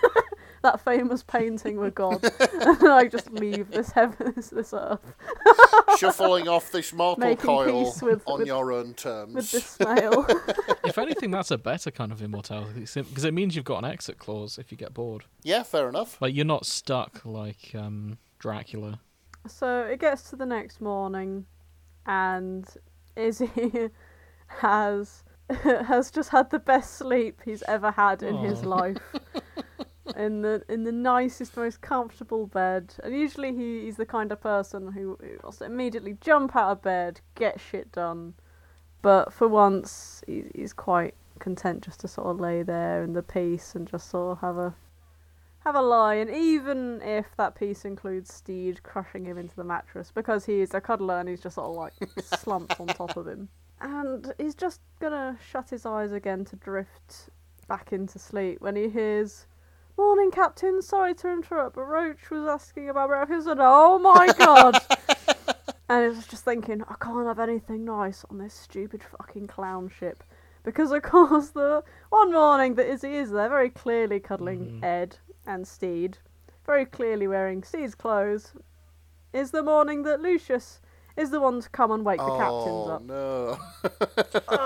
[SPEAKER 1] That famous painting with God, and then I just leave this heaven, this, this earth.
[SPEAKER 3] Shuffling off this mortal
[SPEAKER 1] Making
[SPEAKER 3] coil
[SPEAKER 1] peace with-
[SPEAKER 3] on
[SPEAKER 1] with-
[SPEAKER 3] your own terms.
[SPEAKER 1] with the snail.
[SPEAKER 2] if anything, that's a better kind of immortality, because it means you've got an exit clause if you get bored.
[SPEAKER 3] Yeah, fair enough.
[SPEAKER 2] Like you're not stuck like um, Dracula.
[SPEAKER 1] so it gets to the next morning, and Izzy has has just had the best sleep he's ever had in his
[SPEAKER 2] Aw.
[SPEAKER 1] life. In the in the nicest, most comfortable bed, and usually he, he's the kind of person who, who wants to immediately jump out of bed, get shit done. But for once, he, he's quite content just to sort of lay there in the peace and just sort of have a have a lie, and even if that piece includes Steed crushing him into the mattress because he is a cuddler and he's just sort of like slumped on top of him. And he's just gonna shut his eyes again to drift back into sleep when he hears, Morning, Captain, sorry to interrupt, but Roach was asking about breakfast, and oh my god! and he was just thinking, I can't have anything nice on this stupid fucking clown ship. Because, of course, the one morning that Izzy is there, very clearly cuddling Ed and Steed, very clearly wearing Steed's clothes, is the morning that Lucius is the one to come and wake the captains
[SPEAKER 3] oh
[SPEAKER 1] up.
[SPEAKER 3] no!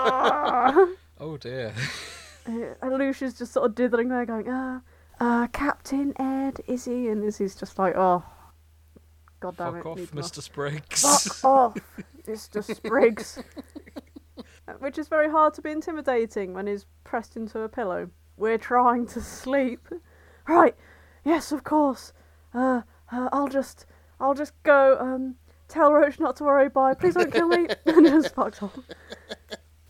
[SPEAKER 2] Oh dear.
[SPEAKER 1] Uh, and Lucia's just sort of dithering there, going, uh, uh, Captain Ed, Izzy, and Izzy's just like, oh, god damn
[SPEAKER 2] Fuck
[SPEAKER 1] it,
[SPEAKER 2] off,
[SPEAKER 1] need
[SPEAKER 2] Mr.
[SPEAKER 1] not-
[SPEAKER 2] Spriggs.
[SPEAKER 1] Fuck off, Mr. Spriggs. Uh, Which is very hard to be intimidating when he's pressed into a pillow. We're trying to sleep. Right, yes, of course. Uh, uh, I'll just, I'll just go, um, tell Roach not to worry, bye, please don't kill me, and just fucked off.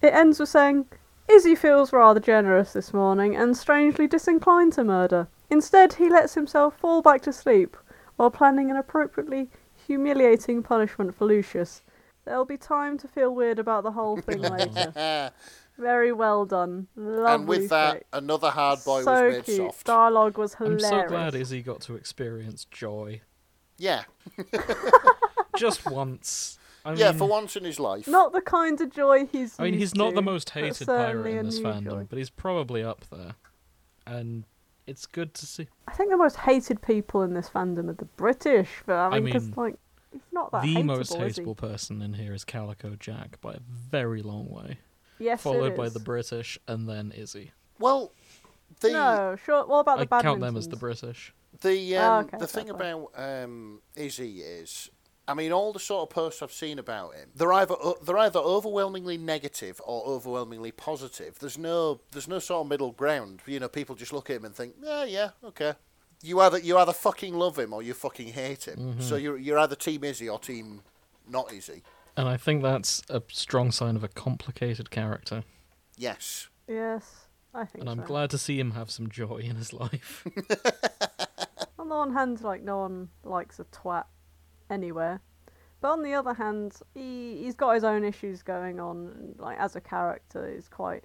[SPEAKER 1] It ends with saying, Izzy feels rather generous this morning and strangely disinclined to murder. Instead, he lets himself fall back to sleep while planning an appropriately humiliating punishment for Lucius. There'll be time to feel weird about the whole thing later. Very well done. Lovely
[SPEAKER 3] and Eh, with that,
[SPEAKER 1] fic.
[SPEAKER 3] another hard boy
[SPEAKER 1] so
[SPEAKER 3] was made
[SPEAKER 1] cute.
[SPEAKER 3] soft.
[SPEAKER 1] Dialogue was
[SPEAKER 2] I'm
[SPEAKER 1] hilarious.
[SPEAKER 2] so glad Izzy got to experience joy
[SPEAKER 3] Yeah,
[SPEAKER 2] just once. I
[SPEAKER 3] yeah,
[SPEAKER 2] mean,
[SPEAKER 3] for once in his life.
[SPEAKER 1] Not the kind of joy he's.
[SPEAKER 2] I mean,
[SPEAKER 1] used
[SPEAKER 2] he's not the
[SPEAKER 1] to,
[SPEAKER 2] most
[SPEAKER 1] but
[SPEAKER 2] hated
[SPEAKER 1] certainly
[SPEAKER 2] pirate in
[SPEAKER 1] a
[SPEAKER 2] this
[SPEAKER 1] new
[SPEAKER 2] fandom,
[SPEAKER 1] joy.
[SPEAKER 2] but he's probably up there, and it's good to see.
[SPEAKER 1] I think the most hated people in this fandom are the British, but I
[SPEAKER 2] I
[SPEAKER 1] mean, 'cause,
[SPEAKER 2] mean,
[SPEAKER 1] like, he's not that
[SPEAKER 2] the
[SPEAKER 1] hateable,
[SPEAKER 2] most
[SPEAKER 1] is he?
[SPEAKER 2] hateable person in here is Calico Jack by a very long way,
[SPEAKER 1] Yes, it
[SPEAKER 2] followed by
[SPEAKER 1] is.
[SPEAKER 2] the British and then Izzy.
[SPEAKER 3] Well, the
[SPEAKER 1] No, sure. What about
[SPEAKER 2] I
[SPEAKER 1] the
[SPEAKER 2] count them as the
[SPEAKER 1] badmintons?
[SPEAKER 2] British.
[SPEAKER 3] the
[SPEAKER 1] Oh,
[SPEAKER 3] um,
[SPEAKER 1] okay,
[SPEAKER 3] the
[SPEAKER 1] fair
[SPEAKER 3] thing
[SPEAKER 1] play.
[SPEAKER 3] about um, Izzy is, I mean, all the sort of posts I've seen about him, they're either o- they're either overwhelmingly negative or overwhelmingly positive. There's no there's no sort of middle ground. You know, people just look at him and think, yeah, yeah, okay. You either you either fucking love him or you fucking hate him.
[SPEAKER 1] Mm-hmm.
[SPEAKER 3] So you're you're either team Izzy or team not Izzy.
[SPEAKER 2] And I think that's a strong sign of a complicated character.
[SPEAKER 3] Yes.
[SPEAKER 1] Yes, I think
[SPEAKER 2] And I'm
[SPEAKER 1] so.
[SPEAKER 2] glad to see him have some joy in his life.
[SPEAKER 1] On the one hand, like no one likes a twat anywhere, but on the other hand, he he's got his own issues going on. And, like as a character, it's quite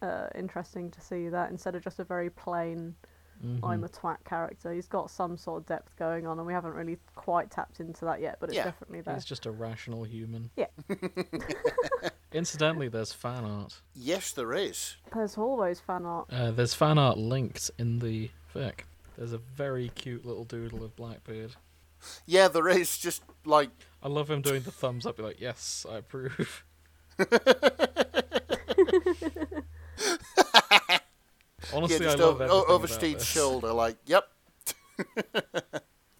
[SPEAKER 1] uh, interesting to see that instead of just a very plain "I'm a twat" character, he's got some sort of depth going on, and we haven't really quite tapped into that yet. But it's
[SPEAKER 3] Yeah,
[SPEAKER 1] definitely there.
[SPEAKER 2] He's just a rational human.
[SPEAKER 1] Yeah.
[SPEAKER 2] Incidentally, there's fan art.
[SPEAKER 3] Yes, there is.
[SPEAKER 1] There's always fan art.
[SPEAKER 2] Uh, there's fan art linked in the fic. There's a very cute little doodle of Blackbeard.
[SPEAKER 3] Yeah, there is. Just like
[SPEAKER 2] I love him doing the thumbs up, be like, yes, I approve. Honestly,
[SPEAKER 3] yeah, just
[SPEAKER 2] I love
[SPEAKER 3] o-
[SPEAKER 2] everything
[SPEAKER 3] o-
[SPEAKER 2] about
[SPEAKER 3] over Steve's
[SPEAKER 2] this.
[SPEAKER 3] shoulder. Like, yep.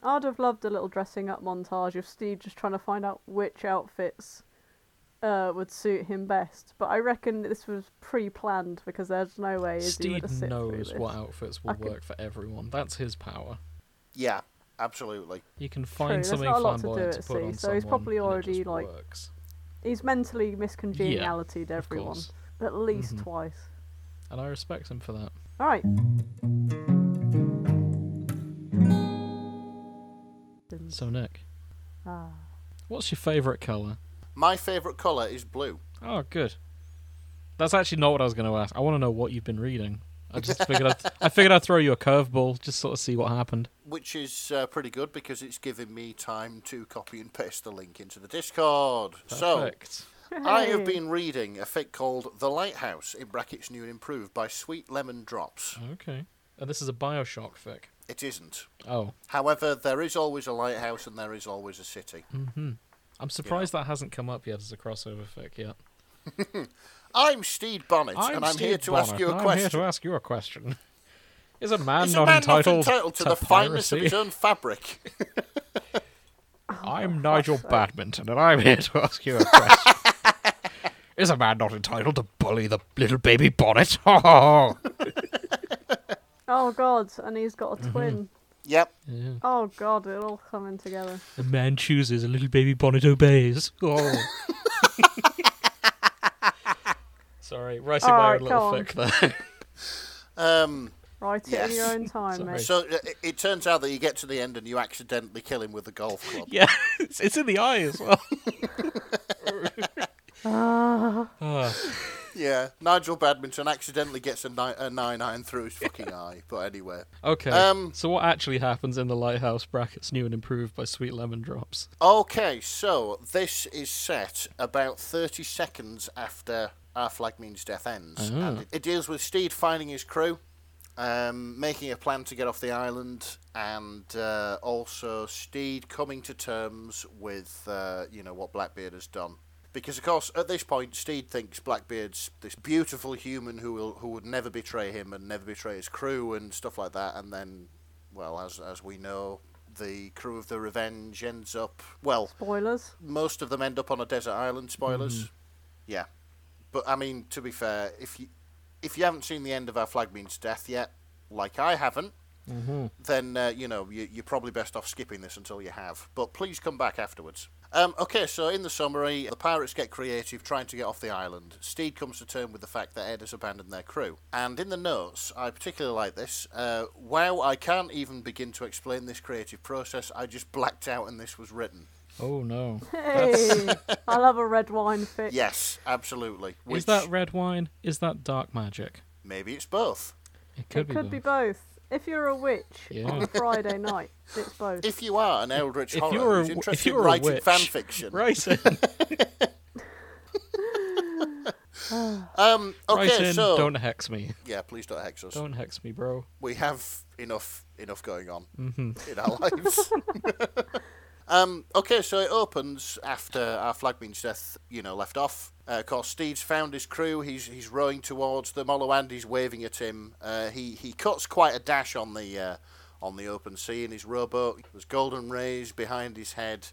[SPEAKER 1] I'd have loved a little dressing up montage of Steve just trying to find out which outfits uh, would suit him best. But I reckon this was pre-planned because there's no way Izzy would have
[SPEAKER 2] Steed
[SPEAKER 1] sit through
[SPEAKER 2] knows
[SPEAKER 1] this.
[SPEAKER 2] what outfits will
[SPEAKER 1] I could-
[SPEAKER 2] work for everyone. That's his power.
[SPEAKER 3] Yeah, absolutely.
[SPEAKER 2] You can
[SPEAKER 1] True,
[SPEAKER 2] find
[SPEAKER 1] there's
[SPEAKER 2] something
[SPEAKER 1] not a lot to do
[SPEAKER 2] flamboyant to,
[SPEAKER 1] at
[SPEAKER 2] put
[SPEAKER 1] sea,
[SPEAKER 2] on
[SPEAKER 1] so he's
[SPEAKER 2] someone,
[SPEAKER 1] probably
[SPEAKER 2] and it
[SPEAKER 1] already,
[SPEAKER 2] just
[SPEAKER 1] like,
[SPEAKER 2] works.
[SPEAKER 1] He's mentally miscongeniality to
[SPEAKER 2] of
[SPEAKER 1] everyone
[SPEAKER 2] course. Mm-hmm.
[SPEAKER 1] at least twice.
[SPEAKER 2] and I respect him for that.
[SPEAKER 1] All right.
[SPEAKER 2] So Nick,
[SPEAKER 1] Ah.
[SPEAKER 2] what's your favourite colour?
[SPEAKER 3] My favourite colour is blue.
[SPEAKER 2] Oh, good. That's actually not what I was going to ask. I want to know what you've been reading. I just figured I'd, I figured I'd throw you a curveball, just sort of see what happened.
[SPEAKER 3] which is uh, pretty good because it's given me time to copy and paste the link into the Discord.
[SPEAKER 2] Perfect.
[SPEAKER 1] Hey.
[SPEAKER 3] So, I have been reading a fic called The Lighthouse, in brackets new and improved, by Sweet Lemon Drops.
[SPEAKER 2] Okay. And this is a Bioshock fic.
[SPEAKER 3] It isn't.
[SPEAKER 2] Oh,
[SPEAKER 3] However, there is always a lighthouse and there is always a city.
[SPEAKER 2] I'm surprised that hasn't come up yet as a crossover fic yet.
[SPEAKER 3] I'm Steed Bonnet, and I'm here
[SPEAKER 2] Steve
[SPEAKER 3] to ask
[SPEAKER 2] Bonnet,
[SPEAKER 3] you a
[SPEAKER 2] and I'm here
[SPEAKER 3] question.
[SPEAKER 2] to ask you a question. Is a man,
[SPEAKER 3] is
[SPEAKER 2] not,
[SPEAKER 3] a man
[SPEAKER 2] entitled
[SPEAKER 3] not entitled to, the fineness of
[SPEAKER 2] piracy?
[SPEAKER 3] his own fabric?
[SPEAKER 2] I'm Nigel Badminton, and I'm here to ask you a question. Is a man not entitled to bully the little baby bonnet? yeah.
[SPEAKER 1] Oh god, and he's got
[SPEAKER 2] Mm-hmm.
[SPEAKER 1] a twin.
[SPEAKER 3] yep.
[SPEAKER 1] Oh god, it all coming together.
[SPEAKER 2] A man chooses, a little baby bonnet obeys. Oh. Sorry, writing my
[SPEAKER 1] Alright,
[SPEAKER 2] own little
[SPEAKER 1] Oh, go on.
[SPEAKER 2] fic there.
[SPEAKER 3] Um,
[SPEAKER 1] Write it in your
[SPEAKER 3] Yes.
[SPEAKER 1] own time,
[SPEAKER 2] Sorry.
[SPEAKER 1] mate.
[SPEAKER 3] so uh, it, it turns out that you get to the end and you accidentally kill him with a golf club.
[SPEAKER 2] yeah, it's, it's in the eye as well.
[SPEAKER 3] Yeah, Nigel Badminton accidentally gets a, ni- a nine iron through his fucking eye. But anyway,
[SPEAKER 2] Okay.
[SPEAKER 3] Um,
[SPEAKER 2] so what actually happens in the lighthouse brackets new and improved by Sweet Lemon Drops?
[SPEAKER 3] okay, so this is set about thirty seconds after Our Flag Means Death ends, and it, it deals with Steed finding his crew, um, making a plan to get off the island, and uh, also Steed coming to terms with uh, you know what Blackbeard has done. Because of course, at this point, Steed thinks Blackbeard's this beautiful human who will who would never betray him and never betray his crew and stuff like that. And then, well, as as we know, the crew of the Revenge ends up well.
[SPEAKER 1] Spoilers.
[SPEAKER 3] Most of them end up on a desert island. Spoilers. Yeah, but I mean, to be fair, if you if you haven't seen the end of our flag means death yet, like I haven't, then uh, you know you, you're probably best off skipping this until you have. But please come back afterwards. Um, okay, so in the summary, the pirates get creative trying to get off the island. Steed comes to terms with the fact that Ed has abandoned their crew. And in the notes, I particularly like this. Uh, wow, I can't even begin to explain this creative process. I just blacked out and this was written.
[SPEAKER 2] Oh no.
[SPEAKER 1] Hey, I'll have a red wine fix.
[SPEAKER 3] Yes, absolutely. Which
[SPEAKER 2] Is that red wine? Is that dark magic?
[SPEAKER 3] maybe it's both.
[SPEAKER 2] It could
[SPEAKER 1] it
[SPEAKER 2] be.
[SPEAKER 1] could
[SPEAKER 2] both.
[SPEAKER 1] be both. If you're a witch on
[SPEAKER 2] Yeah.
[SPEAKER 1] a Friday night, it's both.
[SPEAKER 3] If you are an eldritch
[SPEAKER 2] if
[SPEAKER 3] horror
[SPEAKER 2] you're a
[SPEAKER 3] who's
[SPEAKER 2] w- if
[SPEAKER 3] interested
[SPEAKER 2] you're
[SPEAKER 3] in
[SPEAKER 2] a
[SPEAKER 3] writing
[SPEAKER 2] witch,
[SPEAKER 3] fan fiction,
[SPEAKER 2] Right.
[SPEAKER 3] um, okay,
[SPEAKER 2] right in.
[SPEAKER 3] so
[SPEAKER 2] Don't hex me.
[SPEAKER 3] yeah, please don't hex us.
[SPEAKER 2] Don't hex me, bro.
[SPEAKER 3] We have enough enough going on
[SPEAKER 2] Mm-hmm.
[SPEAKER 3] in our lives. um, okay, so it opens after our flagman's death, you know, left off. Uh, of course, Steve's found his crew. He's he's rowing towards them. Oloandi's waving at him. Uh, he he cuts quite a dash on the uh, on the open sea in his rowboat. There's golden rays behind his head.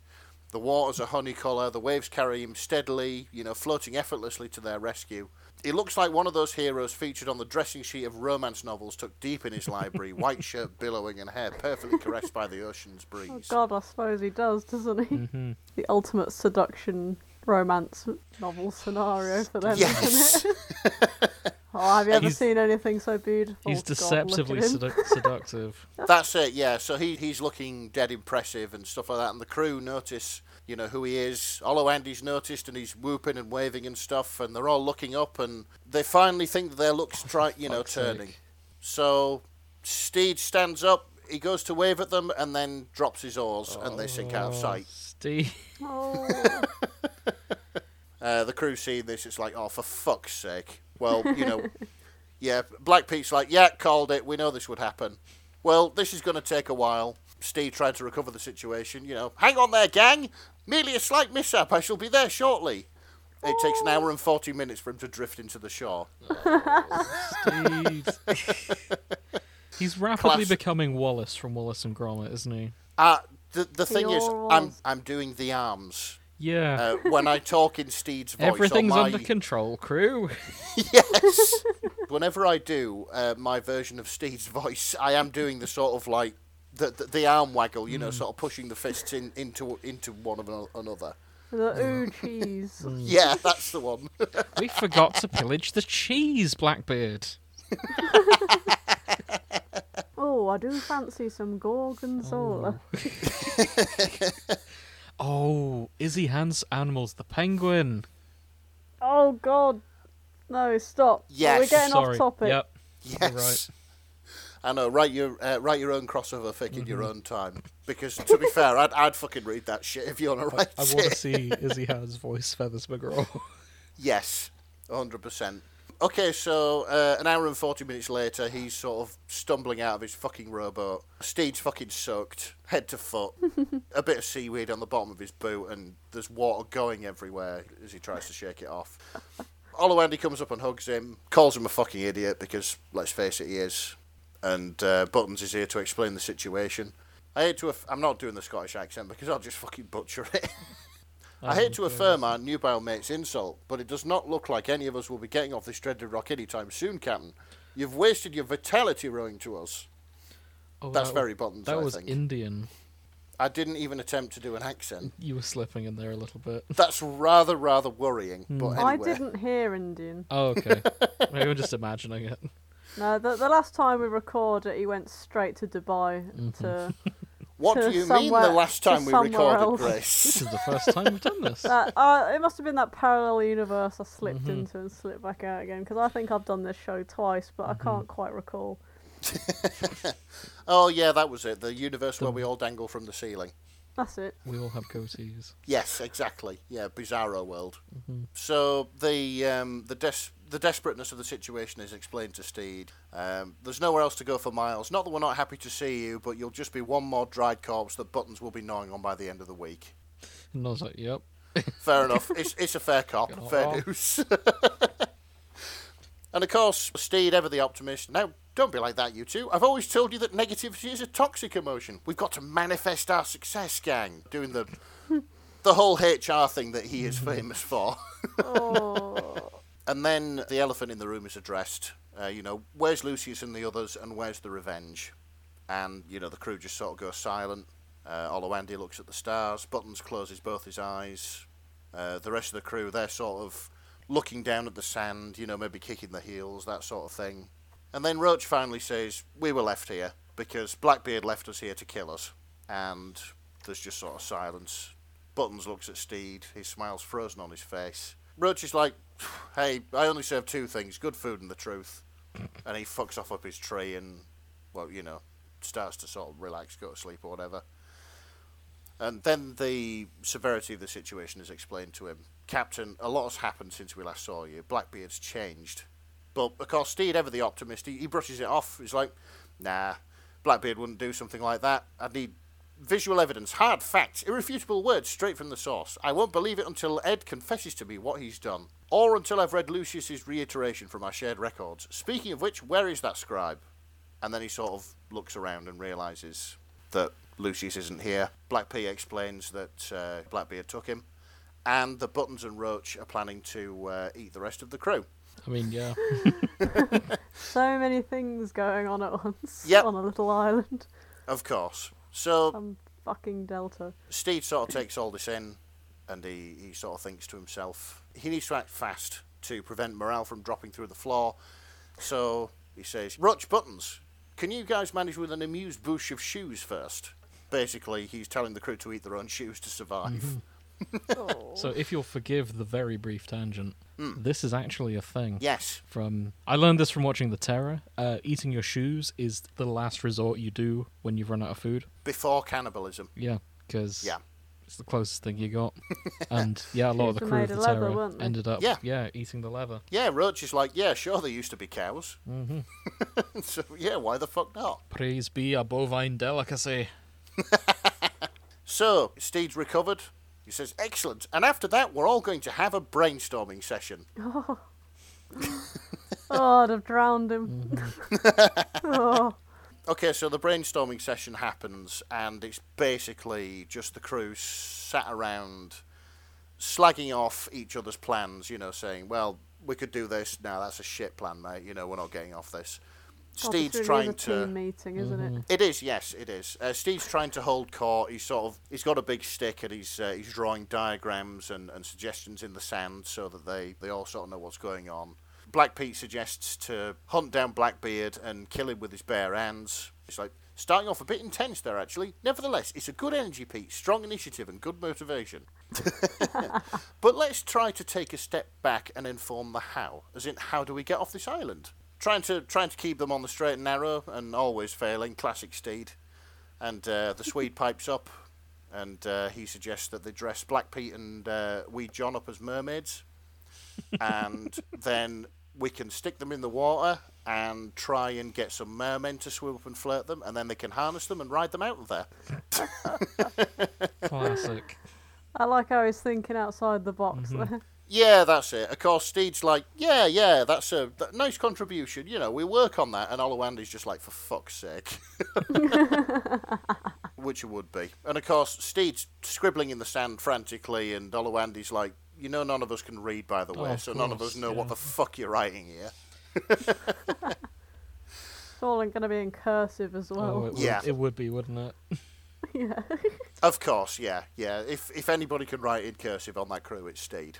[SPEAKER 3] The waters are honey colour. The waves carry him steadily, you know, floating effortlessly to their rescue. He looks like one of those heroes featured on the dressing sheet of romance novels tucked deep in his library, white shirt billowing and hair perfectly caressed by the ocean's breeze.
[SPEAKER 1] Oh God, I suppose he does, doesn't he?
[SPEAKER 2] Mm-hmm.
[SPEAKER 1] The ultimate seduction romance novel scenario for them,
[SPEAKER 3] Yes.
[SPEAKER 1] isn't it? oh, have you ever
[SPEAKER 2] He's-
[SPEAKER 1] seen anything so beautiful?
[SPEAKER 2] He's
[SPEAKER 1] Oh, God, look at
[SPEAKER 2] deceptively
[SPEAKER 1] him.
[SPEAKER 2] seduc- seductive.
[SPEAKER 3] That's it, yeah. So he, he's looking dead impressive and stuff like that, and the crew notice, you know, who he is. Olo Andy's noticed, and he's whooping and waving and stuff, and they're all looking up, and they finally think that their luck's try, you know,
[SPEAKER 2] Oh, fuck's sake.
[SPEAKER 3] turning. So Steed stands up, he goes to wave at them, and then drops his oars, and they sink out of sight.
[SPEAKER 2] Steve.
[SPEAKER 1] Oh,
[SPEAKER 3] Uh, the crew seeing this, it's like, oh, for fuck's sake. Well, you know, yeah, Black Pete's like, yeah, called it. We know this would happen. Well, this is going to take a while. Steve tried to recover the situation, you know. Hang on there, gang! Merely a slight mishap. I shall be there shortly. It takes an hour and 40 minutes for him to drift into the shore.
[SPEAKER 2] Steve. He's rapidly
[SPEAKER 3] Class-
[SPEAKER 2] becoming Wallace from Wallace and Gromit, isn't he?
[SPEAKER 3] Uh, the, the thing is,
[SPEAKER 1] all
[SPEAKER 3] I'm,
[SPEAKER 1] was-
[SPEAKER 3] I'm doing the arms.
[SPEAKER 2] Yeah.
[SPEAKER 3] Uh, when I talk in Steed's voice, or
[SPEAKER 2] Everything's
[SPEAKER 3] my...
[SPEAKER 2] under control, crew.
[SPEAKER 3] Yes. Whenever I do uh, my version of Steve's voice, I am doing the sort of like the the, the arm waggle,
[SPEAKER 2] Mm.
[SPEAKER 3] you know, sort of pushing the fists in into into one of ano- another.
[SPEAKER 1] the ooh cheese.
[SPEAKER 2] Mm.
[SPEAKER 3] Yeah, that's the one.
[SPEAKER 2] we forgot to pillage the cheese, Blackbeard.
[SPEAKER 1] Oh, I do fancy some gorgonzola.
[SPEAKER 2] Oh, Izzy Hans Animals the Penguin.
[SPEAKER 1] Oh, God, no, stop.
[SPEAKER 3] Yes.
[SPEAKER 1] we're getting
[SPEAKER 2] Sorry.
[SPEAKER 1] off topic.
[SPEAKER 2] Yep.
[SPEAKER 3] yes. I know. Write your uh, write your own crossover fic in
[SPEAKER 2] Mm-hmm.
[SPEAKER 3] your own time, because to be fair, I'd I'd fucking read that shit if you want to write
[SPEAKER 2] I
[SPEAKER 3] it.
[SPEAKER 2] want to see Izzy Hans voice Feathers McGraw.
[SPEAKER 3] Yes, 100%. Okay, so uh, an hour and 40 minutes later, he's sort of stumbling out of his fucking rowboat. Steed's fucking soaked, head to foot. a bit of seaweed on the bottom of his boot, and there's water going everywhere as he tries to shake it off. Oloandy comes up and hugs him, calls him a fucking idiot because, let's face it, he is. And uh, Buttons is here to explain the situation. I hate to. Aff- I'm not doing the Scottish accent because I'll just fucking butcher it. I
[SPEAKER 2] Oh,
[SPEAKER 3] hate to affirm our nubile mate's insult, but it does not look like any of us will be getting off this dreaded rock anytime soon, Captain. You've wasted your vitality rowing to us.
[SPEAKER 2] Oh,
[SPEAKER 3] That's
[SPEAKER 2] that-
[SPEAKER 3] very buttons,
[SPEAKER 2] That
[SPEAKER 3] I
[SPEAKER 2] was
[SPEAKER 3] think.
[SPEAKER 2] Indian.
[SPEAKER 3] I didn't even attempt to do an accent.
[SPEAKER 2] You were slipping in there a little bit.
[SPEAKER 3] That's rather, rather worrying.
[SPEAKER 2] Hmm.
[SPEAKER 3] But anyway,
[SPEAKER 1] I didn't hear Indian.
[SPEAKER 2] Oh, okay. Maybe I'm just imagining it.
[SPEAKER 1] No, the, the last time we recorded, he went straight to Dubai
[SPEAKER 2] Mm-hmm.
[SPEAKER 1] to
[SPEAKER 3] what
[SPEAKER 1] to
[SPEAKER 3] do you mean
[SPEAKER 1] somewhere-
[SPEAKER 3] the last
[SPEAKER 1] to
[SPEAKER 3] time we
[SPEAKER 1] somewhere
[SPEAKER 3] recorded,
[SPEAKER 1] else.
[SPEAKER 2] This
[SPEAKER 3] Grace?
[SPEAKER 2] is the first time we've done this.
[SPEAKER 1] that uh, it must have been that parallel universe I slipped
[SPEAKER 2] Mm-hmm.
[SPEAKER 1] into and slipped back out again because I think I've done this show twice, but
[SPEAKER 2] Mm-hmm.
[SPEAKER 1] I can't quite recall.
[SPEAKER 3] oh, yeah, that was it. The universe where we all dangle from the ceiling.
[SPEAKER 1] That's it.
[SPEAKER 2] We all have goatees.
[SPEAKER 3] Yes, exactly. Yeah, bizarro world. So the um, the des- the desperateness of the situation is explained to Steed. Um, there's nowhere else to go for miles. Not that we're not happy to see you, but you'll just be one more dried corpse that Buttons will be gnawing on by the end of the week.
[SPEAKER 2] And I was like, yep.
[SPEAKER 3] Fair enough. It's it's a fair cop.
[SPEAKER 2] Got
[SPEAKER 3] Fair
[SPEAKER 2] all.
[SPEAKER 3] news. and of course, Steed, ever the optimist. Now, don't be like that, you two. I've always told you that negativity is a toxic emotion. We've got to manifest our success, gang. Doing the the whole HR thing that he is famous for.
[SPEAKER 1] Oh,
[SPEAKER 3] And then the elephant in the room is addressed. Uh, you know, where's Lucius and the others, and where's the revenge? And you know, the crew just sort of goes silent. Uh, Oloandy looks at the stars. Buttons closes both his eyes. Uh, the rest of the crew, they're sort of looking down at the sand. You know, maybe kicking their heels, that sort of thing. And then Roach finally says, "We were left here because Blackbeard left us here to kill us." And there's just sort of silence. Buttons looks at Steed. His smile's frozen on his face. Roach is like, hey, I only serve two things good food and the truth. And he fucks off up his tree and, well, you know, starts to sort of relax, go to sleep or whatever. And then the severity of the situation is explained to him. Captain, a lot has happened since we last saw you. Blackbeard's changed. But of course, Steed, ever the optimist, he, he brushes it off. He's like, nah, Blackbeard wouldn't do something like that. I need visual evidence, hard facts, irrefutable words straight from the source. I won't believe it until Ed confesses to me what he's done, or until I've read Lucius's reiteration from our shared records. Speaking of which, where is that scribe? And then he sort of looks around and realizes that Lucius isn't here. Black P explains that uh, Blackbeard took him, and the Buttons and Roach are planning to uh, eat the rest of the crew.
[SPEAKER 2] I mean, yeah.
[SPEAKER 1] So many things going on at once
[SPEAKER 3] Yep.
[SPEAKER 1] on a little island.
[SPEAKER 3] Of course. So
[SPEAKER 1] I'm fucking Delta.
[SPEAKER 3] Steed sort of takes all this in, and he, he sort of thinks to himself, he needs to act fast to prevent morale from dropping through the floor. So he says, Roach Buttons, can you guys manage with an amused bush of shoes first? Basically, he's telling the crew to eat their own shoes to survive. Oh.
[SPEAKER 2] So if you'll forgive the very brief tangent,
[SPEAKER 3] Hmm.
[SPEAKER 2] this is actually a thing.
[SPEAKER 3] Yes.
[SPEAKER 2] From I learned this from watching The Terror. Uh, eating your shoes is the last resort you do when you've run out of food.
[SPEAKER 3] Before cannibalism.
[SPEAKER 2] Yeah, because
[SPEAKER 3] Yeah.
[SPEAKER 2] it's the closest thing you got. and yeah, a lot of the
[SPEAKER 1] Shoes were
[SPEAKER 2] crew
[SPEAKER 1] made
[SPEAKER 2] of The
[SPEAKER 1] of leather,
[SPEAKER 2] Terror
[SPEAKER 1] weren't they?
[SPEAKER 2] ended up
[SPEAKER 3] Yeah.
[SPEAKER 2] eating the leather.
[SPEAKER 3] Yeah, Roach is like, yeah, sure, there used to be cows. Mm-hmm. so, yeah, why the fuck not?
[SPEAKER 2] Praise be a bovine delicacy.
[SPEAKER 3] So, Steed's recovered. He says, excellent. And after that, we're all going to have a brainstorming session.
[SPEAKER 1] Oh, I'd have drowned him.
[SPEAKER 2] Mm-hmm.
[SPEAKER 1] oh,
[SPEAKER 3] Okay, so the brainstorming session happens, and it's basically just the crew sat around slagging off each other's plans, you know, saying, well, we could do this. No, that's a shit plan, mate. You know, we're not getting off this. Steed's
[SPEAKER 1] really is
[SPEAKER 3] trying
[SPEAKER 1] a
[SPEAKER 3] to.
[SPEAKER 1] team meeting, isn't it?
[SPEAKER 2] Mm-hmm.
[SPEAKER 3] It is, yes, it is. Uh, Steve's trying to hold court. He's sort of he's got a big stick and he's uh, he's drawing diagrams and, and suggestions in the sand so that they, they all sort of know what's going on. Black Pete suggests to hunt down Blackbeard and kill him with his bare hands. It's like starting off a bit intense there actually. Nevertheless, it's a good energy, Pete. Strong initiative and good motivation. But let's try to take a step back and inform the how, as in how do we get off this island? Trying to trying to keep them on the straight and narrow, and always failing. Classic Steed. And uh, the Swede pipes up, and uh, he suggests that they dress Black Pete and uh, Wee John up as mermaids, and then we can stick them in the water and try and get some mermen to swim up and flirt them, and then they can harness them and ride them out of there.
[SPEAKER 2] Classic.
[SPEAKER 1] I like how he's thinking outside the box
[SPEAKER 2] Mm-hmm.
[SPEAKER 1] there.
[SPEAKER 3] Yeah, that's it. Of course, Steed's like, yeah, yeah, that's a th- nice contribution. You know, we work on that. And Olawandy's just like, for fuck's sake. Which it would be. And of course, Steed's scribbling in the sand frantically, and Olawandy's like, you know, none of us can read, by the way,
[SPEAKER 2] Oh, of
[SPEAKER 3] so none of
[SPEAKER 2] course,
[SPEAKER 3] us know
[SPEAKER 2] yeah.
[SPEAKER 3] what the fuck you're writing here.
[SPEAKER 1] It's all going to be in cursive as
[SPEAKER 2] Oh,
[SPEAKER 1] well.
[SPEAKER 2] it would,
[SPEAKER 3] Yeah.
[SPEAKER 2] it would be, wouldn't it?
[SPEAKER 1] yeah.
[SPEAKER 3] Of course, yeah, yeah. If if anybody can write in cursive on that crew, it's Steed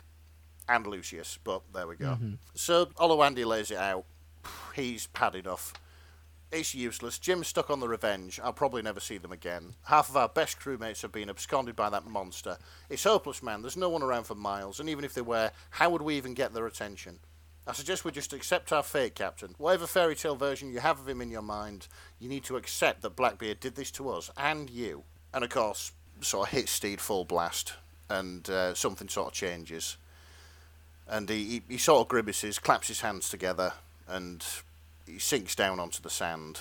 [SPEAKER 3] and Lucius. But there we go.
[SPEAKER 2] Mm-hmm.
[SPEAKER 3] So Olawandy lays it out. He's had enough. It's useless. Jim's stuck on the Revenge. I'll probably never see them again. Half of our best crewmates have been absconded by that monster. It's hopeless, man. There's no one around for miles, and even if they were, how would we even get their attention? I suggest we just accept our fate, Captain. Whatever fairy tale version you have of him in your mind, you need to accept that Blackbeard did this to us and you. And of course, sort of hits Steed full blast, and uh, something sort of changes. And he, he, he sort of grimaces, claps his hands together, and he sinks down onto the sand.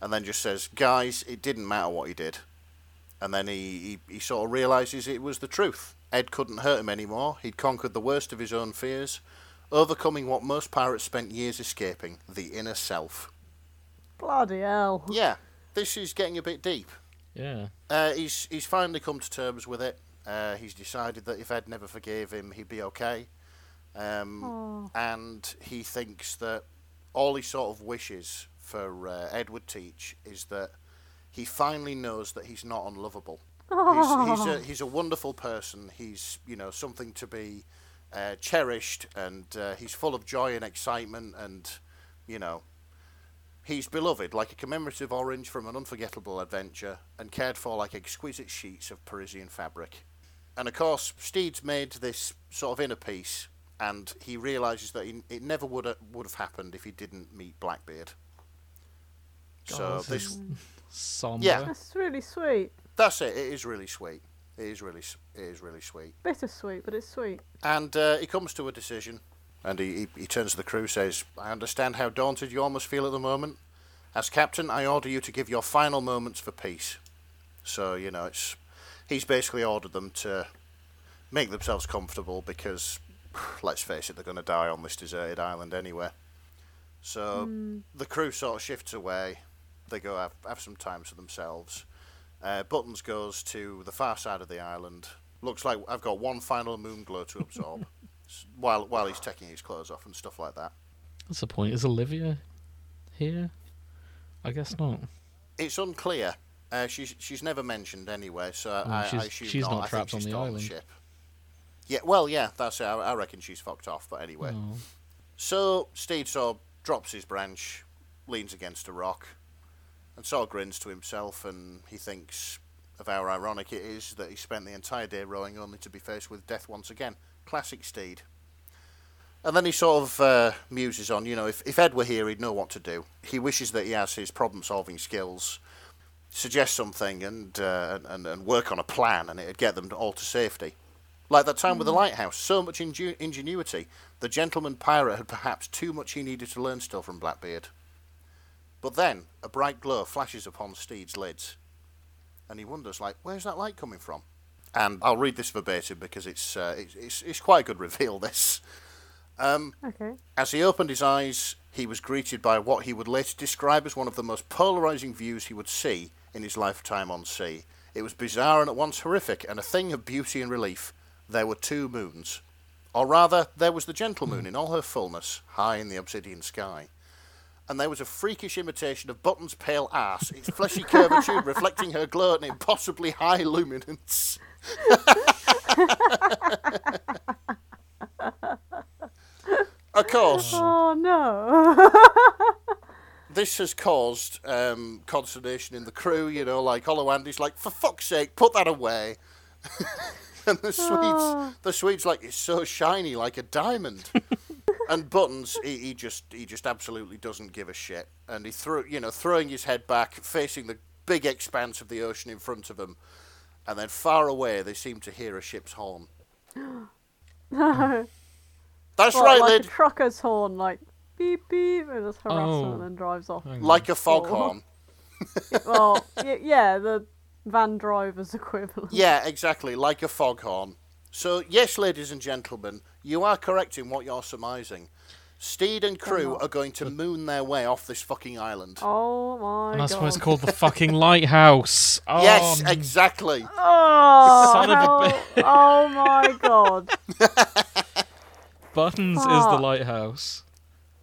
[SPEAKER 3] And then just says, Guys, it didn't matter what he did. And then he, he, he sort of realises it was the truth. Ed couldn't hurt him anymore. He'd conquered the worst of his own fears, overcoming what most pirates spent years escaping the inner self.
[SPEAKER 1] Bloody hell.
[SPEAKER 3] Yeah, this is getting a bit deep.
[SPEAKER 2] Yeah.
[SPEAKER 3] Uh, he's he's finally come to terms with it. Uh, he's decided that if Ed never forgave him, he'd be okay. Um, and he thinks that all he sort of wishes for uh, Edward Teach is that he finally knows that he's not unlovable. He's, he's, a, he's a wonderful person. He's you know something to be uh, cherished, and uh, he's full of joy and excitement, and you know He's beloved like a commemorative orange from an unforgettable adventure and cared for like exquisite sheets of Parisian fabric. And of course, Steed's made this sort of inner peace, and he realizes that he, it never would have, would have happened if he didn't meet Blackbeard. so
[SPEAKER 2] God,
[SPEAKER 3] this
[SPEAKER 2] this is somber.
[SPEAKER 3] Yeah.
[SPEAKER 1] That's really sweet.
[SPEAKER 3] that's it. It is really sweet. It is really s- it is really sweet.
[SPEAKER 1] Bittersweet, but it's sweet.
[SPEAKER 3] And uh, he comes to a decision, and he, he, he turns to the crew, says, "I understand how daunted you all must feel at the moment. As captain, I order you to give your final moments for peace." So you know, it's he's basically ordered them to make themselves comfortable because, let's face it, they're going to die on this deserted island anyway. So the crew sort of shifts away. They go have, have some time for themselves. Uh, Buttons goes to the far side of the island. Looks like I've got one final moon glow to absorb s- while while he's taking his clothes off and stuff like that.
[SPEAKER 2] That's the point. Is Olivia here? I guess not.
[SPEAKER 3] It's unclear. Uh, she's she's never mentioned anyway, so
[SPEAKER 2] Oh,
[SPEAKER 3] I, I
[SPEAKER 2] she's-
[SPEAKER 3] assume
[SPEAKER 2] she's
[SPEAKER 3] not.
[SPEAKER 2] not
[SPEAKER 3] I think
[SPEAKER 2] trapped on
[SPEAKER 3] she's
[SPEAKER 2] the
[SPEAKER 3] still
[SPEAKER 2] island.
[SPEAKER 3] ship. Yeah, well, yeah, that's it. I, I reckon she's fucked off. But anyway,
[SPEAKER 2] Oh.
[SPEAKER 3] So Steed sort of drops his branch, leans against a rock, and sort of grins to himself, and he thinks of how ironic it is that he spent the entire day rowing only to be faced with death once again. Classic Steed. And then he sort of uh, muses on, you know, if, if Ed were here, he'd know what to do. He wishes that he has his problem solving skills, suggest something, and, uh, and, and work on a plan, and it'd get them all to safety. Like that time with the lighthouse, so much inju- ingenuity. The gentleman pirate had perhaps too much he needed to learn still from Blackbeard. But then a bright glow flashes upon Steed's lids, and he wonders, like, where's that light coming from? And I'll read this verbatim because it's uh, it's, it's it's quite a good reveal. This.
[SPEAKER 1] Okay.
[SPEAKER 2] Mm.
[SPEAKER 3] As he opened his eyes, he was greeted by what he would later describe as one of the most polarizing views he would see in his lifetime on sea. It was bizarre and at once horrific, and a thing of beauty and relief. There were two moons. Or rather, there was the gentle moon in all her fullness, high in the obsidian sky. And there was a freakish imitation of Button's pale ass, its fleshy curvature reflecting her glow and impossibly high luminance. of course,
[SPEAKER 1] Oh no.
[SPEAKER 3] this has caused um, consternation in the crew. You know, like Holowandy's like, for fuck's sake, put that away. and the
[SPEAKER 1] Ah.
[SPEAKER 3] Swedes, the Swedes, like it's so shiny, like a diamond. and Buttons, he, he just he just absolutely doesn't give a shit, and he threw you know throwing his head back, facing the big expanse of the ocean in front of him, and then far away they seem to hear a ship's horn. That's
[SPEAKER 1] What,
[SPEAKER 3] right,
[SPEAKER 1] like
[SPEAKER 3] lad.
[SPEAKER 1] a trucker's horn, like beep beep, and just harasses
[SPEAKER 2] Oh.
[SPEAKER 1] him and then drives off.
[SPEAKER 2] Hang on.
[SPEAKER 3] Like a foghorn.
[SPEAKER 1] well, y- yeah, the van driver's equivalent.
[SPEAKER 3] Yeah, exactly, like a foghorn. So, yes, ladies and gentlemen, you are correct in what you're surmising. Steed and crew are going to moon their way off this fucking island.
[SPEAKER 1] Oh my
[SPEAKER 2] and that's
[SPEAKER 1] god.
[SPEAKER 2] why it's called the fucking lighthouse. Oh,
[SPEAKER 3] yes,
[SPEAKER 2] no.
[SPEAKER 3] exactly.
[SPEAKER 1] Um. Oh,
[SPEAKER 2] Son of a
[SPEAKER 1] how- oh my god.
[SPEAKER 2] Buttons is the
[SPEAKER 1] Fuck.
[SPEAKER 2] lighthouse.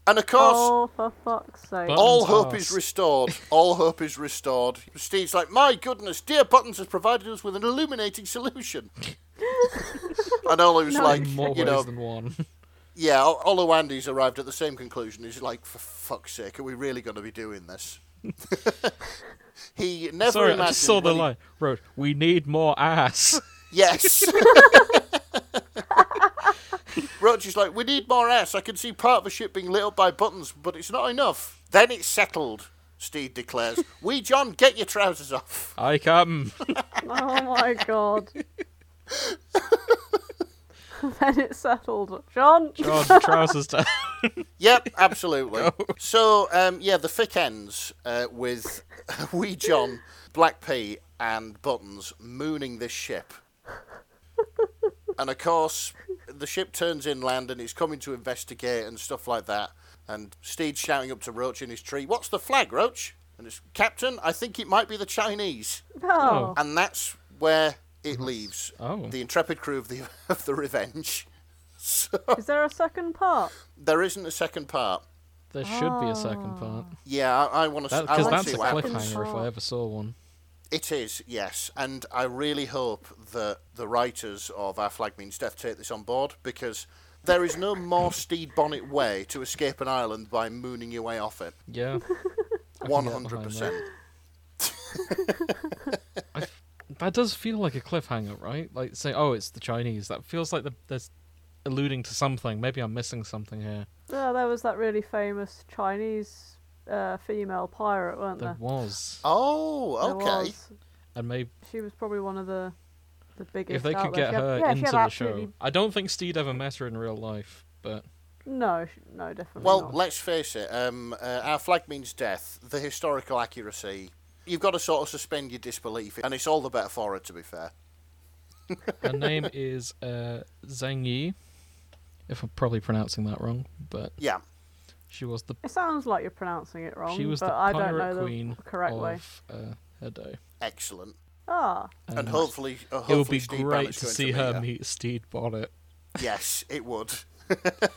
[SPEAKER 3] And of course,
[SPEAKER 1] Oh, for fuck's sake.
[SPEAKER 2] But-
[SPEAKER 3] all
[SPEAKER 2] Buttons
[SPEAKER 3] hope
[SPEAKER 2] arse.
[SPEAKER 3] is restored. All hope is restored. Steed's like, my goodness, dear Buttons has provided us with an illuminating solution. and Olu's like,
[SPEAKER 2] in more
[SPEAKER 3] you
[SPEAKER 2] ways
[SPEAKER 3] know,
[SPEAKER 2] than one.
[SPEAKER 3] yeah, O- Olu Andy's arrived at the same conclusion. He's like, for fuck's sake, are we really going to be doing this? he never
[SPEAKER 2] Sorry,
[SPEAKER 3] imagined
[SPEAKER 2] I just saw the
[SPEAKER 3] when he-
[SPEAKER 2] light. Wrote, we need more ass.
[SPEAKER 3] Yes. Roach is like, we need more ass. I can see part of the ship being lit up by buttons, but it's not enough. Then it's settled, Steed declares. we, John, get your trousers off.
[SPEAKER 2] I come.
[SPEAKER 1] Oh my god. then it settled. John,
[SPEAKER 2] God, trousers down.
[SPEAKER 3] Yep, absolutely. So, um, yeah, the fic ends uh, with we, John, Black P, and Buttons mooning this ship. and of course, the ship turns inland and it's coming to investigate and stuff like that. And Steed's shouting up to Roach in his tree, What's the flag, Roach? And it's, Captain, I think it might be the Chinese.
[SPEAKER 1] no.
[SPEAKER 3] And that's where it leaves
[SPEAKER 2] Oh.
[SPEAKER 3] the intrepid crew of the, of the Revenge. So,
[SPEAKER 2] Oh.
[SPEAKER 1] Is there a second part?
[SPEAKER 3] there isn't a second part.
[SPEAKER 2] There should be a
[SPEAKER 1] Ah.
[SPEAKER 2] second part.
[SPEAKER 3] Yeah, I, I want to. I
[SPEAKER 2] Because
[SPEAKER 3] want to
[SPEAKER 2] that's
[SPEAKER 3] see
[SPEAKER 2] a
[SPEAKER 3] what happens.
[SPEAKER 2] cliffhanger if
[SPEAKER 1] part.
[SPEAKER 2] I ever saw one.
[SPEAKER 3] It is, yes, and I really hope that the writers of Our Flag Means Death take this on board because there is no more Steed Bonnet way to escape an island by mooning your way off it.
[SPEAKER 2] Yeah.
[SPEAKER 3] One hundred percent.
[SPEAKER 2] I f- That does feel like a cliffhanger, right? Like say, oh, it's the Chinese. That feels like the, there's alluding to something. Maybe I'm missing something here.
[SPEAKER 1] Oh, there was that really famous Chinese uh, female pirate, weren't
[SPEAKER 2] There
[SPEAKER 1] there?
[SPEAKER 2] was,
[SPEAKER 1] There
[SPEAKER 3] Oh, okay.
[SPEAKER 1] was.
[SPEAKER 2] and maybe
[SPEAKER 1] She was probably one of the the biggest.
[SPEAKER 2] if they
[SPEAKER 1] out
[SPEAKER 2] could
[SPEAKER 1] there.
[SPEAKER 2] get
[SPEAKER 1] She had-
[SPEAKER 2] her
[SPEAKER 1] yeah, she
[SPEAKER 2] into
[SPEAKER 1] had
[SPEAKER 2] the
[SPEAKER 1] absolutely-
[SPEAKER 2] show, I don't think Steed ever met her in real life, but
[SPEAKER 1] No, sh- no, definitely
[SPEAKER 3] Well,
[SPEAKER 1] not.
[SPEAKER 3] let's face it. Um, uh, our flag means death. The historical accuracy. You've got to sort of suspend your disbelief, and it's all the better for it. To be fair,
[SPEAKER 2] her name is uh, Zhang Yi. If I'm probably pronouncing that wrong, but
[SPEAKER 3] yeah.
[SPEAKER 2] she was the
[SPEAKER 1] it sounds like you're pronouncing it wrong,
[SPEAKER 2] she was
[SPEAKER 1] but
[SPEAKER 2] the
[SPEAKER 1] I
[SPEAKER 2] pirate
[SPEAKER 1] don't know
[SPEAKER 2] queen
[SPEAKER 1] the correct
[SPEAKER 2] of
[SPEAKER 1] way.
[SPEAKER 2] Uh, her day.
[SPEAKER 3] Excellent.
[SPEAKER 1] Ah,
[SPEAKER 3] And,
[SPEAKER 2] And
[SPEAKER 3] hopefully,
[SPEAKER 2] it
[SPEAKER 3] uh, hopefully
[SPEAKER 2] would be
[SPEAKER 3] Steve
[SPEAKER 2] great
[SPEAKER 3] Bennett's
[SPEAKER 2] to
[SPEAKER 3] going
[SPEAKER 2] see
[SPEAKER 3] meet
[SPEAKER 2] her meet Steed Bonnet.
[SPEAKER 3] Yes, it would.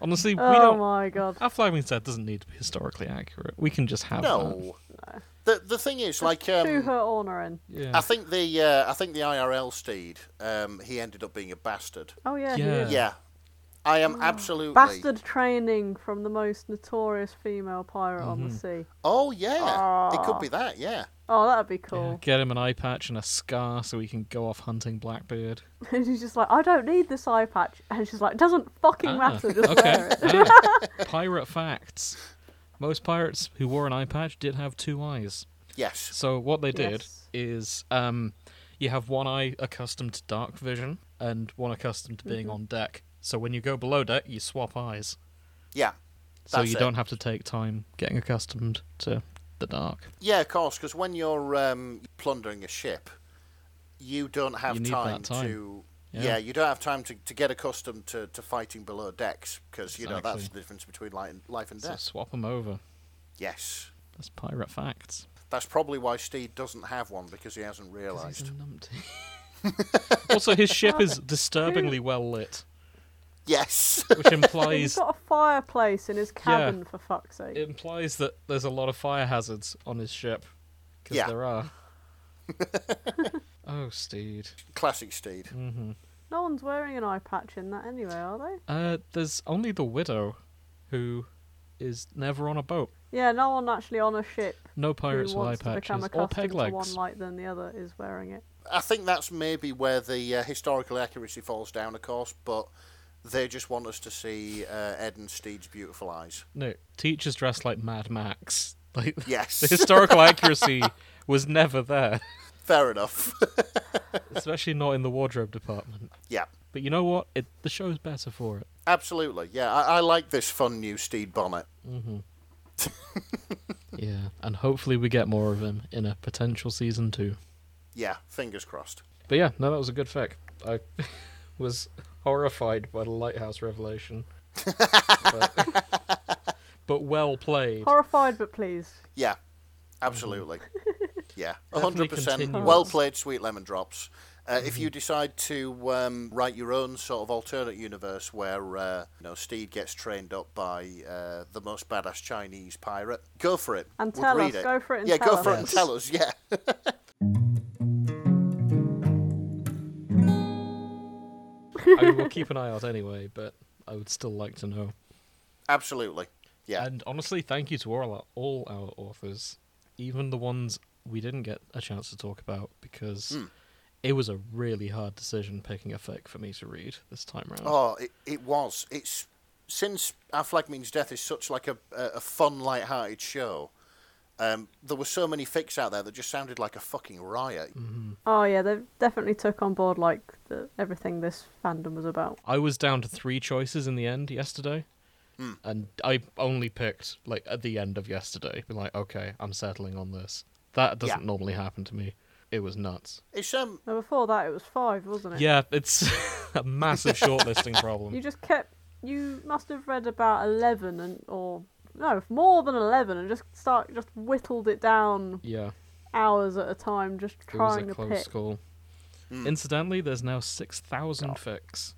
[SPEAKER 2] Honestly, we
[SPEAKER 1] oh
[SPEAKER 2] don't.
[SPEAKER 1] my god.
[SPEAKER 2] Our flag means that doesn't need to be historically accurate. We can just have that.
[SPEAKER 3] No. The the thing is, like,
[SPEAKER 1] Chew
[SPEAKER 3] um,
[SPEAKER 1] her honour in.
[SPEAKER 2] Yeah.
[SPEAKER 3] I think the uh, I think the IRL steed. Um, he ended up being a bastard.
[SPEAKER 1] Oh yeah, he
[SPEAKER 2] Yeah.
[SPEAKER 1] is.
[SPEAKER 3] Yeah, I am absolutely
[SPEAKER 1] Bastard training from the most notorious female pirate on the
[SPEAKER 2] Mm-hmm.
[SPEAKER 1] sea.
[SPEAKER 3] Oh yeah, it
[SPEAKER 1] Ah.
[SPEAKER 3] could be that. Yeah.
[SPEAKER 1] Oh, that'd be
[SPEAKER 2] Yeah,
[SPEAKER 1] cool.
[SPEAKER 2] Get him an eye patch and a scar so he can go off hunting Blackbeard.
[SPEAKER 1] and she's just like, I don't need this eye patch. And she's like, doesn't fucking
[SPEAKER 2] Ah,
[SPEAKER 1] matter, just wear
[SPEAKER 2] okay.
[SPEAKER 1] it.
[SPEAKER 2] Ah, Pirate facts. Most pirates who wore an eye patch did have two eyes.
[SPEAKER 3] Yes.
[SPEAKER 2] So what they did
[SPEAKER 1] Yes.
[SPEAKER 2] is um, you have one eye accustomed to dark vision and one accustomed to
[SPEAKER 3] Mm-hmm.
[SPEAKER 2] being on deck. So when you go below deck, you swap eyes.
[SPEAKER 3] Yeah.
[SPEAKER 2] So
[SPEAKER 3] That's
[SPEAKER 2] you
[SPEAKER 3] it.
[SPEAKER 2] don't have to take time getting accustomed to the dark.
[SPEAKER 3] Yeah, of course, because when you're um, plundering a ship, you don't have
[SPEAKER 2] You need
[SPEAKER 3] time,
[SPEAKER 2] that time.
[SPEAKER 3] to.
[SPEAKER 2] Yeah.
[SPEAKER 3] Yeah. you don't have time to, to get accustomed to, to fighting below decks because you know that's
[SPEAKER 2] Exactly.
[SPEAKER 3] the difference between life and, life and
[SPEAKER 2] So
[SPEAKER 3] death.
[SPEAKER 2] swap them over.
[SPEAKER 3] Yes,
[SPEAKER 2] That's pirate facts.
[SPEAKER 3] that's probably why Steed doesn't have one because he hasn't
[SPEAKER 2] 'Cause
[SPEAKER 3] realised.
[SPEAKER 2] he's a numpty. also, his ship is disturbingly well lit,
[SPEAKER 3] Yes,
[SPEAKER 2] which
[SPEAKER 1] He's
[SPEAKER 2] implies
[SPEAKER 1] got a fireplace in his cabin, for fuck's sake.
[SPEAKER 2] it implies that there's a lot of fire hazards on his ship, because
[SPEAKER 3] Yeah.
[SPEAKER 2] there are. oh, Steed.
[SPEAKER 3] classic Steed.
[SPEAKER 1] No one's wearing an eye patch in that anyway, are they?
[SPEAKER 2] Uh, there's only the widow, who is never on a boat.
[SPEAKER 1] Yeah, no one actually on a ship
[SPEAKER 2] No pirates
[SPEAKER 1] who
[SPEAKER 2] with eye
[SPEAKER 1] wants to become
[SPEAKER 2] patches or
[SPEAKER 1] accustomed
[SPEAKER 2] peg
[SPEAKER 1] to one
[SPEAKER 2] legs.
[SPEAKER 1] light than the other is wearing it.
[SPEAKER 3] I think that's maybe where the uh, historical accuracy falls down, of course, but they just want us to see uh, Ed and Steed's beautiful eyes.
[SPEAKER 2] No, teachers dressed like Mad Max. Like
[SPEAKER 3] Yes.
[SPEAKER 2] the historical accuracy was never there,
[SPEAKER 3] Fair enough.
[SPEAKER 2] especially not in the wardrobe department.
[SPEAKER 3] yeah.
[SPEAKER 2] But you know what? It the show's better for it.
[SPEAKER 3] Absolutely, yeah. I, I like this fun new Steed Bonnet.
[SPEAKER 2] Yeah, and hopefully we get more of him in a potential season two.
[SPEAKER 3] Yeah, fingers crossed.
[SPEAKER 2] But yeah, no, that was a good fic. I was horrified by the lighthouse revelation, but, but well played.
[SPEAKER 1] Horrified but pleased.
[SPEAKER 3] Yeah, absolutely. yeah, a
[SPEAKER 2] Definitely
[SPEAKER 3] hundred percent.
[SPEAKER 2] continuous.
[SPEAKER 3] Well played, Sweet Lemon Drops. Uh, If you decide to um, write your own sort of alternate universe where uh, you know Steed gets trained up by uh, the most badass Chinese pirate, go for it.
[SPEAKER 1] And
[SPEAKER 3] We'd
[SPEAKER 1] tell us.
[SPEAKER 3] read It.
[SPEAKER 1] Go for it and
[SPEAKER 3] yeah,
[SPEAKER 1] tell
[SPEAKER 3] go for it and
[SPEAKER 1] us.
[SPEAKER 3] tell us. Yeah.
[SPEAKER 2] I mean, we'll keep an eye out anyway, but I would still like to know.
[SPEAKER 3] absolutely. Yeah.
[SPEAKER 2] And honestly, thank you to all our, all our authors, even the ones we didn't get a chance to talk about, because it was a really hard decision picking a fic for me to read this time round.
[SPEAKER 3] Oh, it, it was. It's since Our Flag Means Death is such like a a a fun, light-hearted show. Um, there were so many fics out there that just sounded like a fucking riot.
[SPEAKER 1] Oh yeah, they definitely took on board like the, everything this fandom was about.
[SPEAKER 2] I was down to three choices in the end yesterday, and I only picked like at the end of yesterday. Be like, okay, I'm settling on this. That doesn't
[SPEAKER 3] Yeah.
[SPEAKER 2] normally happen to me. It was nuts.
[SPEAKER 3] It's um,
[SPEAKER 1] Now before that, it was five, wasn't it?
[SPEAKER 2] Yeah, it's a massive shortlisting problem.
[SPEAKER 1] You just kept. You must have read about eleven and or no more than eleven, and just start just whittled it down
[SPEAKER 2] yeah,
[SPEAKER 1] hours at a time, just
[SPEAKER 2] it was a
[SPEAKER 1] trying to
[SPEAKER 2] close
[SPEAKER 1] pick.
[SPEAKER 2] call. Incidentally, there's now six thousand fics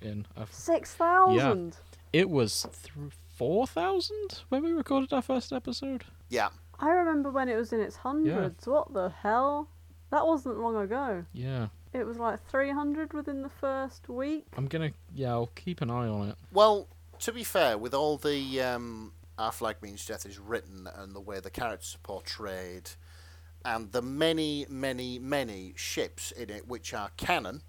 [SPEAKER 2] in. Our... f-
[SPEAKER 1] Six thousand.
[SPEAKER 2] It was through four thousand when we recorded our first episode.
[SPEAKER 3] yeah,
[SPEAKER 1] I remember when it was in its hundreds. What the hell? That wasn't long ago.
[SPEAKER 2] Yeah,
[SPEAKER 1] It was like three hundred within the first week.
[SPEAKER 2] I'm gonna. Yeah, I'll keep an eye on it.
[SPEAKER 3] Well, to be fair, with all the um, Our Flag Means Death is written and the way the characters are portrayed, and the many, many, many ships in it which are canon.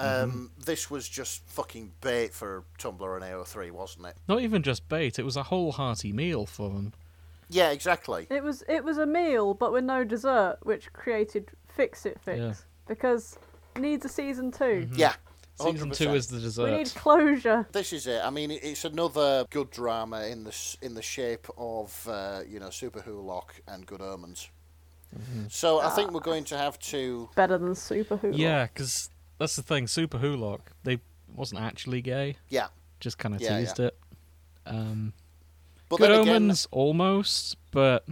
[SPEAKER 2] Mm-hmm.
[SPEAKER 3] Um, This was just fucking bait for Tumblr and AO3, wasn't it?
[SPEAKER 2] Not even just bait, it was a whole hearty meal for them.
[SPEAKER 3] Yeah, exactly.
[SPEAKER 1] It was it was a meal, but with no dessert, which created Fix It Fix
[SPEAKER 2] Yeah. Mm-hmm.
[SPEAKER 1] because needs a season 2
[SPEAKER 3] Yeah.
[SPEAKER 2] Hmm. Season 2
[SPEAKER 3] 100%.
[SPEAKER 2] is the dessert.
[SPEAKER 1] We need closure.
[SPEAKER 3] This is it. I mean, it- it's another good drama in the s- in the shape of uh, you know Super Hulock and Good Omens.
[SPEAKER 2] Mm-hmm.
[SPEAKER 3] So I think we're going to have to.
[SPEAKER 1] Better than Super Hulu.
[SPEAKER 2] Yeah, because that's the thing. Super Hulock, they wasn't actually gay,
[SPEAKER 3] Yeah,
[SPEAKER 2] just kind of
[SPEAKER 3] Yeah,
[SPEAKER 2] teased it. Um,
[SPEAKER 3] but
[SPEAKER 2] Good
[SPEAKER 3] then again,
[SPEAKER 2] Omens, almost, but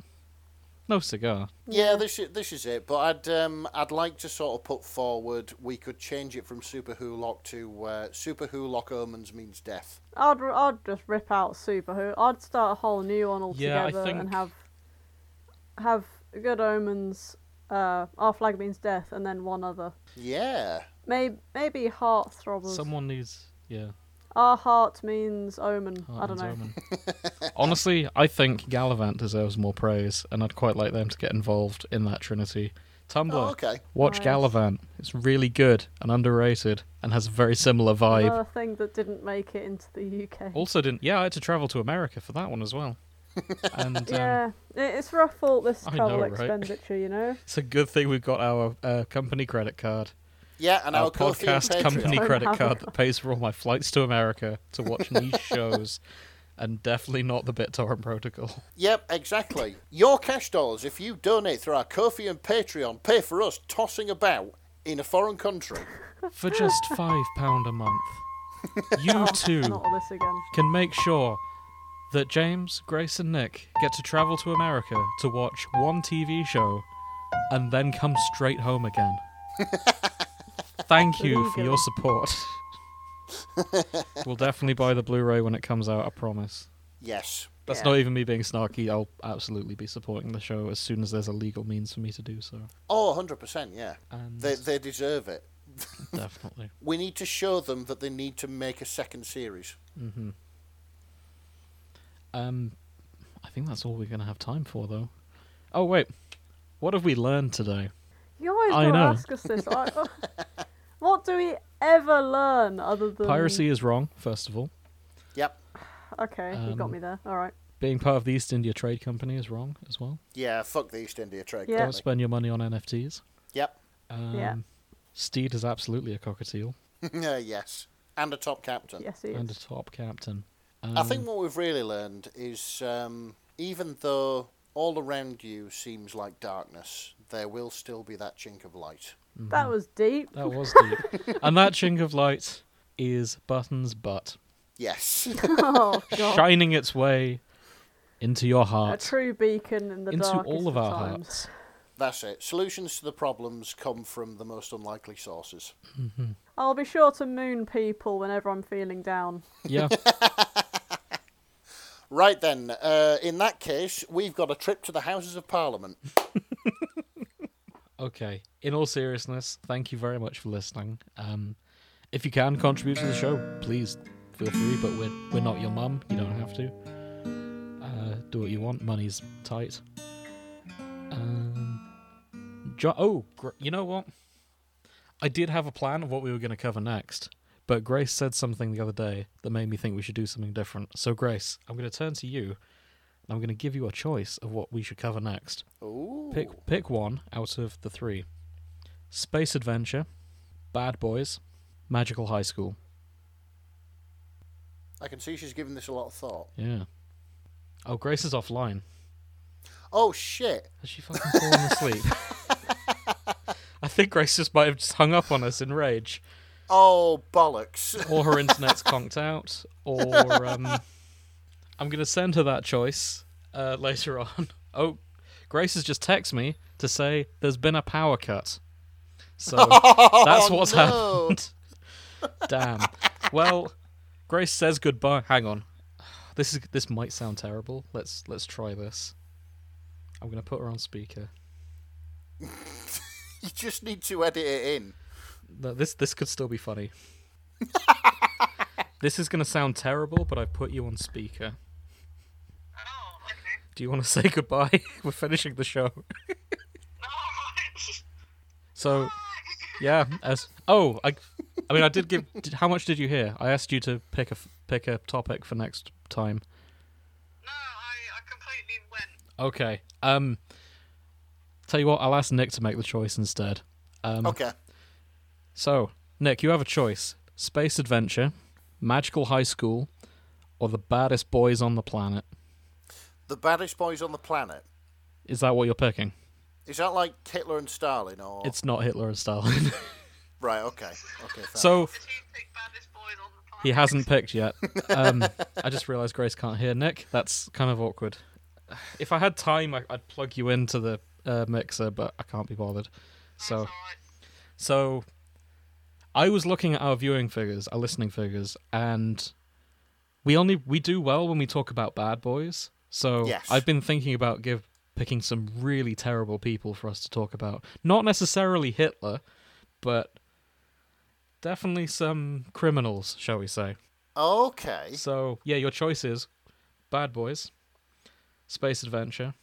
[SPEAKER 2] no cigar.
[SPEAKER 3] yeah, this is, this is it. But I'd um, I'd like to sort of put forward we could change it from Super Hulock to uh, Super Hulock Omens means death.
[SPEAKER 1] I'd r- I'd just rip out Super Who. I'd start a whole new one
[SPEAKER 2] Yeah, I
[SPEAKER 1] altogether and
[SPEAKER 2] think-
[SPEAKER 1] have have Good Omens, uh, Our Flag Means Death, and then one other.
[SPEAKER 3] Yeah,
[SPEAKER 1] Maybe maybe Heartthrobbers.
[SPEAKER 2] Someone needs, yeah.
[SPEAKER 1] Our heart means omen. I don't know.
[SPEAKER 2] Hartman's Omen. Honestly, I think Gallivant deserves more praise, and I'd quite like them to get involved in that trinity. Tumblr,
[SPEAKER 3] Oh, okay.
[SPEAKER 2] watch
[SPEAKER 1] Nice.
[SPEAKER 2] Gallivant. It's really good and underrated, and has a very similar vibe.
[SPEAKER 1] Another thing that didn't make it into the UK.
[SPEAKER 2] Also, didn't yeah, I had to travel to America for that one as well. and um,
[SPEAKER 1] yeah, i- it's rough all this
[SPEAKER 2] I
[SPEAKER 1] travel
[SPEAKER 2] know, right?
[SPEAKER 1] expenditure, you know.
[SPEAKER 2] It's a good thing we've got our uh, company credit card,
[SPEAKER 3] yeah, and
[SPEAKER 2] our,
[SPEAKER 3] our, Ko-fi and
[SPEAKER 2] podcast
[SPEAKER 3] Patreon.
[SPEAKER 2] company
[SPEAKER 1] Don't
[SPEAKER 2] credit
[SPEAKER 1] have a
[SPEAKER 2] card that pays for all my flights to America to watch these shows, and definitely not the BitTorrent protocol.
[SPEAKER 3] Yep, exactly. Your cash dollars, if you donate through our Ko-fi and Patreon, pay for us tossing about in a foreign country.
[SPEAKER 2] For just five pound a month, you
[SPEAKER 1] Oh, Not
[SPEAKER 2] too
[SPEAKER 1] all this again.
[SPEAKER 2] can make sure that James, Grace, and Nick get to travel to America to watch one TV show, and then come straight home again. Thank you for your
[SPEAKER 1] Legally.
[SPEAKER 2] support. we'll definitely buy the Blu-ray when it comes out. I promise.
[SPEAKER 3] Yes.
[SPEAKER 2] That's
[SPEAKER 1] Yeah.
[SPEAKER 2] not even me being snarky. I'll absolutely be supporting the show as soon as there's a legal means for me to do so.
[SPEAKER 3] Oh, 100%, yeah.
[SPEAKER 2] And
[SPEAKER 3] They, they deserve it.
[SPEAKER 2] definitely.
[SPEAKER 3] We need to show them that they need to make a second series.
[SPEAKER 2] Mm-hmm. Um, I think that's all we're going to have time for, though. Oh wait, what have we learned today?
[SPEAKER 1] You always
[SPEAKER 2] I
[SPEAKER 1] gotta
[SPEAKER 2] know.
[SPEAKER 1] ask us this. I, what do we ever learn other than
[SPEAKER 2] Piracy is wrong. First of all,
[SPEAKER 3] Yep.
[SPEAKER 1] Okay, you got
[SPEAKER 2] Um,
[SPEAKER 1] me there. All right.
[SPEAKER 2] being part of the East India Trade Company is wrong as well.
[SPEAKER 3] Yeah, fuck the East India Trade
[SPEAKER 1] Yeah.
[SPEAKER 2] Don't
[SPEAKER 3] Company.
[SPEAKER 2] spend your money on NFTs.
[SPEAKER 3] Yep.
[SPEAKER 2] Um,
[SPEAKER 1] Yeah.
[SPEAKER 2] Steed is absolutely a cockatiel
[SPEAKER 3] Yeah, yes. And a top captain.
[SPEAKER 1] Yes, he
[SPEAKER 2] and a
[SPEAKER 1] is.
[SPEAKER 2] top captain. Um,
[SPEAKER 3] I think what we've really learned is um, even though all around you seems like darkness, there will still be that chink of light.
[SPEAKER 1] That was deep.
[SPEAKER 2] that was deep. and that chink of light is Button's butt.
[SPEAKER 3] Yes.
[SPEAKER 1] oh god.
[SPEAKER 2] shining its way into your
[SPEAKER 1] A
[SPEAKER 2] heart,
[SPEAKER 1] true beacon in the
[SPEAKER 2] into
[SPEAKER 1] darkest
[SPEAKER 2] all of our
[SPEAKER 1] times.
[SPEAKER 2] hearts.
[SPEAKER 3] That's it. Solutions to the problems come from the most unlikely sources.
[SPEAKER 1] I'll be sure to moon people whenever I'm feeling down.
[SPEAKER 2] Yeah,
[SPEAKER 3] Right then, uh, in that case, we've got a trip to the Houses of Parliament.
[SPEAKER 2] okay. In all seriousness, thank you very much for listening. Um, if you can contribute to the show, please feel free, but we're, we're not your mum. You don't have to. Uh, do what you want. Money's tight. Um, jo- oh, gr- you know what? I did have a plan of what we were going to cover next, but Grace said something the other day that made me think we should do something different. So, Grace, I'm going to turn to you, and I'm going to give you a choice of what we should cover next.
[SPEAKER 3] Ooh.
[SPEAKER 2] Pick pick one out of the three: space adventure, bad boys, magical high school.
[SPEAKER 3] I can see she's given this a lot of thought.
[SPEAKER 2] Yeah. Oh, Grace is offline.
[SPEAKER 3] Oh shit!
[SPEAKER 2] Has she fucking fallen asleep? I think Grace just might have just hung up on us in rage,
[SPEAKER 3] Oh bollocks!
[SPEAKER 2] or her internet's conked out, or um, I'm gonna send her that choice uh, later on. Oh, Grace has just texted me to say there's been a power cut, so that's what's
[SPEAKER 3] no.
[SPEAKER 2] happened. Damn. Well, Grace says goodbye. Hang on. This is this might sound terrible. Let's let's try this. I'm gonna put her on speaker.
[SPEAKER 3] You just need to edit it in.
[SPEAKER 2] No, this this could still be funny. this is gonna sound terrible, but I've put you on speaker.
[SPEAKER 6] Oh, okay.
[SPEAKER 2] Do you want to say goodbye? We're finishing the show.
[SPEAKER 6] No,
[SPEAKER 2] So, yeah. As oh, I, I mean, I did give. Did, how much did you hear? I asked you to pick a f- pick a topic for next time.
[SPEAKER 6] No, I, I completely went.
[SPEAKER 2] Okay. Um. Tell you what, I'll ask Nick to make the choice instead. Um,
[SPEAKER 3] Okay.
[SPEAKER 2] So, Nick, you have a choice: space adventure, magical high school, or the baddest boys on the planet.
[SPEAKER 3] The baddest boys on the planet.
[SPEAKER 2] Is that what you're picking?
[SPEAKER 3] Is that like Hitler and Stalin or
[SPEAKER 2] It's not Hitler and Stalin.
[SPEAKER 3] right? Okay. Okay. Fair.
[SPEAKER 2] so
[SPEAKER 6] Did he pick baddest boys on the planet?
[SPEAKER 2] he hasn't picked yet. Um, I just realised Grace can't hear Nick. That's kind of awkward. If I had time, I, I'd plug you into the uh, mixer, but I can't be bothered. So,
[SPEAKER 6] Alright.
[SPEAKER 2] so I was looking at our viewing figures, our listening figures, and we only we do well when we talk about bad boys. So
[SPEAKER 3] Yes.
[SPEAKER 2] I've been thinking about give picking some really terrible people for us to talk about. Not necessarily Hitler, but definitely some criminals, shall we say.
[SPEAKER 3] okay.
[SPEAKER 2] So yeah, your choice is Bad Boys, Space Adventure,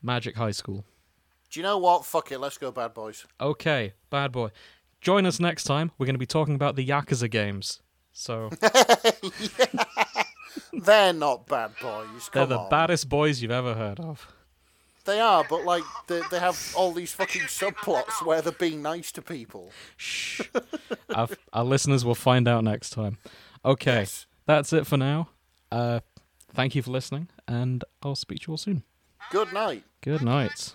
[SPEAKER 2] Magic High School.
[SPEAKER 3] Do you know what? Fuck it. Let's go, bad boys.
[SPEAKER 2] Okay, Bad Boy. Join us next time. We're going to be talking about the Yakuza games. So
[SPEAKER 3] They're not bad boys.
[SPEAKER 2] they're
[SPEAKER 3] Come
[SPEAKER 2] the
[SPEAKER 3] on.
[SPEAKER 2] baddest boys you've ever heard of.
[SPEAKER 3] They are, but like they, they have all these fucking subplots where they're being nice to people.
[SPEAKER 2] Shh. our, our listeners will find out next time. Okay,
[SPEAKER 3] Yes.
[SPEAKER 2] that's it for now. Uh, thank you for listening, and I'll speak to you all soon.
[SPEAKER 3] Good night.
[SPEAKER 2] Good night.